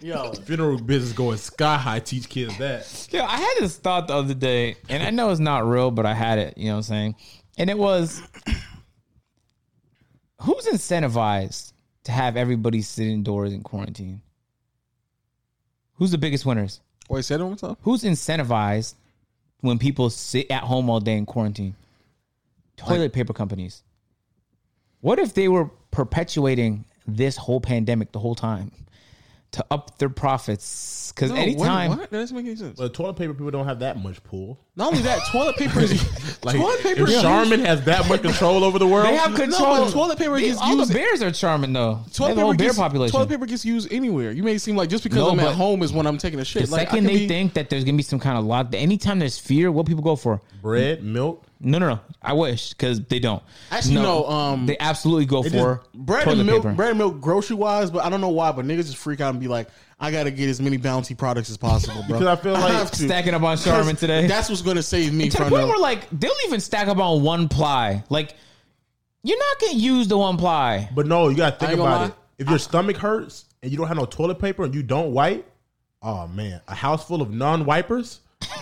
Speaker 4: Yo,
Speaker 3: Funeral business going sky high. Teach kids that.
Speaker 2: Yeah, I had this thought the other day, and I know it's not real, but I had it, you know what I'm saying? And it was [CLEARS THROAT] who's incentivized to have everybody sit indoors in quarantine? Who's the biggest winners?
Speaker 4: wait, say that one more time.
Speaker 2: Who's incentivized when people sit at home all day in quarantine? Toilet paper companies. What if they were perpetuating this whole pandemic the whole time to up their profits? Because
Speaker 4: No,
Speaker 2: anytime.
Speaker 4: Wait, what? That doesn't make any sense.
Speaker 3: But toilet paper people don't have that much pull.
Speaker 4: Not only that, toilet paper [LAUGHS] is
Speaker 3: Like
Speaker 4: toilet paper.
Speaker 3: if
Speaker 4: is
Speaker 3: Charmin has that much control over the world.
Speaker 2: They have
Speaker 4: No, but
Speaker 2: control.
Speaker 4: toilet paper
Speaker 2: They-
Speaker 4: gets
Speaker 2: all
Speaker 4: used-
Speaker 2: the bears are charming though. They
Speaker 4: Toilet
Speaker 2: have a whole
Speaker 4: paper,
Speaker 2: bear
Speaker 4: gets,
Speaker 2: population.
Speaker 4: toilet paper gets used anywhere. You may seem like just because
Speaker 2: No,
Speaker 4: I'm at
Speaker 2: but-
Speaker 4: home is when I'm taking a shit.
Speaker 2: the
Speaker 4: like, I
Speaker 2: second
Speaker 4: could
Speaker 2: they
Speaker 4: be-
Speaker 2: think that there's gonna be some kind of lockdown, anytime there's fear, what people go for?
Speaker 3: bread, milk.
Speaker 2: No, no, no. I wish because they don't.
Speaker 4: Actually, no, um,
Speaker 2: they absolutely go for
Speaker 4: bread
Speaker 2: toilet
Speaker 4: and milk,
Speaker 2: paper.
Speaker 4: bread and milk, grocery wise, but I don't know why. But niggas just freak out and be like, I gotta get as many bounty products as possible, bro. [LAUGHS]
Speaker 3: Because I feel like-
Speaker 4: have to.
Speaker 2: Stacking up on Charmin
Speaker 4: 'Cause
Speaker 2: today.
Speaker 4: That's what's gonna save me
Speaker 2: to the
Speaker 4: from
Speaker 2: point
Speaker 4: the.
Speaker 2: where like they'll even stack up on one ply. Like you're not gonna use the one ply. [LAUGHS]
Speaker 3: But no, you gotta
Speaker 4: I
Speaker 3: think
Speaker 4: ain't gonna
Speaker 3: about
Speaker 4: lie.
Speaker 3: it. If your stomach hurts and you don't have no toilet paper and you don't wipe, oh man, a house full of non-wipers. [LAUGHS]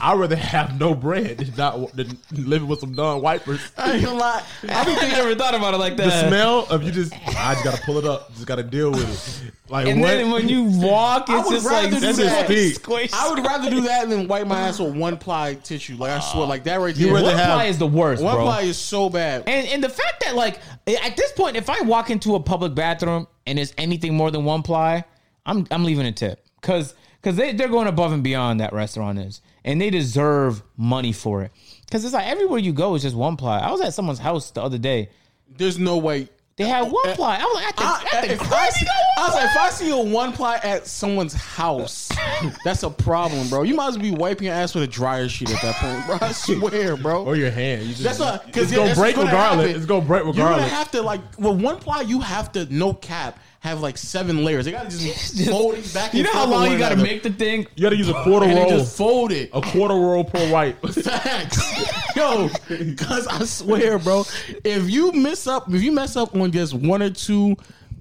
Speaker 3: I'd rather have no bread than not than living with some non wipers.
Speaker 4: [LAUGHS] I ain't gonna lie.
Speaker 2: I don't think I
Speaker 4: [LAUGHS]
Speaker 2: ever thought about it like that.
Speaker 3: The smell of you just, I just gotta pull it up. Just gotta deal with it. Like
Speaker 2: and
Speaker 3: what?
Speaker 2: then when you walk, it's
Speaker 4: would
Speaker 2: just like
Speaker 4: rather do
Speaker 2: this
Speaker 4: that.
Speaker 2: is squish.
Speaker 4: I would rather do that than wipe my ass with one ply tissue. Like I swear, like that right there.
Speaker 3: rather
Speaker 2: One
Speaker 3: have-
Speaker 2: ply is the worst,
Speaker 4: one
Speaker 2: bro.
Speaker 4: ply is so bad.
Speaker 2: And and the fact that like at this point, if I walk into a public bathroom and it's anything more than one ply, I'm I'm leaving a tip because because they they're going above and beyond that restaurant is, and they deserve money for it. Because it's like everywhere you go is just one ply. I was at someone's house the other day.
Speaker 4: There's no way.
Speaker 2: They had one ply. I was like,
Speaker 4: I,
Speaker 2: I think
Speaker 4: Uh, if, I
Speaker 2: crazy
Speaker 4: see, I was like, if I see a one ply at someone's house, [LAUGHS] that's a problem, bro. You might as well be wiping your ass with a dryer sheet at that point, bro. I swear,
Speaker 3: [LAUGHS]
Speaker 4: bro.
Speaker 3: or your hand. You just,
Speaker 4: That's not because
Speaker 3: Oh, it's gonna break regardless. It's gonna break
Speaker 4: You're gonna
Speaker 3: regardless.
Speaker 4: have to like well one ply. You have to no cap have like seven layers. They gotta
Speaker 3: [LAUGHS]
Speaker 4: just,
Speaker 2: Just-
Speaker 4: fold it
Speaker 2: [LAUGHS]
Speaker 4: back.
Speaker 2: You
Speaker 4: and
Speaker 2: know how
Speaker 4: forth with
Speaker 2: long
Speaker 4: one
Speaker 2: you got to
Speaker 4: another.
Speaker 2: make the thing?
Speaker 3: you gotta use a quarter
Speaker 4: and they
Speaker 3: roll.
Speaker 4: just fold it.
Speaker 3: A quarter roll per wipe.
Speaker 4: Facts, yo, because I swear, bro, if you mess up, if you mess up on just one or two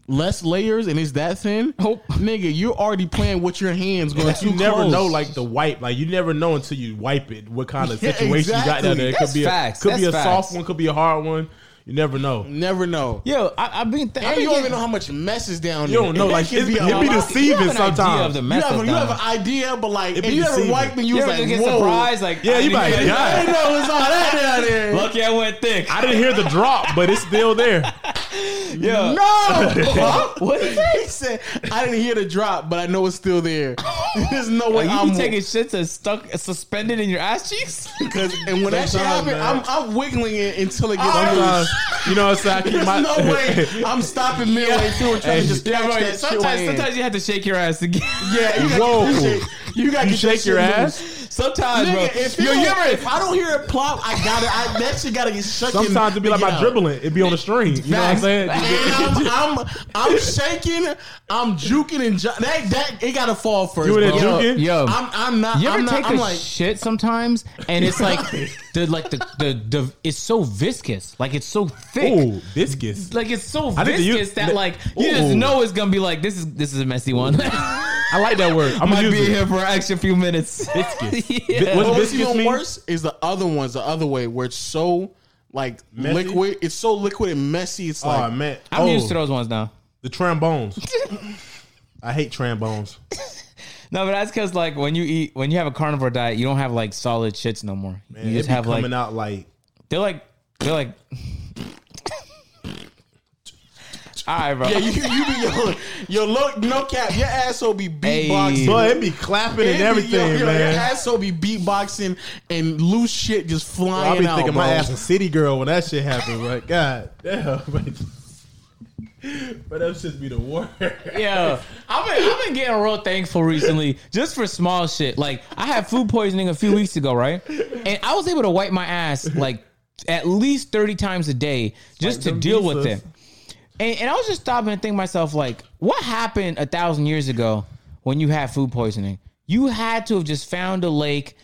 Speaker 4: less layers and it's that thin,
Speaker 2: Oh.
Speaker 4: nigga, you're already playing with your hands going too
Speaker 3: you never
Speaker 4: close.
Speaker 3: know, like the wipe. Like you never know until you wipe it. What kind of
Speaker 4: [LAUGHS] Yeah,
Speaker 3: situation you got down there? It
Speaker 2: That's
Speaker 3: could be a
Speaker 2: facts.
Speaker 3: could be
Speaker 2: That's
Speaker 3: a soft
Speaker 2: facts.
Speaker 3: one, could be a hard one. You never know.
Speaker 4: never know.
Speaker 2: Yo, I, I've been. Th- I've been
Speaker 4: And you don't even
Speaker 2: getting-
Speaker 4: know how much mess is down
Speaker 3: You
Speaker 4: there.
Speaker 3: don't know.
Speaker 4: It
Speaker 3: Like
Speaker 4: could
Speaker 3: it's,
Speaker 4: be a
Speaker 3: it be
Speaker 4: lot.
Speaker 2: You have
Speaker 3: deceiving
Speaker 2: an idea
Speaker 3: sometimes.
Speaker 2: of the
Speaker 4: You
Speaker 2: mess
Speaker 4: have,
Speaker 2: that's
Speaker 4: a, you
Speaker 2: down
Speaker 4: have
Speaker 2: there.
Speaker 4: an idea, but like
Speaker 3: It
Speaker 4: if
Speaker 3: be
Speaker 4: you ever
Speaker 3: deceiving.
Speaker 4: wipe and you
Speaker 2: You
Speaker 4: was
Speaker 2: ever
Speaker 4: like,
Speaker 2: get
Speaker 4: whoa,
Speaker 2: surprised? Like,
Speaker 3: Yeah,
Speaker 2: I
Speaker 3: you
Speaker 2: didn't
Speaker 3: might
Speaker 2: get-
Speaker 3: die.
Speaker 4: I didn't know it was all that
Speaker 2: [LAUGHS]
Speaker 4: down there.
Speaker 2: Lucky I went thick.
Speaker 3: I didn't hear the drop, but it's still
Speaker 4: [LAUGHS]
Speaker 3: there. [LAUGHS]
Speaker 2: Yo,
Speaker 4: No,
Speaker 2: what is that?
Speaker 4: [LAUGHS] he said I didn't hear the drop, but I know it's still there. [LAUGHS] There's no way
Speaker 2: Like, you
Speaker 4: I'm
Speaker 2: be taking shits that's stuck suspended in your
Speaker 3: [LAUGHS]
Speaker 2: ass cheeks?
Speaker 4: Cause, and when that shit
Speaker 3: Sometimes,
Speaker 4: happens, I'm,
Speaker 3: man.
Speaker 4: I'm wiggling it until it gets
Speaker 3: Sometimes,
Speaker 4: loose.
Speaker 3: you know, so I keep
Speaker 4: There's
Speaker 3: my [LAUGHS]
Speaker 4: no way I'm stopping midway through and trying to just catch that shit. with my
Speaker 2: sometimes,
Speaker 4: hand.
Speaker 2: sometimes you have to shake your ass again. [LAUGHS]
Speaker 4: yeah, you gotta
Speaker 3: Whoa.
Speaker 4: get that shit- You gotta
Speaker 3: You
Speaker 4: get that
Speaker 3: shake
Speaker 4: shit
Speaker 3: your
Speaker 4: loose.
Speaker 3: ass.
Speaker 2: Sometimes, bro.
Speaker 4: Nigga, if,
Speaker 2: Yo,
Speaker 4: you
Speaker 2: you
Speaker 4: don't-
Speaker 2: ever?
Speaker 4: if I don't hear it plop, I gotta. I, that shit gotta get shook. in-
Speaker 3: Sometimes it'd be
Speaker 4: to
Speaker 3: like
Speaker 4: get
Speaker 3: my
Speaker 4: out.
Speaker 3: dribbling. It'd be on the string. You know what I'm
Speaker 4: Facts.
Speaker 3: saying?
Speaker 4: And I'm, I'm, I'm shaking. I'm juking and ju- that that it gotta fall first.
Speaker 3: You in there
Speaker 4: bro.
Speaker 3: juking?
Speaker 2: Yo,
Speaker 4: I'm, I'm not.
Speaker 2: you ever
Speaker 4: I'm not.
Speaker 2: take
Speaker 4: I'm
Speaker 2: a
Speaker 4: like.
Speaker 2: shit sometimes, and
Speaker 3: [LAUGHS]
Speaker 2: it's like the like the, the the it's so viscous, like it's so thick.
Speaker 3: Ooh, viscous.
Speaker 2: Like it's so
Speaker 3: I think
Speaker 2: viscous
Speaker 3: that you-
Speaker 2: that like you just
Speaker 3: Ooh.
Speaker 2: know it's gonna be like this is this is a messy one.
Speaker 3: I like that
Speaker 2: [LAUGHS]
Speaker 3: word. I'm
Speaker 2: Might
Speaker 3: gonna
Speaker 2: be
Speaker 3: use it.
Speaker 2: here for an extra few minutes.
Speaker 3: Viscous.
Speaker 2: [LAUGHS]
Speaker 3: What's
Speaker 2: yeah.
Speaker 4: But what's
Speaker 3: viscous
Speaker 4: even
Speaker 3: mean?
Speaker 4: worse is the other ones, the other way, where it's so like
Speaker 3: Messy?
Speaker 4: liquid. It's so liquid and messy. It's
Speaker 3: Oh
Speaker 4: like
Speaker 3: man,
Speaker 2: I'm
Speaker 3: oh,
Speaker 2: used to those ones now.
Speaker 3: the trombones. I hate trombones.
Speaker 2: No, but that's because like when you eat when you have a carnivore diet, you don't have like solid shits no more. you
Speaker 3: It
Speaker 2: just
Speaker 3: be
Speaker 2: have like
Speaker 3: coming out like
Speaker 2: they're like they're like. [LAUGHS] All right, bro.
Speaker 4: [LAUGHS] yeah, you, you be your your look no cap. Your asshole be
Speaker 2: Hey.
Speaker 4: beatboxing.
Speaker 3: But it be clapping
Speaker 4: It
Speaker 3: and
Speaker 4: be- yo,
Speaker 3: everything,
Speaker 4: yo, Your
Speaker 3: man.
Speaker 4: asshole be beatboxing and loose shit just flying
Speaker 3: I be
Speaker 4: out.
Speaker 3: thinking my
Speaker 4: bro.
Speaker 3: ass a city girl when that shit happened. Like, God damn. [LAUGHS] But, but that should be the worst.
Speaker 2: Yeah, I've been, I've been getting real thankful recently just for small shit. Like I had food poisoning a few weeks ago, right? And I was able to wipe my ass like at least thirty times a day just to
Speaker 3: them
Speaker 2: deal with
Speaker 3: visas.
Speaker 2: it. And, and I was just stopping and thinking to myself, like, what happened a thousand years ago when you had food poisoning? You had to have just found a lake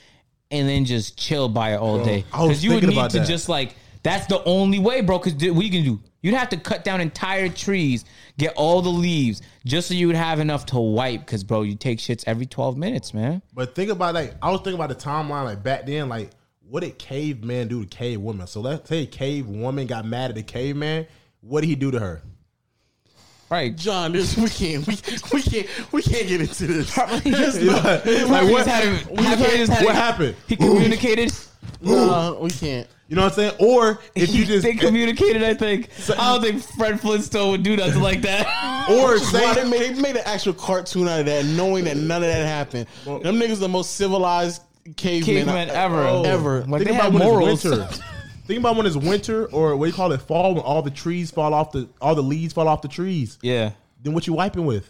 Speaker 2: and then just chill by it all day
Speaker 3: I was
Speaker 2: because you would
Speaker 3: thinking
Speaker 2: need
Speaker 3: about
Speaker 2: to
Speaker 3: that.
Speaker 2: just like that's the only way, bro. Because what you can do, you'd have to cut down entire trees, get all the leaves, just so you would have enough to wipe. Because bro, you take shits every twelve minutes, man.
Speaker 3: But think about like I was thinking about the timeline like back then, like what did caveman do to cave woman? So let's say cave woman got mad at the caveman. What did he do to her?
Speaker 2: Right?
Speaker 4: John, this we can't we, we can't we can't get
Speaker 3: [LAUGHS]
Speaker 4: into this. There's no-
Speaker 3: Like
Speaker 2: We
Speaker 3: what?
Speaker 2: just had him- happy he just had
Speaker 3: What
Speaker 2: him-
Speaker 3: happened?
Speaker 2: He communicated.
Speaker 4: no, we can't.
Speaker 3: You know what I'm saying? Or if
Speaker 2: [LAUGHS]
Speaker 3: you just
Speaker 2: they communicated. I think I don't think Fred Flintstone would do nothing
Speaker 3: [LAUGHS]
Speaker 2: like that.
Speaker 3: or
Speaker 4: Why they
Speaker 3: say
Speaker 4: made, they made an actual cartoon out of that, knowing that none of that happened. Them niggas the most civilized cavemen,
Speaker 2: Caveman ever.
Speaker 4: ever.
Speaker 2: Like,
Speaker 3: think
Speaker 2: they
Speaker 3: about
Speaker 2: had
Speaker 3: when
Speaker 2: morals.
Speaker 3: it's winter. think about when it's winter or what do you call it fall when all the trees fall off the all the leaves fall off the trees.
Speaker 2: yeah.
Speaker 3: Then what you wiping with?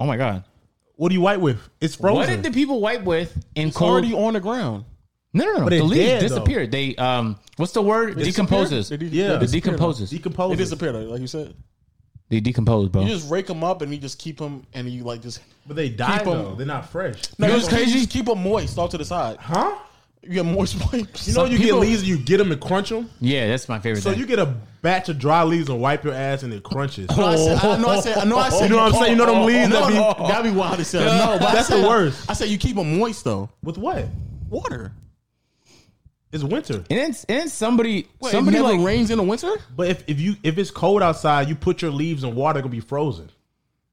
Speaker 2: Oh my god.
Speaker 3: What do you wipe with? It's frozen.
Speaker 2: What did the people wipe with in
Speaker 4: It's
Speaker 2: cold?
Speaker 4: already on the ground.
Speaker 2: No, no, no.
Speaker 3: But
Speaker 2: The
Speaker 3: it's
Speaker 2: leaves
Speaker 3: dead, though.
Speaker 2: disappeared. They um, what's the word? Decomposes.
Speaker 4: They de-
Speaker 3: Yeah.
Speaker 4: they
Speaker 2: It
Speaker 4: dis-
Speaker 2: decomposes.
Speaker 4: they
Speaker 3: decompose?
Speaker 4: disappear, though, like you said.
Speaker 2: They decompose, bro.
Speaker 4: You just rake them up and you just keep them and you like just.
Speaker 3: but they die
Speaker 4: Keep 'em.
Speaker 3: though. They're not fresh.
Speaker 4: No,
Speaker 2: You know
Speaker 4: you
Speaker 2: what's
Speaker 4: just- you
Speaker 2: crazy?
Speaker 4: just keep them moist, off to the side.
Speaker 3: Huh?
Speaker 4: You got moist [LAUGHS] wipes.
Speaker 3: You know, you get leaves and you get them and crunch them.
Speaker 2: Yeah, that's my favorite.
Speaker 3: So
Speaker 2: thing.
Speaker 3: you get a batch of dry leaves and wipe your ass and it crunches.
Speaker 4: No, I said, I know I said, I know I said.
Speaker 3: You know what I'm saying? You know them leaves that be-
Speaker 4: that'd be wild as hell. No, but I
Speaker 3: That's the
Speaker 4: said-
Speaker 3: worst.
Speaker 4: I said you keep them moist though.
Speaker 3: With what?
Speaker 4: Water.
Speaker 3: It's winter.
Speaker 2: and then, and then somebody
Speaker 4: Wait,
Speaker 2: somebody
Speaker 4: it never
Speaker 2: like
Speaker 4: rains in the winter.
Speaker 3: But if, if you if it's cold outside, you put your leaves in water, they're gonna be frozen.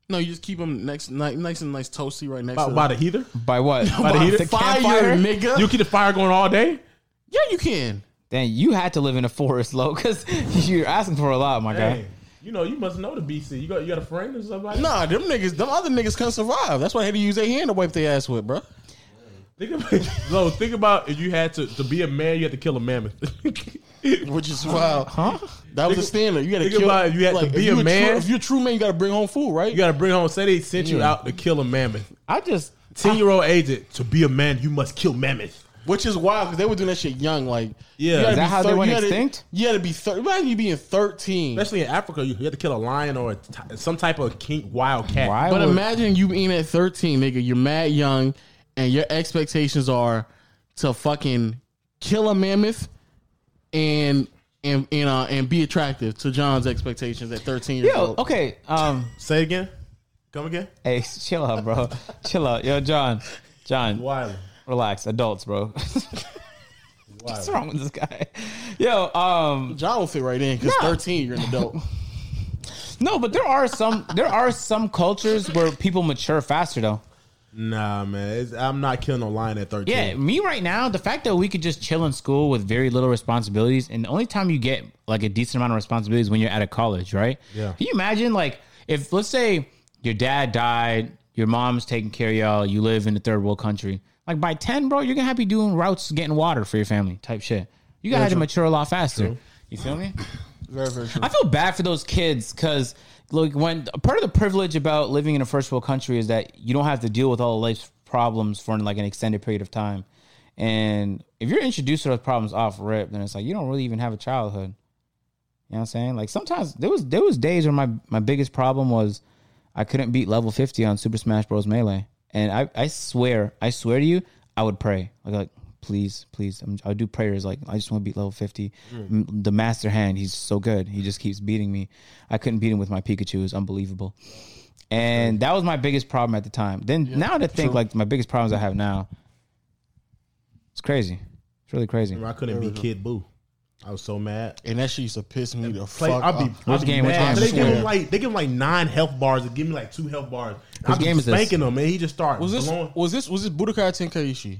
Speaker 4: No, you just keep them next, nice, nice and nice, toasty, right next
Speaker 3: By,
Speaker 4: to
Speaker 3: by
Speaker 4: the,
Speaker 3: the heater? [LAUGHS]
Speaker 2: by what?
Speaker 3: By the
Speaker 4: By
Speaker 3: heater?
Speaker 4: the fire, nigga.
Speaker 3: You keep the fire going all day?
Speaker 4: yeah, you can.
Speaker 2: Then you had to live in a forest, low, because [LAUGHS] you're asking for a lot, my guy.
Speaker 3: Dang. You know, you must know the BC. You got you got a friend or somebody?
Speaker 4: Nah, them niggas, them other niggas couldn't survive. That's why I had to use their hand to wipe their ass with, bro.
Speaker 3: Think [LAUGHS] about, no, think about if you had to to be a man, you had to kill a mammoth. [LAUGHS] think
Speaker 4: Which is wild, huh? That
Speaker 3: Think-
Speaker 4: was the standard. You got to
Speaker 3: think
Speaker 4: kill.
Speaker 3: about if you had to
Speaker 4: if
Speaker 3: be
Speaker 4: you
Speaker 3: a man-
Speaker 4: True, if you're a true man, you got to bring home food, right?
Speaker 3: you gotta bring home. Say they sent you out to kill a mammoth.
Speaker 2: I just
Speaker 3: Ten year old agent to be a man, you must kill mammoth.
Speaker 4: Which is wild because they were doing that shit young. Like,
Speaker 3: Yeah.
Speaker 4: you gotta
Speaker 3: Is
Speaker 2: that
Speaker 4: be
Speaker 2: how they
Speaker 4: thir-
Speaker 2: went
Speaker 4: you gotta-
Speaker 2: extinct?
Speaker 4: You had to be thirty. Imagine you being thirteen.
Speaker 3: Especially in Africa, you you had to kill a lion or a t- some type of king, wild cat.
Speaker 2: why
Speaker 4: But
Speaker 2: would,
Speaker 4: imagine you being at 13, nigga. You're mad young, and your expectations are to fucking kill a mammoth and and and uh, and be attractive to John's expectations at 13 years
Speaker 2: yo
Speaker 4: old.
Speaker 2: okay um
Speaker 3: Say it again. Come again.
Speaker 2: hey chill
Speaker 3: [LAUGHS]
Speaker 2: out bro chill out yo John John
Speaker 3: Wiley.
Speaker 2: relax adults bro [LAUGHS] what's wrong with this guy yo um
Speaker 4: John will fit right in because
Speaker 2: Nah.
Speaker 4: 13, you're an
Speaker 3: [LAUGHS]
Speaker 4: adult.
Speaker 2: No, but there are some there are some cultures where people mature faster though.
Speaker 3: Nah, man, it's, I'm not killing a lion at 13.
Speaker 2: Yeah, me right now, the fact that we could just chill in school with very little responsibilities, and the only time you get like a decent amount of responsibilities when you're out of college, right?
Speaker 3: Yeah.
Speaker 2: Can you imagine like if let's say your dad died, your mom's taking care of y'all, you live in a third world country, like by ten, bro, you're gonna have to be doing routes getting water for your family type shit. You gotta have to mature a lot faster. You feel me?
Speaker 4: very, very true.
Speaker 2: I feel bad for those kids because look, when part of the privilege about living in a first world country is that you don't have to deal with all of life's problems for like an extended period of time, and if you're introduced to those problems off rip, then it's like you don't really even have a childhood. You know what I'm saying? Like sometimes there was there was days where my my biggest problem was I couldn't beat level 50 on Super Smash Bros Melee, and I I swear I swear to you I would pray like like please please I'm, I'll do prayers like I just want to beat level 50. M- The Master Hand he's so good he just keeps beating me. I couldn't beat him with my Pikachu. It was unbelievable. And that was my biggest problem at the time. Then now to think like my biggest problems I have now, it's crazy. It's really crazy.
Speaker 3: I couldn't be Kid Boo. I was so mad.
Speaker 4: and that shit used to piss me the
Speaker 3: Play,
Speaker 4: fuck
Speaker 3: I'd be,
Speaker 4: up.
Speaker 3: I'd be
Speaker 2: game, which
Speaker 3: mad.
Speaker 2: game?
Speaker 3: They give him
Speaker 4: Swear.
Speaker 3: like they give him like nine health bars. They give me like two health bars. I
Speaker 2: game
Speaker 3: be
Speaker 2: is this?
Speaker 3: spanking him, and he just started.
Speaker 4: Was this
Speaker 3: blowing.
Speaker 4: was this was this Budokai Tenkaichi?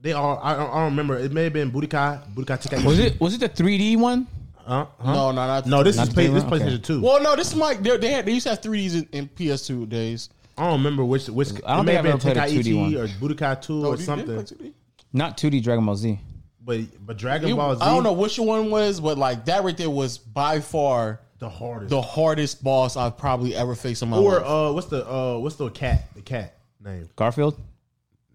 Speaker 3: They all. I, I don't- I don't remember. It may have been Budokai. Budokai Tekken.
Speaker 2: Was it was it the 3D one?
Speaker 3: Huh? Huh?
Speaker 4: No, no, not
Speaker 3: No, this
Speaker 2: Not
Speaker 3: is play, this
Speaker 2: Taylor? Okay.
Speaker 3: PlayStation Two.
Speaker 4: Well, no, this is Mike. They, they had they used to have 3ds in, in PS2 days.
Speaker 3: I don't remember which which.
Speaker 2: I don't
Speaker 3: it may
Speaker 2: think
Speaker 3: have
Speaker 2: I've
Speaker 3: been
Speaker 2: ever played a 2D
Speaker 3: Tekken ET or Budokai Two
Speaker 4: Oh,
Speaker 3: or
Speaker 4: you did play
Speaker 3: something.
Speaker 4: 2D?
Speaker 2: Not 2D Dragon Ball Z.
Speaker 3: But but Dragon
Speaker 4: It-
Speaker 3: Ball Z.
Speaker 4: I don't know which one was, but like that right there was by far
Speaker 3: the hardest.
Speaker 4: the hardest boss I've probably ever faced in my
Speaker 3: or
Speaker 4: life.
Speaker 3: uh, what's the uh, what's the cat? The cat name.
Speaker 2: Garfield?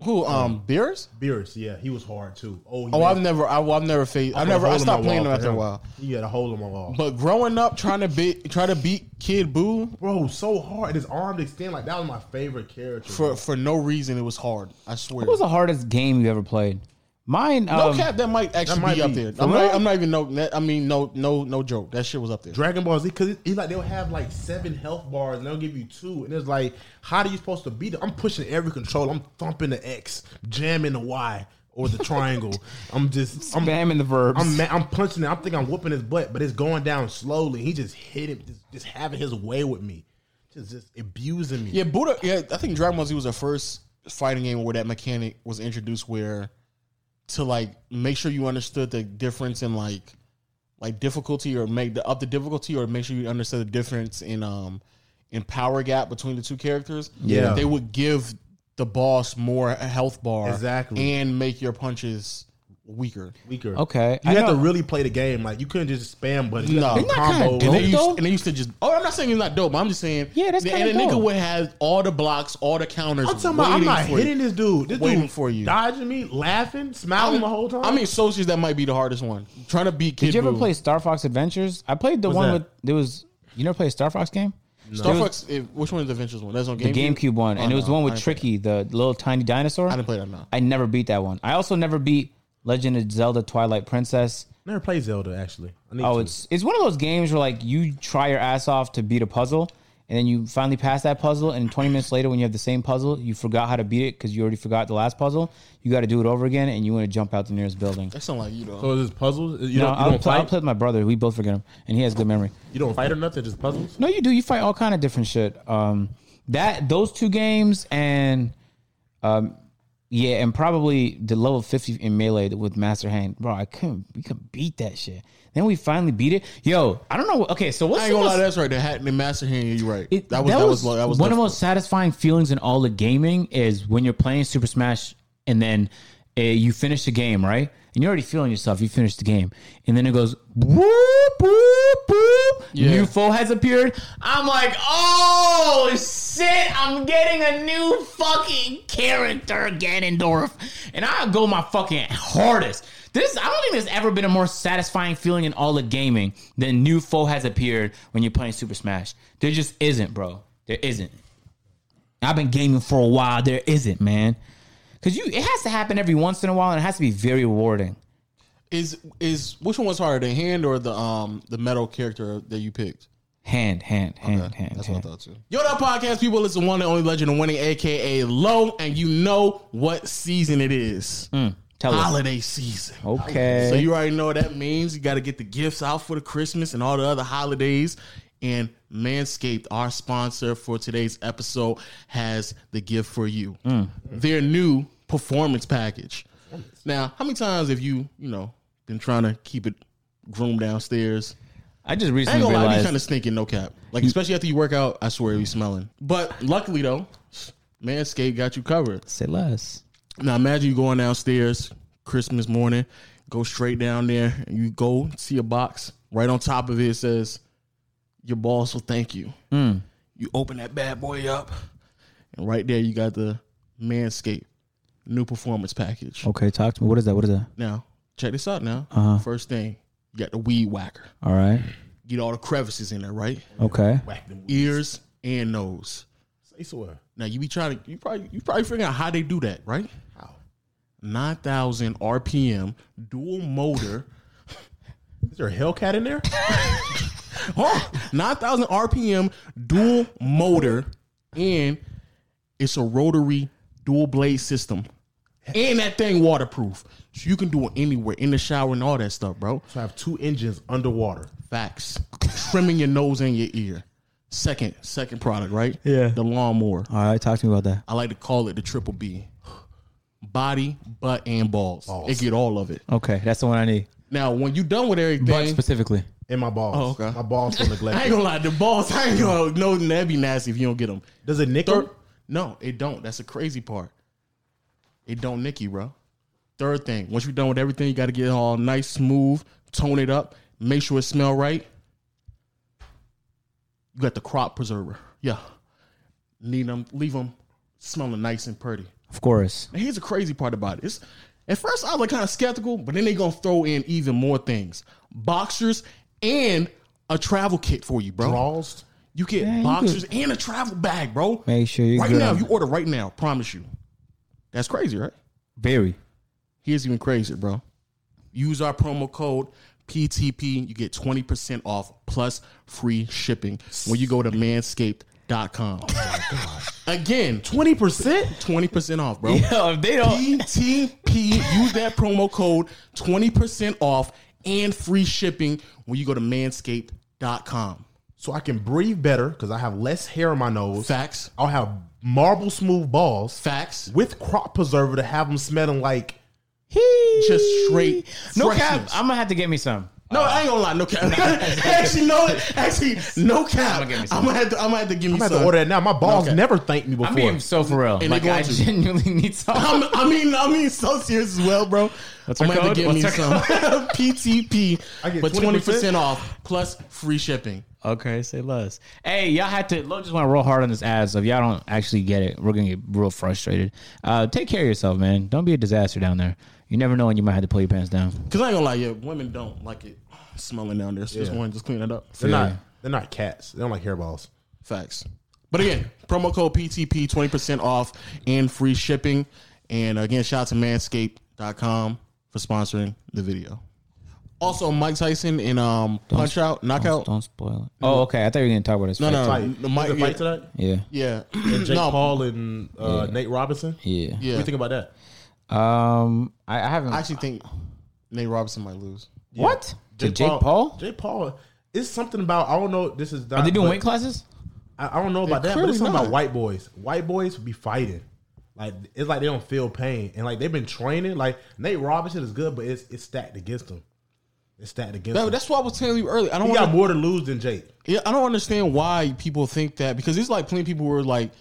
Speaker 4: Who? Um, Beerus?
Speaker 3: Beerus, yeah, he was hard too. Oh,
Speaker 4: Oh, I've never, I, well, I've never faced. I never, I stopped playing them after a while.
Speaker 3: You got a hole in my wall,
Speaker 4: But growing up, trying to be, try to beat Kid Boo
Speaker 3: bro. So hard. His arm to extend like that was my favorite character.
Speaker 4: for
Speaker 3: bro.
Speaker 4: for no reason, it was hard. I swear.
Speaker 2: What was the hardest game you ever played? Mine.
Speaker 4: no
Speaker 2: um,
Speaker 4: cap, that might actually
Speaker 3: might
Speaker 4: be, up
Speaker 3: be.
Speaker 4: there.
Speaker 3: For
Speaker 4: I'm
Speaker 3: real?
Speaker 4: not, I'm not even no. that- I mean, no, no, no joke. That shit was up there.
Speaker 3: Dragon Ball Z, because he's like they'll have like seven health bars and they'll give you two, and it's like, how are you supposed to beat it? I'm pushing every control. I'm thumping the X, jamming the Y or the
Speaker 4: [LAUGHS]
Speaker 3: triangle. I'm just, I'm,
Speaker 2: Spamming the verbs.
Speaker 3: I'm, ma- I'm punching it. I'm thinking I'm whooping his butt, but it's going down slowly. He just hit him, just, just having his way with me, just just abusing me.
Speaker 4: Yeah, Buddha. Yeah, I think Dragon Ball Z was the first fighting game where that mechanic was introduced, where to like make sure you understood the difference in like like difficulty or make the up the difficulty or make sure you understood the difference in um in power gap between the two characters.
Speaker 3: Yeah.
Speaker 4: they would give the boss more a health bar
Speaker 3: Exactly.
Speaker 4: and make your punches weaker.
Speaker 3: Weaker.
Speaker 2: Okay,
Speaker 3: You
Speaker 2: I
Speaker 3: had to
Speaker 2: know.
Speaker 3: really play the game. Like you couldn't just spam buttons. You
Speaker 4: No.
Speaker 3: had to
Speaker 4: Isn't that
Speaker 3: combo.
Speaker 2: kinda
Speaker 4: And they,
Speaker 2: Dope,
Speaker 4: used,
Speaker 2: though?
Speaker 4: and they used to just. Oh, I'm not saying it's not dope. But I'm just saying.
Speaker 2: Yeah, that's
Speaker 4: the- And
Speaker 2: kinda
Speaker 4: the nigga
Speaker 2: dope.
Speaker 4: would have all the blocks, all the counters.
Speaker 3: I'm talking about. I'm
Speaker 4: waiting
Speaker 3: not
Speaker 4: for you.
Speaker 3: hitting this dude. This
Speaker 4: Waiting
Speaker 3: dude
Speaker 4: for you.
Speaker 3: dodging me, laughing, smiling the whole time.
Speaker 4: I mean, Socius, that might be the hardest one. Trying to beat Kid
Speaker 2: Did you ever
Speaker 4: Buu.
Speaker 2: play Star Fox Adventures? I played the one
Speaker 3: that?
Speaker 2: with there was. You never played a Star Fox game?
Speaker 4: Star Fox? eh, which one is the Adventures one? That's on
Speaker 2: The
Speaker 4: GameCube.
Speaker 2: GameCube one,
Speaker 4: Oh,
Speaker 2: and it was
Speaker 4: no,
Speaker 2: the one
Speaker 4: I
Speaker 2: with
Speaker 4: didn't play
Speaker 2: Tricky, the little tiny dinosaur.
Speaker 4: I didn't play that. No.
Speaker 2: I never beat that one. I also never beat Legend of Zelda Twilight Princess.
Speaker 3: Never played Zelda actually. I need
Speaker 2: Oh,
Speaker 3: to.
Speaker 2: it's it's one of those games where like you try your ass off to beat a puzzle, and then you finally pass that puzzle, and 20 minutes later, when you have the same puzzle, you forgot how to beat it because you already forgot the last puzzle. You got to do it over again, and you want to jump out the nearest building.
Speaker 4: That sound like you though.
Speaker 3: so is this puzzles? You
Speaker 2: No,
Speaker 3: don't, you
Speaker 2: I'll,
Speaker 3: don't
Speaker 2: play, I'll
Speaker 3: fight.
Speaker 2: play with my brother. We both forget him, and he has good memory.
Speaker 3: You don't fight or nothing. Just puzzles.
Speaker 2: No, you do. You fight all kind of different shit. Um, that those two games and, um, yeah, and probably the level fifty in melee with Master Hand, bro. I couldn't. We could beat that shit. Then we finally beat it. Yo, I don't know. Okay, so what's
Speaker 4: I ain't gonna
Speaker 2: the
Speaker 4: lie,
Speaker 2: most-
Speaker 4: that's right. The hat, the master hand, you right.
Speaker 2: it-
Speaker 4: that was that was lo- that was
Speaker 2: one of the
Speaker 4: difficult.
Speaker 2: most satisfying feelings in all of gaming is when you're playing Super Smash and then uh, you finish the game, right? And you're already feeling yourself. You finish the game, and then it goes boop boop boop. New foe has appeared. I'm like, oh shit! I'm getting a new fucking character, Ganondorf, and I go my fucking hardest. This I don't think there's ever been a more satisfying feeling in all of gaming than new foe has appeared when you're playing Super Smash. There just isn't, bro. There isn't. I've been gaming for a while. There isn't, man. Cause you, it has to happen every once in a while, and it has to be very rewarding.
Speaker 4: is is which one was harder, the hand or the um the metal character that you picked?
Speaker 2: Hand, hand, hand, hand.
Speaker 4: That's
Speaker 2: hand.
Speaker 4: what I thought too. Yo, that podcast people is the one and only legend of winning, aka Low, and you know what season it is.
Speaker 2: Mm, Tell us.
Speaker 4: Holiday season.
Speaker 2: Okay.
Speaker 4: So you already know what that means. You got to get the gifts out for the Christmas and all the other holidays. And Manscaped, our sponsor for today's episode, has the gift for you. Their new performance package. Now, how many times have you, you know, been trying to keep it groomed downstairs?
Speaker 2: I just
Speaker 4: I ain't
Speaker 2: recently
Speaker 4: gonna lie, you
Speaker 2: realized.
Speaker 4: kind of stinking, no cap. Like especially after you work out, I swear you smelling. But luckily though, Manscaped got you covered.
Speaker 2: say less.
Speaker 4: Now imagine you going downstairs Christmas morning, go straight down there, and you go see a box. Right on top of it says, "Your boss will thank you." You open that bad boy up, and right there you got the Manscaped new performance package.
Speaker 2: Okay, talk to me. What is that? What is that?
Speaker 4: Now check this out. Now
Speaker 2: Oh. Uh-huh.
Speaker 4: first thing, you got the weed whacker.
Speaker 2: All right.
Speaker 4: Get all the crevices in there, right?
Speaker 2: Okay.
Speaker 4: Ears and nose.
Speaker 3: Say swear.
Speaker 4: Now you be trying to you probably you probably figuring out how they do that, right? How? Nine thousand RPM dual motor.
Speaker 3: Is there a Hellcat in there?
Speaker 4: Huh? [LAUGHS] Nine thousand RPM dual motor, and it's a rotary dual blade system. And that thing waterproof, so you can do it anywhere in the shower and all that stuff, bro.
Speaker 3: So I have two engines underwater.
Speaker 4: Facts. Trimming your nose and your ear. Second, second product, right?
Speaker 2: Yeah.
Speaker 4: The lawnmower.
Speaker 2: All right. Talk to me about that.
Speaker 4: I like to call it the triple B. Body, butt, and balls. It get all of it.
Speaker 2: Okay, that's the one I need.
Speaker 4: Now, when you done with
Speaker 2: But
Speaker 4: everything,
Speaker 2: specifically,
Speaker 3: And my balls.
Speaker 4: Oh, okay.
Speaker 3: My balls
Speaker 2: [LAUGHS]
Speaker 3: still
Speaker 4: I
Speaker 3: neglected.
Speaker 4: ain't gonna lie, the balls, [LAUGHS] I ain't gonna no, that'd be nasty if you don't get them.
Speaker 3: Does it nick 'em?
Speaker 4: Third, no, it don't. That's the crazy part. It don't nick you, bro. Third thing, once you're done with everything, you gotta get it all nice, smooth, tone it up, make sure it smell right. You got the crop preserver. Yeah. Need them, leave them smelling nice and pretty.
Speaker 2: of course.
Speaker 4: Now, here's the crazy part about it. It's, at first, I was like, kind of skeptical, but then they gonna throw in even more things: boxers and a travel kit for you, bro.
Speaker 3: Balls.
Speaker 4: You get
Speaker 2: you
Speaker 4: boxers and a travel bag, bro.
Speaker 2: Make sure you
Speaker 4: [LAUGHS] right
Speaker 2: good
Speaker 4: now,
Speaker 2: on-
Speaker 4: you order right now. Promise you. That's crazy, right?
Speaker 2: Very.
Speaker 4: Here's even crazier, bro. Use our promo code PTP. You get 20% off plus free shipping when you go to
Speaker 2: Oh
Speaker 4: manscaped.com. Again, 20%? 20% off, bro.
Speaker 2: Yo, if they don't.
Speaker 4: PTP. Use that promo code 20% off and free shipping when you go to manscaped.com.
Speaker 3: So I can breathe better because I have less hair on my nose.
Speaker 4: Facts.
Speaker 3: I'll have marble smooth balls
Speaker 4: Facts.
Speaker 3: with crop preserver to have them smelling like
Speaker 4: Just straight.
Speaker 2: No cap.
Speaker 4: freshness.
Speaker 2: I'm gonna have to get me some.
Speaker 4: No, I ain't gonna lie. No cap. actually, no. Actually, no cap. I'm
Speaker 2: get me
Speaker 4: gonna,
Speaker 2: some.
Speaker 4: have to. I'm gonna have to give me
Speaker 3: I'm about
Speaker 4: some.
Speaker 3: to order that now. My balls
Speaker 4: Okay.
Speaker 3: never thanked me
Speaker 2: I'm
Speaker 3: before.
Speaker 2: being so for real.
Speaker 4: they
Speaker 2: Like
Speaker 4: going
Speaker 2: I
Speaker 4: to.
Speaker 2: genuinely
Speaker 4: [LAUGHS]
Speaker 2: need some.
Speaker 4: I'm, I mean, I mean, so serious as well, bro.
Speaker 2: our
Speaker 4: I'm gonna have to
Speaker 2: code?
Speaker 4: get me
Speaker 2: What's
Speaker 4: some
Speaker 2: our
Speaker 4: [LAUGHS] PTP,
Speaker 3: I get
Speaker 4: but twenty
Speaker 3: 20%
Speaker 4: percent off plus free shipping.
Speaker 2: Okay, say less. Hey, y'all had to. Lo just went real hard on this ad, so if y'all don't actually get it, we're gonna get real frustrated. Uh, take care of yourself, man. Don't be a disaster down there. You never know when you might have to pull your pants down.
Speaker 4: Cause I ain't gonna lie, yeah, women don't like it smelling down there. So just
Speaker 3: Yeah.
Speaker 4: one, just clean it up.
Speaker 3: they're not. They're not cats. They don't like hair balls.
Speaker 4: Facts. But again, promo code PTP, 20% off and free shipping. And again, shout out to manscaped.com. for sponsoring the video. Also, Mike Tyson in um, Punch Out, Knockout.
Speaker 2: Don't spoil it. Oh, okay. I thought we were gonna talk about this.
Speaker 4: No,
Speaker 2: fight.
Speaker 4: no, no.
Speaker 3: Fight.
Speaker 4: The Mike,
Speaker 3: There's a fight tonight?
Speaker 2: Mm, Yeah,
Speaker 4: yeah,
Speaker 3: And Jake
Speaker 4: no,
Speaker 3: Paul and uh, Nate Robinson.
Speaker 2: yeah.
Speaker 3: What do
Speaker 4: yeah.
Speaker 3: you think about that?
Speaker 2: Um, I, I haven't.
Speaker 4: I actually think Nate Robinson might lose.
Speaker 2: what to Jake Paul?
Speaker 3: Jake Paul. It's something about I don't know. This is not,
Speaker 2: Are they doing
Speaker 3: but-
Speaker 2: weight classes?
Speaker 3: I, I don't know about that, but
Speaker 4: clearly
Speaker 3: it's something
Speaker 4: not.
Speaker 3: about white boys. White boys be fighting. Like it's like they don't feel pain, and like they've been training. Like Nate Robinson is good, but it's it's stacked against him. It's stacked against
Speaker 4: No,
Speaker 3: him.
Speaker 4: that's what I was telling you earlier. I don't
Speaker 3: He got
Speaker 4: want.
Speaker 3: more to lose than Jake.
Speaker 4: Yeah, I don't understand why people think that because it's like plenty of people who are like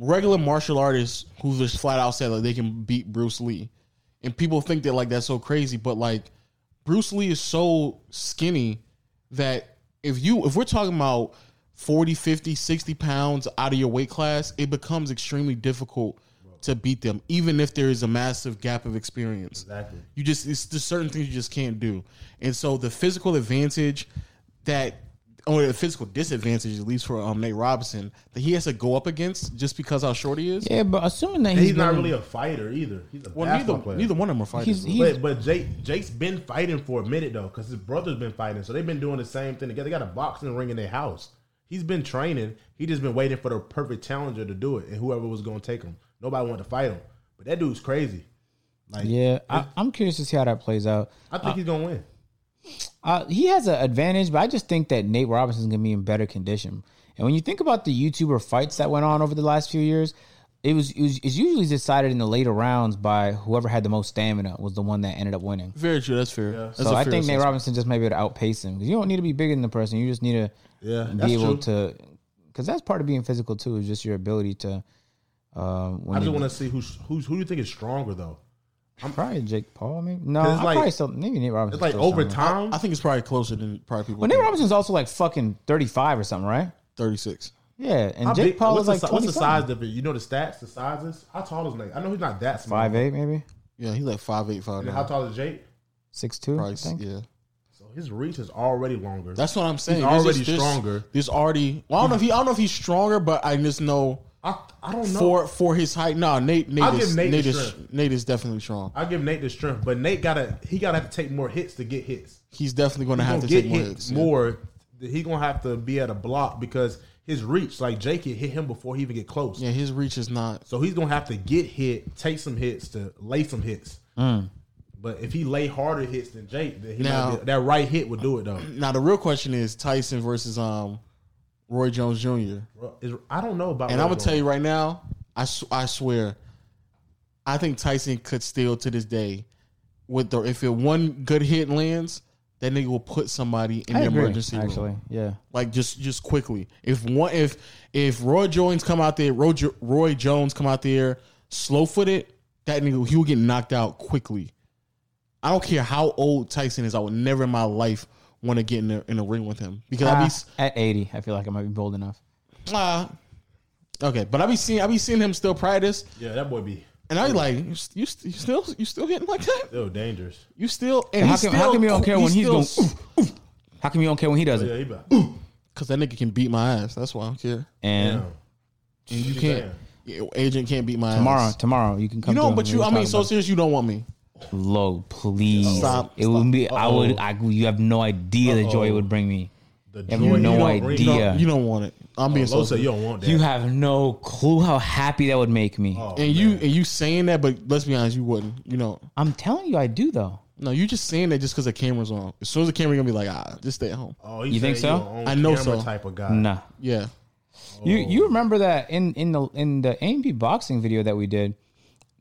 Speaker 4: regular martial artists who just flat out said like they can beat Bruce Lee, and people think that like that's so crazy, but like Bruce Lee is so skinny that if you if we're talking about 40, 50, 60 pounds out of your weight class, it becomes extremely difficult to beat them, even if there is a massive gap of experience.
Speaker 3: Exactly.
Speaker 4: You just it's there's certain things you just can't do. And so the physical advantage that or the physical disadvantage, at least for um, Nate Robinson, that he has to go up against just because how short he is.
Speaker 2: Yeah, but assuming that
Speaker 3: And
Speaker 2: he's,
Speaker 3: he's not
Speaker 2: been-
Speaker 3: really a fighter either. He's a
Speaker 4: Well,
Speaker 3: basketball
Speaker 4: neither
Speaker 3: player.
Speaker 4: neither one of them are fighters.
Speaker 2: He's-
Speaker 4: bro.
Speaker 2: he-
Speaker 3: But but Jake Jake's been fighting for a minute though, because his brother's been fighting, so they've been doing the same thing together. They got a boxing ring in their house. He's been training. He just been waiting for the perfect challenger to do it, and whoever was going to take him. Nobody wanted to fight him, but that dude's crazy. Like,
Speaker 2: Yeah, I, I'm curious to see how that plays out.
Speaker 3: I think he's gonna win.
Speaker 2: Uh, he has an advantage, but I just think that Nate Robinson's gonna be in better condition. And when you think about the YouTuber fights that went on over the last few years, it was, it was it's usually decided in the later rounds by whoever had the most stamina was the one that ended up winning.
Speaker 4: Very true. That's fair. That's
Speaker 2: so
Speaker 4: a
Speaker 2: I
Speaker 4: fair
Speaker 2: think Nate
Speaker 4: assessment.
Speaker 2: Robinson just may be able to outpace him because you don't need to be bigger than the person. You just need to
Speaker 3: Yeah, that's
Speaker 2: be able
Speaker 3: true.
Speaker 2: to because that's part of being physical too is just your ability to. Um, when
Speaker 3: I just
Speaker 2: you-
Speaker 3: want to see who's who's who do you think is stronger though?
Speaker 2: probably Jake Paul maybe no
Speaker 3: It's
Speaker 2: I
Speaker 3: like-
Speaker 2: probably still maybe Nate Robinson
Speaker 3: It's like
Speaker 2: still
Speaker 3: over
Speaker 2: stronger.
Speaker 3: time.
Speaker 4: I think it's probably closer than probably people.
Speaker 2: But Nate
Speaker 4: think.
Speaker 2: Robinson's also like fucking thirty five or something, right?
Speaker 4: 36.
Speaker 2: Yeah, and
Speaker 3: How
Speaker 2: Jake
Speaker 3: big-
Speaker 2: Paul
Speaker 3: what's
Speaker 2: is
Speaker 3: the
Speaker 2: like
Speaker 3: si- what's the size
Speaker 2: size?
Speaker 3: difference? You know the stats, the sizes. How tall is Nate? I know he's not that small.
Speaker 2: Five eight, maybe
Speaker 4: Yeah, he's like five eight five.
Speaker 3: And how tall is Jake?
Speaker 2: six two. I
Speaker 4: Price,
Speaker 2: think.
Speaker 4: yeah.
Speaker 3: So his reach is already longer.
Speaker 4: That's what I'm saying.
Speaker 3: He's
Speaker 4: There's
Speaker 3: already
Speaker 4: just- there's-
Speaker 3: stronger.
Speaker 4: There's already. Well, I don't know if he. I don't know if he's stronger, but I just know
Speaker 3: I, I don't know.
Speaker 4: for for his height. Nah, Nate. Nate
Speaker 3: I'll
Speaker 4: is,
Speaker 3: give
Speaker 4: Nate,
Speaker 3: Nate the
Speaker 4: is Nate is definitely strong.
Speaker 3: I give Nate the strength, but Nate gotta he gotta have to take more hits to get hits.
Speaker 4: He's definitely going to
Speaker 3: He's
Speaker 4: have
Speaker 3: gonna get
Speaker 4: to take more
Speaker 3: hits
Speaker 4: hits. yeah.
Speaker 3: more. He gonna have to be at a block because his reach, like Jake, could hit him before he even get close.
Speaker 4: Yeah, his reach is not.
Speaker 3: So he's gonna have to get hit, take some hits to lay some hits. But if he lay harder hits than Jake, then he
Speaker 4: Mm. Now-
Speaker 3: might be, that right hit would do it though.
Speaker 4: Now the real question is Tyson versus um Roy Jones Jr. And
Speaker 3: Bro, is- I don't know about.
Speaker 4: I'm gonna tell you right now, I s- I swear, I think Tyson could still to this day with the if it one good hit lands, that nigga will put somebody in
Speaker 2: I
Speaker 4: the
Speaker 2: agree,
Speaker 4: emergency room.
Speaker 2: actually, yeah.
Speaker 4: like just just quickly. If one if if Roy Jones come out there, Roy, Jo- Roy Jones come out there slow footed, that nigga he will get knocked out quickly. I don't care how old Tyson is. I would never in my life want to get in a, in a ring with him because I
Speaker 2: Ah,
Speaker 4: be s-
Speaker 2: at eighty, I feel like I might be bold enough.
Speaker 4: ah, okay, but I be seeing I be seeing him still practice,
Speaker 3: Yeah, that boy be
Speaker 4: and I be like, you, st- you, st- you still you still hitting like that?
Speaker 3: still dangerous.
Speaker 4: You still and
Speaker 2: How
Speaker 4: he's
Speaker 2: come-
Speaker 4: still,
Speaker 2: how come you don't care when he's
Speaker 4: still-
Speaker 2: going, How come you don't care when he does
Speaker 3: Yeah,
Speaker 2: it?
Speaker 3: he about.
Speaker 4: Cause that nigga can beat my ass. That's why I don't care.
Speaker 2: And
Speaker 3: Damn.
Speaker 4: And you can't. Agent can't beat my
Speaker 2: tomorrow,
Speaker 4: ass.
Speaker 2: tomorrow you can come.
Speaker 4: You
Speaker 2: through
Speaker 4: know,
Speaker 2: and
Speaker 4: but
Speaker 2: we
Speaker 4: you.
Speaker 2: can
Speaker 4: I mean,
Speaker 2: talk
Speaker 4: so
Speaker 2: about it.
Speaker 4: serious. You don't want me.
Speaker 2: low, please.
Speaker 4: Stop,
Speaker 2: It would be. I would. I, you have no idea the joy it would bring me.
Speaker 3: The
Speaker 2: You have no
Speaker 3: don't ring-
Speaker 2: idea.
Speaker 4: You don't want it. I'm being
Speaker 3: Low
Speaker 4: so
Speaker 3: said
Speaker 4: serious.
Speaker 3: you don't want that.
Speaker 2: You have no clue how happy that would make me.
Speaker 3: Oh,
Speaker 4: And you and you saying that, but let's be honest, you wouldn't. You know,
Speaker 2: I'm telling you, I do though.
Speaker 4: no, you just saying that just because the camera's on. As soon as the camera gonna be like, ah, just stay at home.
Speaker 3: oh, he
Speaker 2: You think
Speaker 3: saying
Speaker 2: so?
Speaker 3: you a
Speaker 4: I know
Speaker 3: on-camera
Speaker 4: so.
Speaker 3: Type of guy.
Speaker 2: Nah.
Speaker 4: Yeah,
Speaker 2: You
Speaker 4: Oh.
Speaker 2: you remember that in in the in the AMP boxing video that we did,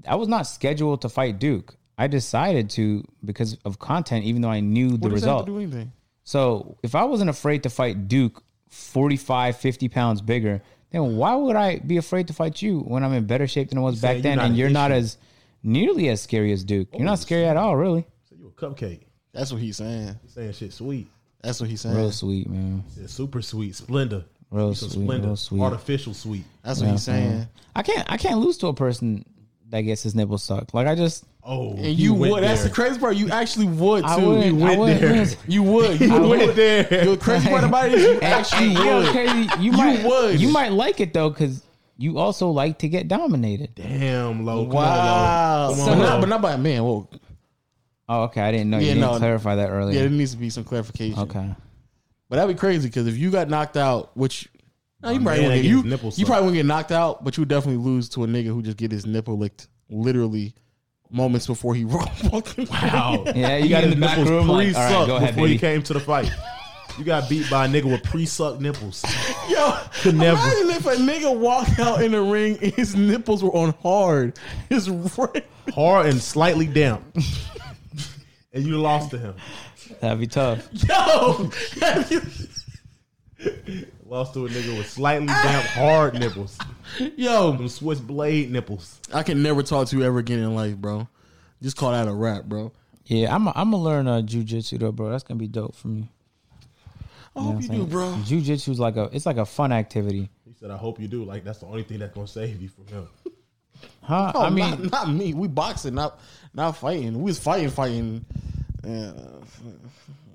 Speaker 2: I was not scheduled to fight Duke. I decided to because of content, even though I knew the
Speaker 4: What does that have
Speaker 2: result.
Speaker 4: to do anything?
Speaker 2: So if I wasn't afraid to fight Duke 45, 50 pounds bigger, then why would I be afraid to fight you when I'm in better shape than I was back
Speaker 3: you're
Speaker 2: then
Speaker 3: not
Speaker 2: and
Speaker 3: an
Speaker 2: you're not
Speaker 3: issue.
Speaker 2: as nearly as scary as Duke? You're
Speaker 4: Oh,
Speaker 2: not scary at all, really.
Speaker 3: So you a cupcake.
Speaker 4: That's what he's saying.
Speaker 3: Saying shit sweet.
Speaker 4: That's what he's saying.
Speaker 2: Real sweet, man.
Speaker 3: It's super sweet. Splendor.
Speaker 2: Real
Speaker 3: Need some
Speaker 2: sweet, real sweet.
Speaker 3: Artificial sweet.
Speaker 4: That's what he's saying.
Speaker 2: I can't I can't lose to a person that gets his nipple sucked. Like I just
Speaker 3: Oh,
Speaker 4: And you would. That's the crazy part. You actually would too.
Speaker 2: I would
Speaker 4: You
Speaker 2: I
Speaker 4: would.
Speaker 2: would
Speaker 3: there.
Speaker 4: [LAUGHS] You would. You would.
Speaker 3: went there.
Speaker 4: The crazy part about it is you [LAUGHS] actually
Speaker 2: You know,
Speaker 4: would.
Speaker 2: crazy. You, might
Speaker 4: would.
Speaker 2: you might like it though because you also like to get dominated.
Speaker 3: Damn, low.
Speaker 4: Wow.
Speaker 3: Come on, Lo. Come
Speaker 4: But
Speaker 3: on,
Speaker 4: not,
Speaker 3: Lo.
Speaker 4: but not by a man. Whoa.
Speaker 2: Oh, okay. I didn't know.
Speaker 4: Yeah,
Speaker 2: you didn't
Speaker 4: no.
Speaker 2: clarify that
Speaker 4: Yeah, there
Speaker 2: earlier.
Speaker 4: needs to be some clarification.
Speaker 2: okay.
Speaker 4: But that'd be crazy because if you got knocked out, which no, you probably
Speaker 3: man,
Speaker 4: won't
Speaker 3: that
Speaker 4: get,
Speaker 3: get
Speaker 4: you,
Speaker 3: his nipple
Speaker 4: you
Speaker 3: sucked.
Speaker 4: probably won't get knocked out, but you definitely lose to a nigga who just get his nipple licked literally moments before he [LAUGHS] walked.
Speaker 3: Wow.
Speaker 2: [LAUGHS] Yeah, you got in the back
Speaker 3: nipples
Speaker 2: room. Like,
Speaker 3: pre-sucked
Speaker 2: All right, go ahead,
Speaker 3: before you
Speaker 2: baby.
Speaker 3: came to the
Speaker 2: [LAUGHS]
Speaker 3: fight. You got beat by a nigga with pre-sucked nipples.
Speaker 4: Yo,
Speaker 3: Could never.
Speaker 4: imagine if a nigga walked out in the ring and his nipples were on hard. His ring.
Speaker 3: Hard and slightly
Speaker 2: [LAUGHS]
Speaker 3: damp. and you lost to him.
Speaker 2: That'd be tough.
Speaker 4: [LAUGHS] Yo, have you,
Speaker 3: Lost to a nigga with slightly damp hard nipples.
Speaker 4: yo,
Speaker 3: Them Swiss blade nipples.
Speaker 4: I can never talk to you ever again in life, bro. Just call that a rap, bro.
Speaker 2: Yeah, I'm. i I'm gonna learn uh, jujitsu though, bro. That's gonna be dope for me.
Speaker 4: I hope you do, bro.
Speaker 2: Jujitsu is like a. It's like a fun activity.
Speaker 3: He said, I hope you do. Like, that's the only thing that's going to save you from him.
Speaker 2: Huh?
Speaker 4: [LAUGHS] Oh,
Speaker 2: I mean,
Speaker 4: not, not me. We boxing, not not fighting. We was fighting, fighting. Yeah,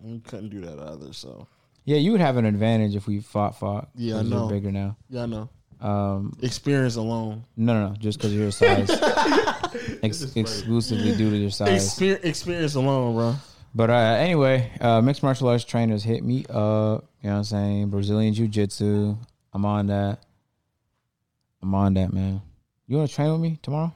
Speaker 4: we couldn't do that either. So
Speaker 2: yeah, you would have an advantage if we fought, fought.
Speaker 4: Yeah, I
Speaker 2: 'cause you're
Speaker 4: know.
Speaker 2: Bigger now.
Speaker 4: yeah, I know.
Speaker 2: Um,
Speaker 4: Experience alone.
Speaker 2: no, no, no. Just because you're your
Speaker 4: [LAUGHS]
Speaker 2: size, Ex- exclusively due to your size.
Speaker 4: Exper- experience alone, bro.
Speaker 2: But uh, anyway, uh, mixed martial arts trainers hit me up. You know what I'm saying? Brazilian Jiu Jitsu. I'm on that. I'm on that, man. You want to train with me tomorrow?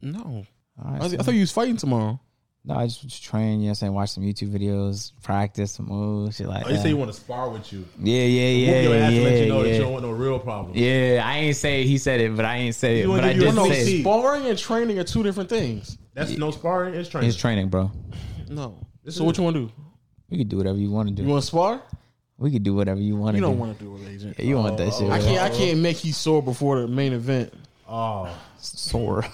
Speaker 4: No,
Speaker 2: All right.
Speaker 4: I,
Speaker 2: so-
Speaker 4: th- I thought you was fighting tomorrow.
Speaker 2: no, I just was train, you know what I'm saying? Watch some YouTube videos, practice some moves, shit like
Speaker 3: Oh,
Speaker 2: that.
Speaker 3: you say you want to spar with you.
Speaker 2: yeah, yeah, yeah.
Speaker 3: Whoop your ass
Speaker 2: yeah,
Speaker 3: and let you know that
Speaker 2: yeah.
Speaker 3: you don't want no real problem.
Speaker 2: Yeah, I ain't say he said it, but I ain't say it.
Speaker 3: You wanna
Speaker 2: But I
Speaker 3: give you
Speaker 2: did
Speaker 3: a no
Speaker 2: say
Speaker 3: seat.
Speaker 2: it.
Speaker 4: Sparring and training are two different things.
Speaker 3: That's no sparring. It's training.
Speaker 2: It's training, bro.
Speaker 4: No. so what you want to do?
Speaker 2: We could do whatever you want to do.
Speaker 4: You want to spar?
Speaker 2: we could do whatever you want to
Speaker 4: You
Speaker 2: do.
Speaker 4: don't want to do it, agent.
Speaker 2: Yeah, you want that shit.
Speaker 4: I
Speaker 2: right?
Speaker 4: can't. I can't make you sore before the main event.
Speaker 3: oh,
Speaker 2: Sore.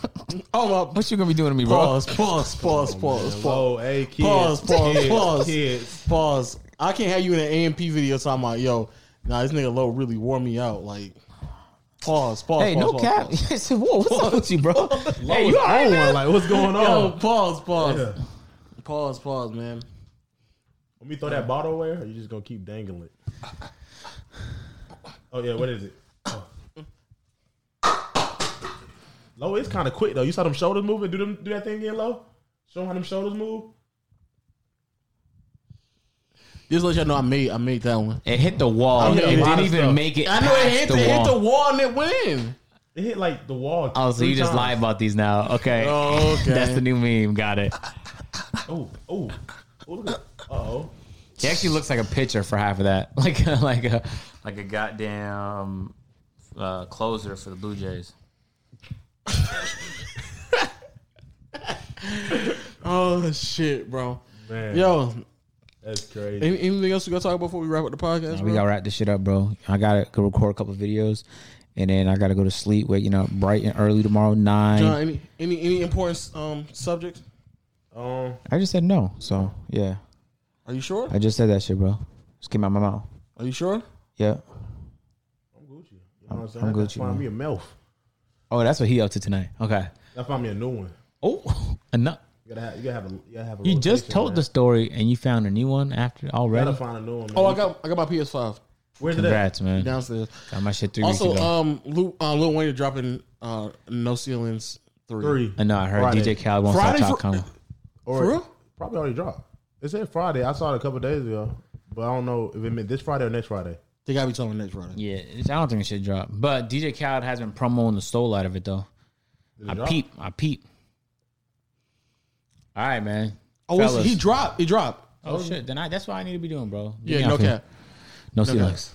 Speaker 2: [LAUGHS]
Speaker 4: Oh my.
Speaker 2: what you gonna be doing to me, bro?
Speaker 4: Pause. Pause. Pause. Pause. Pause.
Speaker 3: whoa, hey, kids.
Speaker 4: Pause, pause,
Speaker 3: kids,
Speaker 4: pause.
Speaker 3: Kids.
Speaker 4: Pause. I can't have you in an AMP video talking about yo. Nah, this nigga low really wore me out. Like, pause, pause.
Speaker 2: Hey,
Speaker 4: pause,
Speaker 2: no
Speaker 4: pause,
Speaker 2: cap. [LAUGHS]
Speaker 4: Pause.
Speaker 2: Whoa, what's up with you, [LAUGHS] bro? hey,
Speaker 3: What's
Speaker 2: you all right,
Speaker 3: on?
Speaker 2: man?
Speaker 3: Like, what's
Speaker 2: [LAUGHS]
Speaker 3: going
Speaker 4: Yo,
Speaker 3: on?
Speaker 4: pause, pause,
Speaker 3: Yeah.
Speaker 4: pause, pause, man.
Speaker 3: Let me throw that bottle away, or you just gonna keep dangling it? Oh yeah, what is it? Oh. Low is kind of quick though. You saw them shoulders moving. Do them do that thing again, low. Show 'em how them shoulders move.
Speaker 4: Just let y'all know I made, I made that one.
Speaker 2: It hit the wall.
Speaker 3: I
Speaker 2: it
Speaker 3: hit a lot
Speaker 2: didn't
Speaker 3: of
Speaker 2: even
Speaker 3: stuff.
Speaker 2: make it.
Speaker 4: I know it
Speaker 2: past
Speaker 4: hit the, hit the
Speaker 2: wall.
Speaker 4: wall and it went.
Speaker 3: It hit like the wall.
Speaker 2: Oh, so
Speaker 3: three
Speaker 2: you just
Speaker 3: times.
Speaker 2: lie about these now? Okay,
Speaker 4: Oh, Okay,
Speaker 2: that's the new meme. Got it.
Speaker 3: Oh, oh, oh, look at. Uh oh.
Speaker 2: He actually looks like a pitcher for half of that. [LAUGHS] Like a, like uh, a like a goddamn uh, closer for the Blue Jays.
Speaker 4: oh shit, bro.
Speaker 3: Man,
Speaker 4: Yo,
Speaker 3: that's crazy.
Speaker 4: any- anything else we gotta talk about before we wrap up the podcast?
Speaker 2: we
Speaker 4: bro?
Speaker 2: gotta wrap this shit up, bro. I gotta go record a couple videos, and then I gotta go to sleep. Wait, you know, bright and early tomorrow nine.
Speaker 4: John, any any any important um subjects?
Speaker 3: Um,
Speaker 2: I just said no, so yeah,
Speaker 4: Are you sure?
Speaker 2: I just said that shit, bro. Just came out my mouth.
Speaker 4: Are you sure?
Speaker 2: Yeah.
Speaker 3: I'm Gucci. You know what I'm saying?
Speaker 2: I'm
Speaker 3: I gotta
Speaker 2: Gucci,
Speaker 3: Find
Speaker 2: man.
Speaker 3: me a mouth.
Speaker 2: Oh, that's what he up to tonight. Okay.
Speaker 3: I find me a new one.
Speaker 2: Oh, [LAUGHS] enough.
Speaker 3: You gotta have. You gotta have a. You gotta have a
Speaker 2: You just
Speaker 3: rotation,
Speaker 2: told
Speaker 3: man.
Speaker 2: the story and you found a new one after
Speaker 3: You
Speaker 2: already.
Speaker 3: gotta find a new one. Man.
Speaker 4: Oh, I got I got my PS Five
Speaker 3: Where's it at?
Speaker 2: Congrats, man.
Speaker 4: downstairs.
Speaker 2: Got my shit three
Speaker 4: Also,
Speaker 2: weeks ago.
Speaker 4: um, Lil, uh, Lil Wayne dropping uh, No Ceilings three.
Speaker 3: Three.
Speaker 2: I know. I heard
Speaker 3: Friday.
Speaker 2: DJ Khaled won't stop
Speaker 4: Friday
Speaker 2: y'all
Speaker 4: for-
Speaker 2: coming.
Speaker 3: Or
Speaker 4: For real?
Speaker 3: Probably already dropped. It said Friday. I saw it a couple days ago, but I don't know if it meant this Friday or next Friday.
Speaker 4: They gotta be telling next Friday.
Speaker 2: Yeah, it's- I don't think it should drop. But DJ Khaled has been promoting the soul out of it though.
Speaker 3: Did it
Speaker 2: I
Speaker 3: drop?
Speaker 2: peep. I peep. All right, man.
Speaker 4: Oh, it's-
Speaker 2: Fellas.
Speaker 4: he dropped. He dropped.
Speaker 2: Oh shit! Then I, that's what I need to be doing, bro.
Speaker 4: Yeah,
Speaker 2: Get me
Speaker 4: no
Speaker 2: out here.
Speaker 4: cap.
Speaker 2: No ceilings.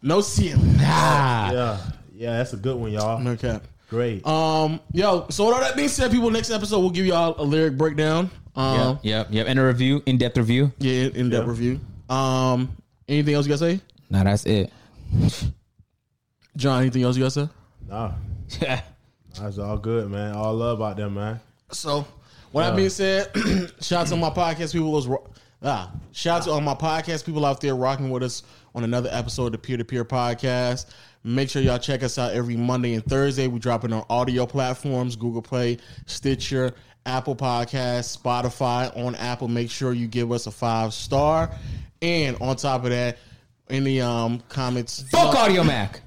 Speaker 4: No Ceilings.
Speaker 2: Ah,
Speaker 3: Yeah, yeah, that's a good one, y'all.
Speaker 4: No cap.
Speaker 3: Great.
Speaker 2: Uh,
Speaker 4: Um, yo. So with all that being said, people, next episode we'll give y'all a lyric breakdown. Um,
Speaker 2: yep, yep, yep. And a review, in depth review.
Speaker 4: yeah, in depth review. Um, anything else you gotta say,
Speaker 2: Nah, that's it. [LAUGHS]
Speaker 4: John? Anything else you gotta say?
Speaker 3: Nah, that's all good, man. All love out there, man.
Speaker 4: So, with that being said, [CLEARS THROAT] shout out to my podcast people. Those ro- ah, shout out to all my podcast people out there rocking with us on another episode of the Peer to Peer Podcast. Make sure y'all check us out every Monday and Thursday. We drop it on audio platforms: Google Play, Stitcher, Apple Podcasts, Spotify. On Apple, make sure you give us a five star. And on top of that, any um comments,
Speaker 2: Fuck Audio Mac.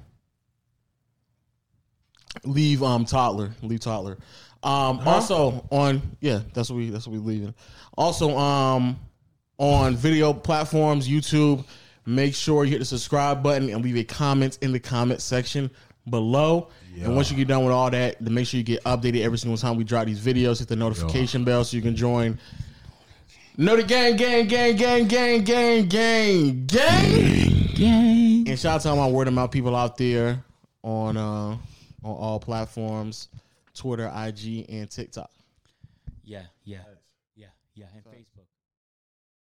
Speaker 4: leave um toddler, leave toddler. Um, Also on yeah, that's what we that's what we leaving. Also um, on video platforms, YouTube. Make sure you hit the subscribe button and leave a comment in the comment section below. And once you get done with all that, then make sure you get updated every single time we drop these videos. Hit the notification bell so you can join. Know the gang, gang, gang, gang, gang, gang, gang, gang.
Speaker 2: Gang.
Speaker 4: And shout out to all my word of mouth people out there on uh, on all platforms, Twitter, IG, and TikTok.
Speaker 2: Yeah, yeah, yeah, yeah, and Facebook.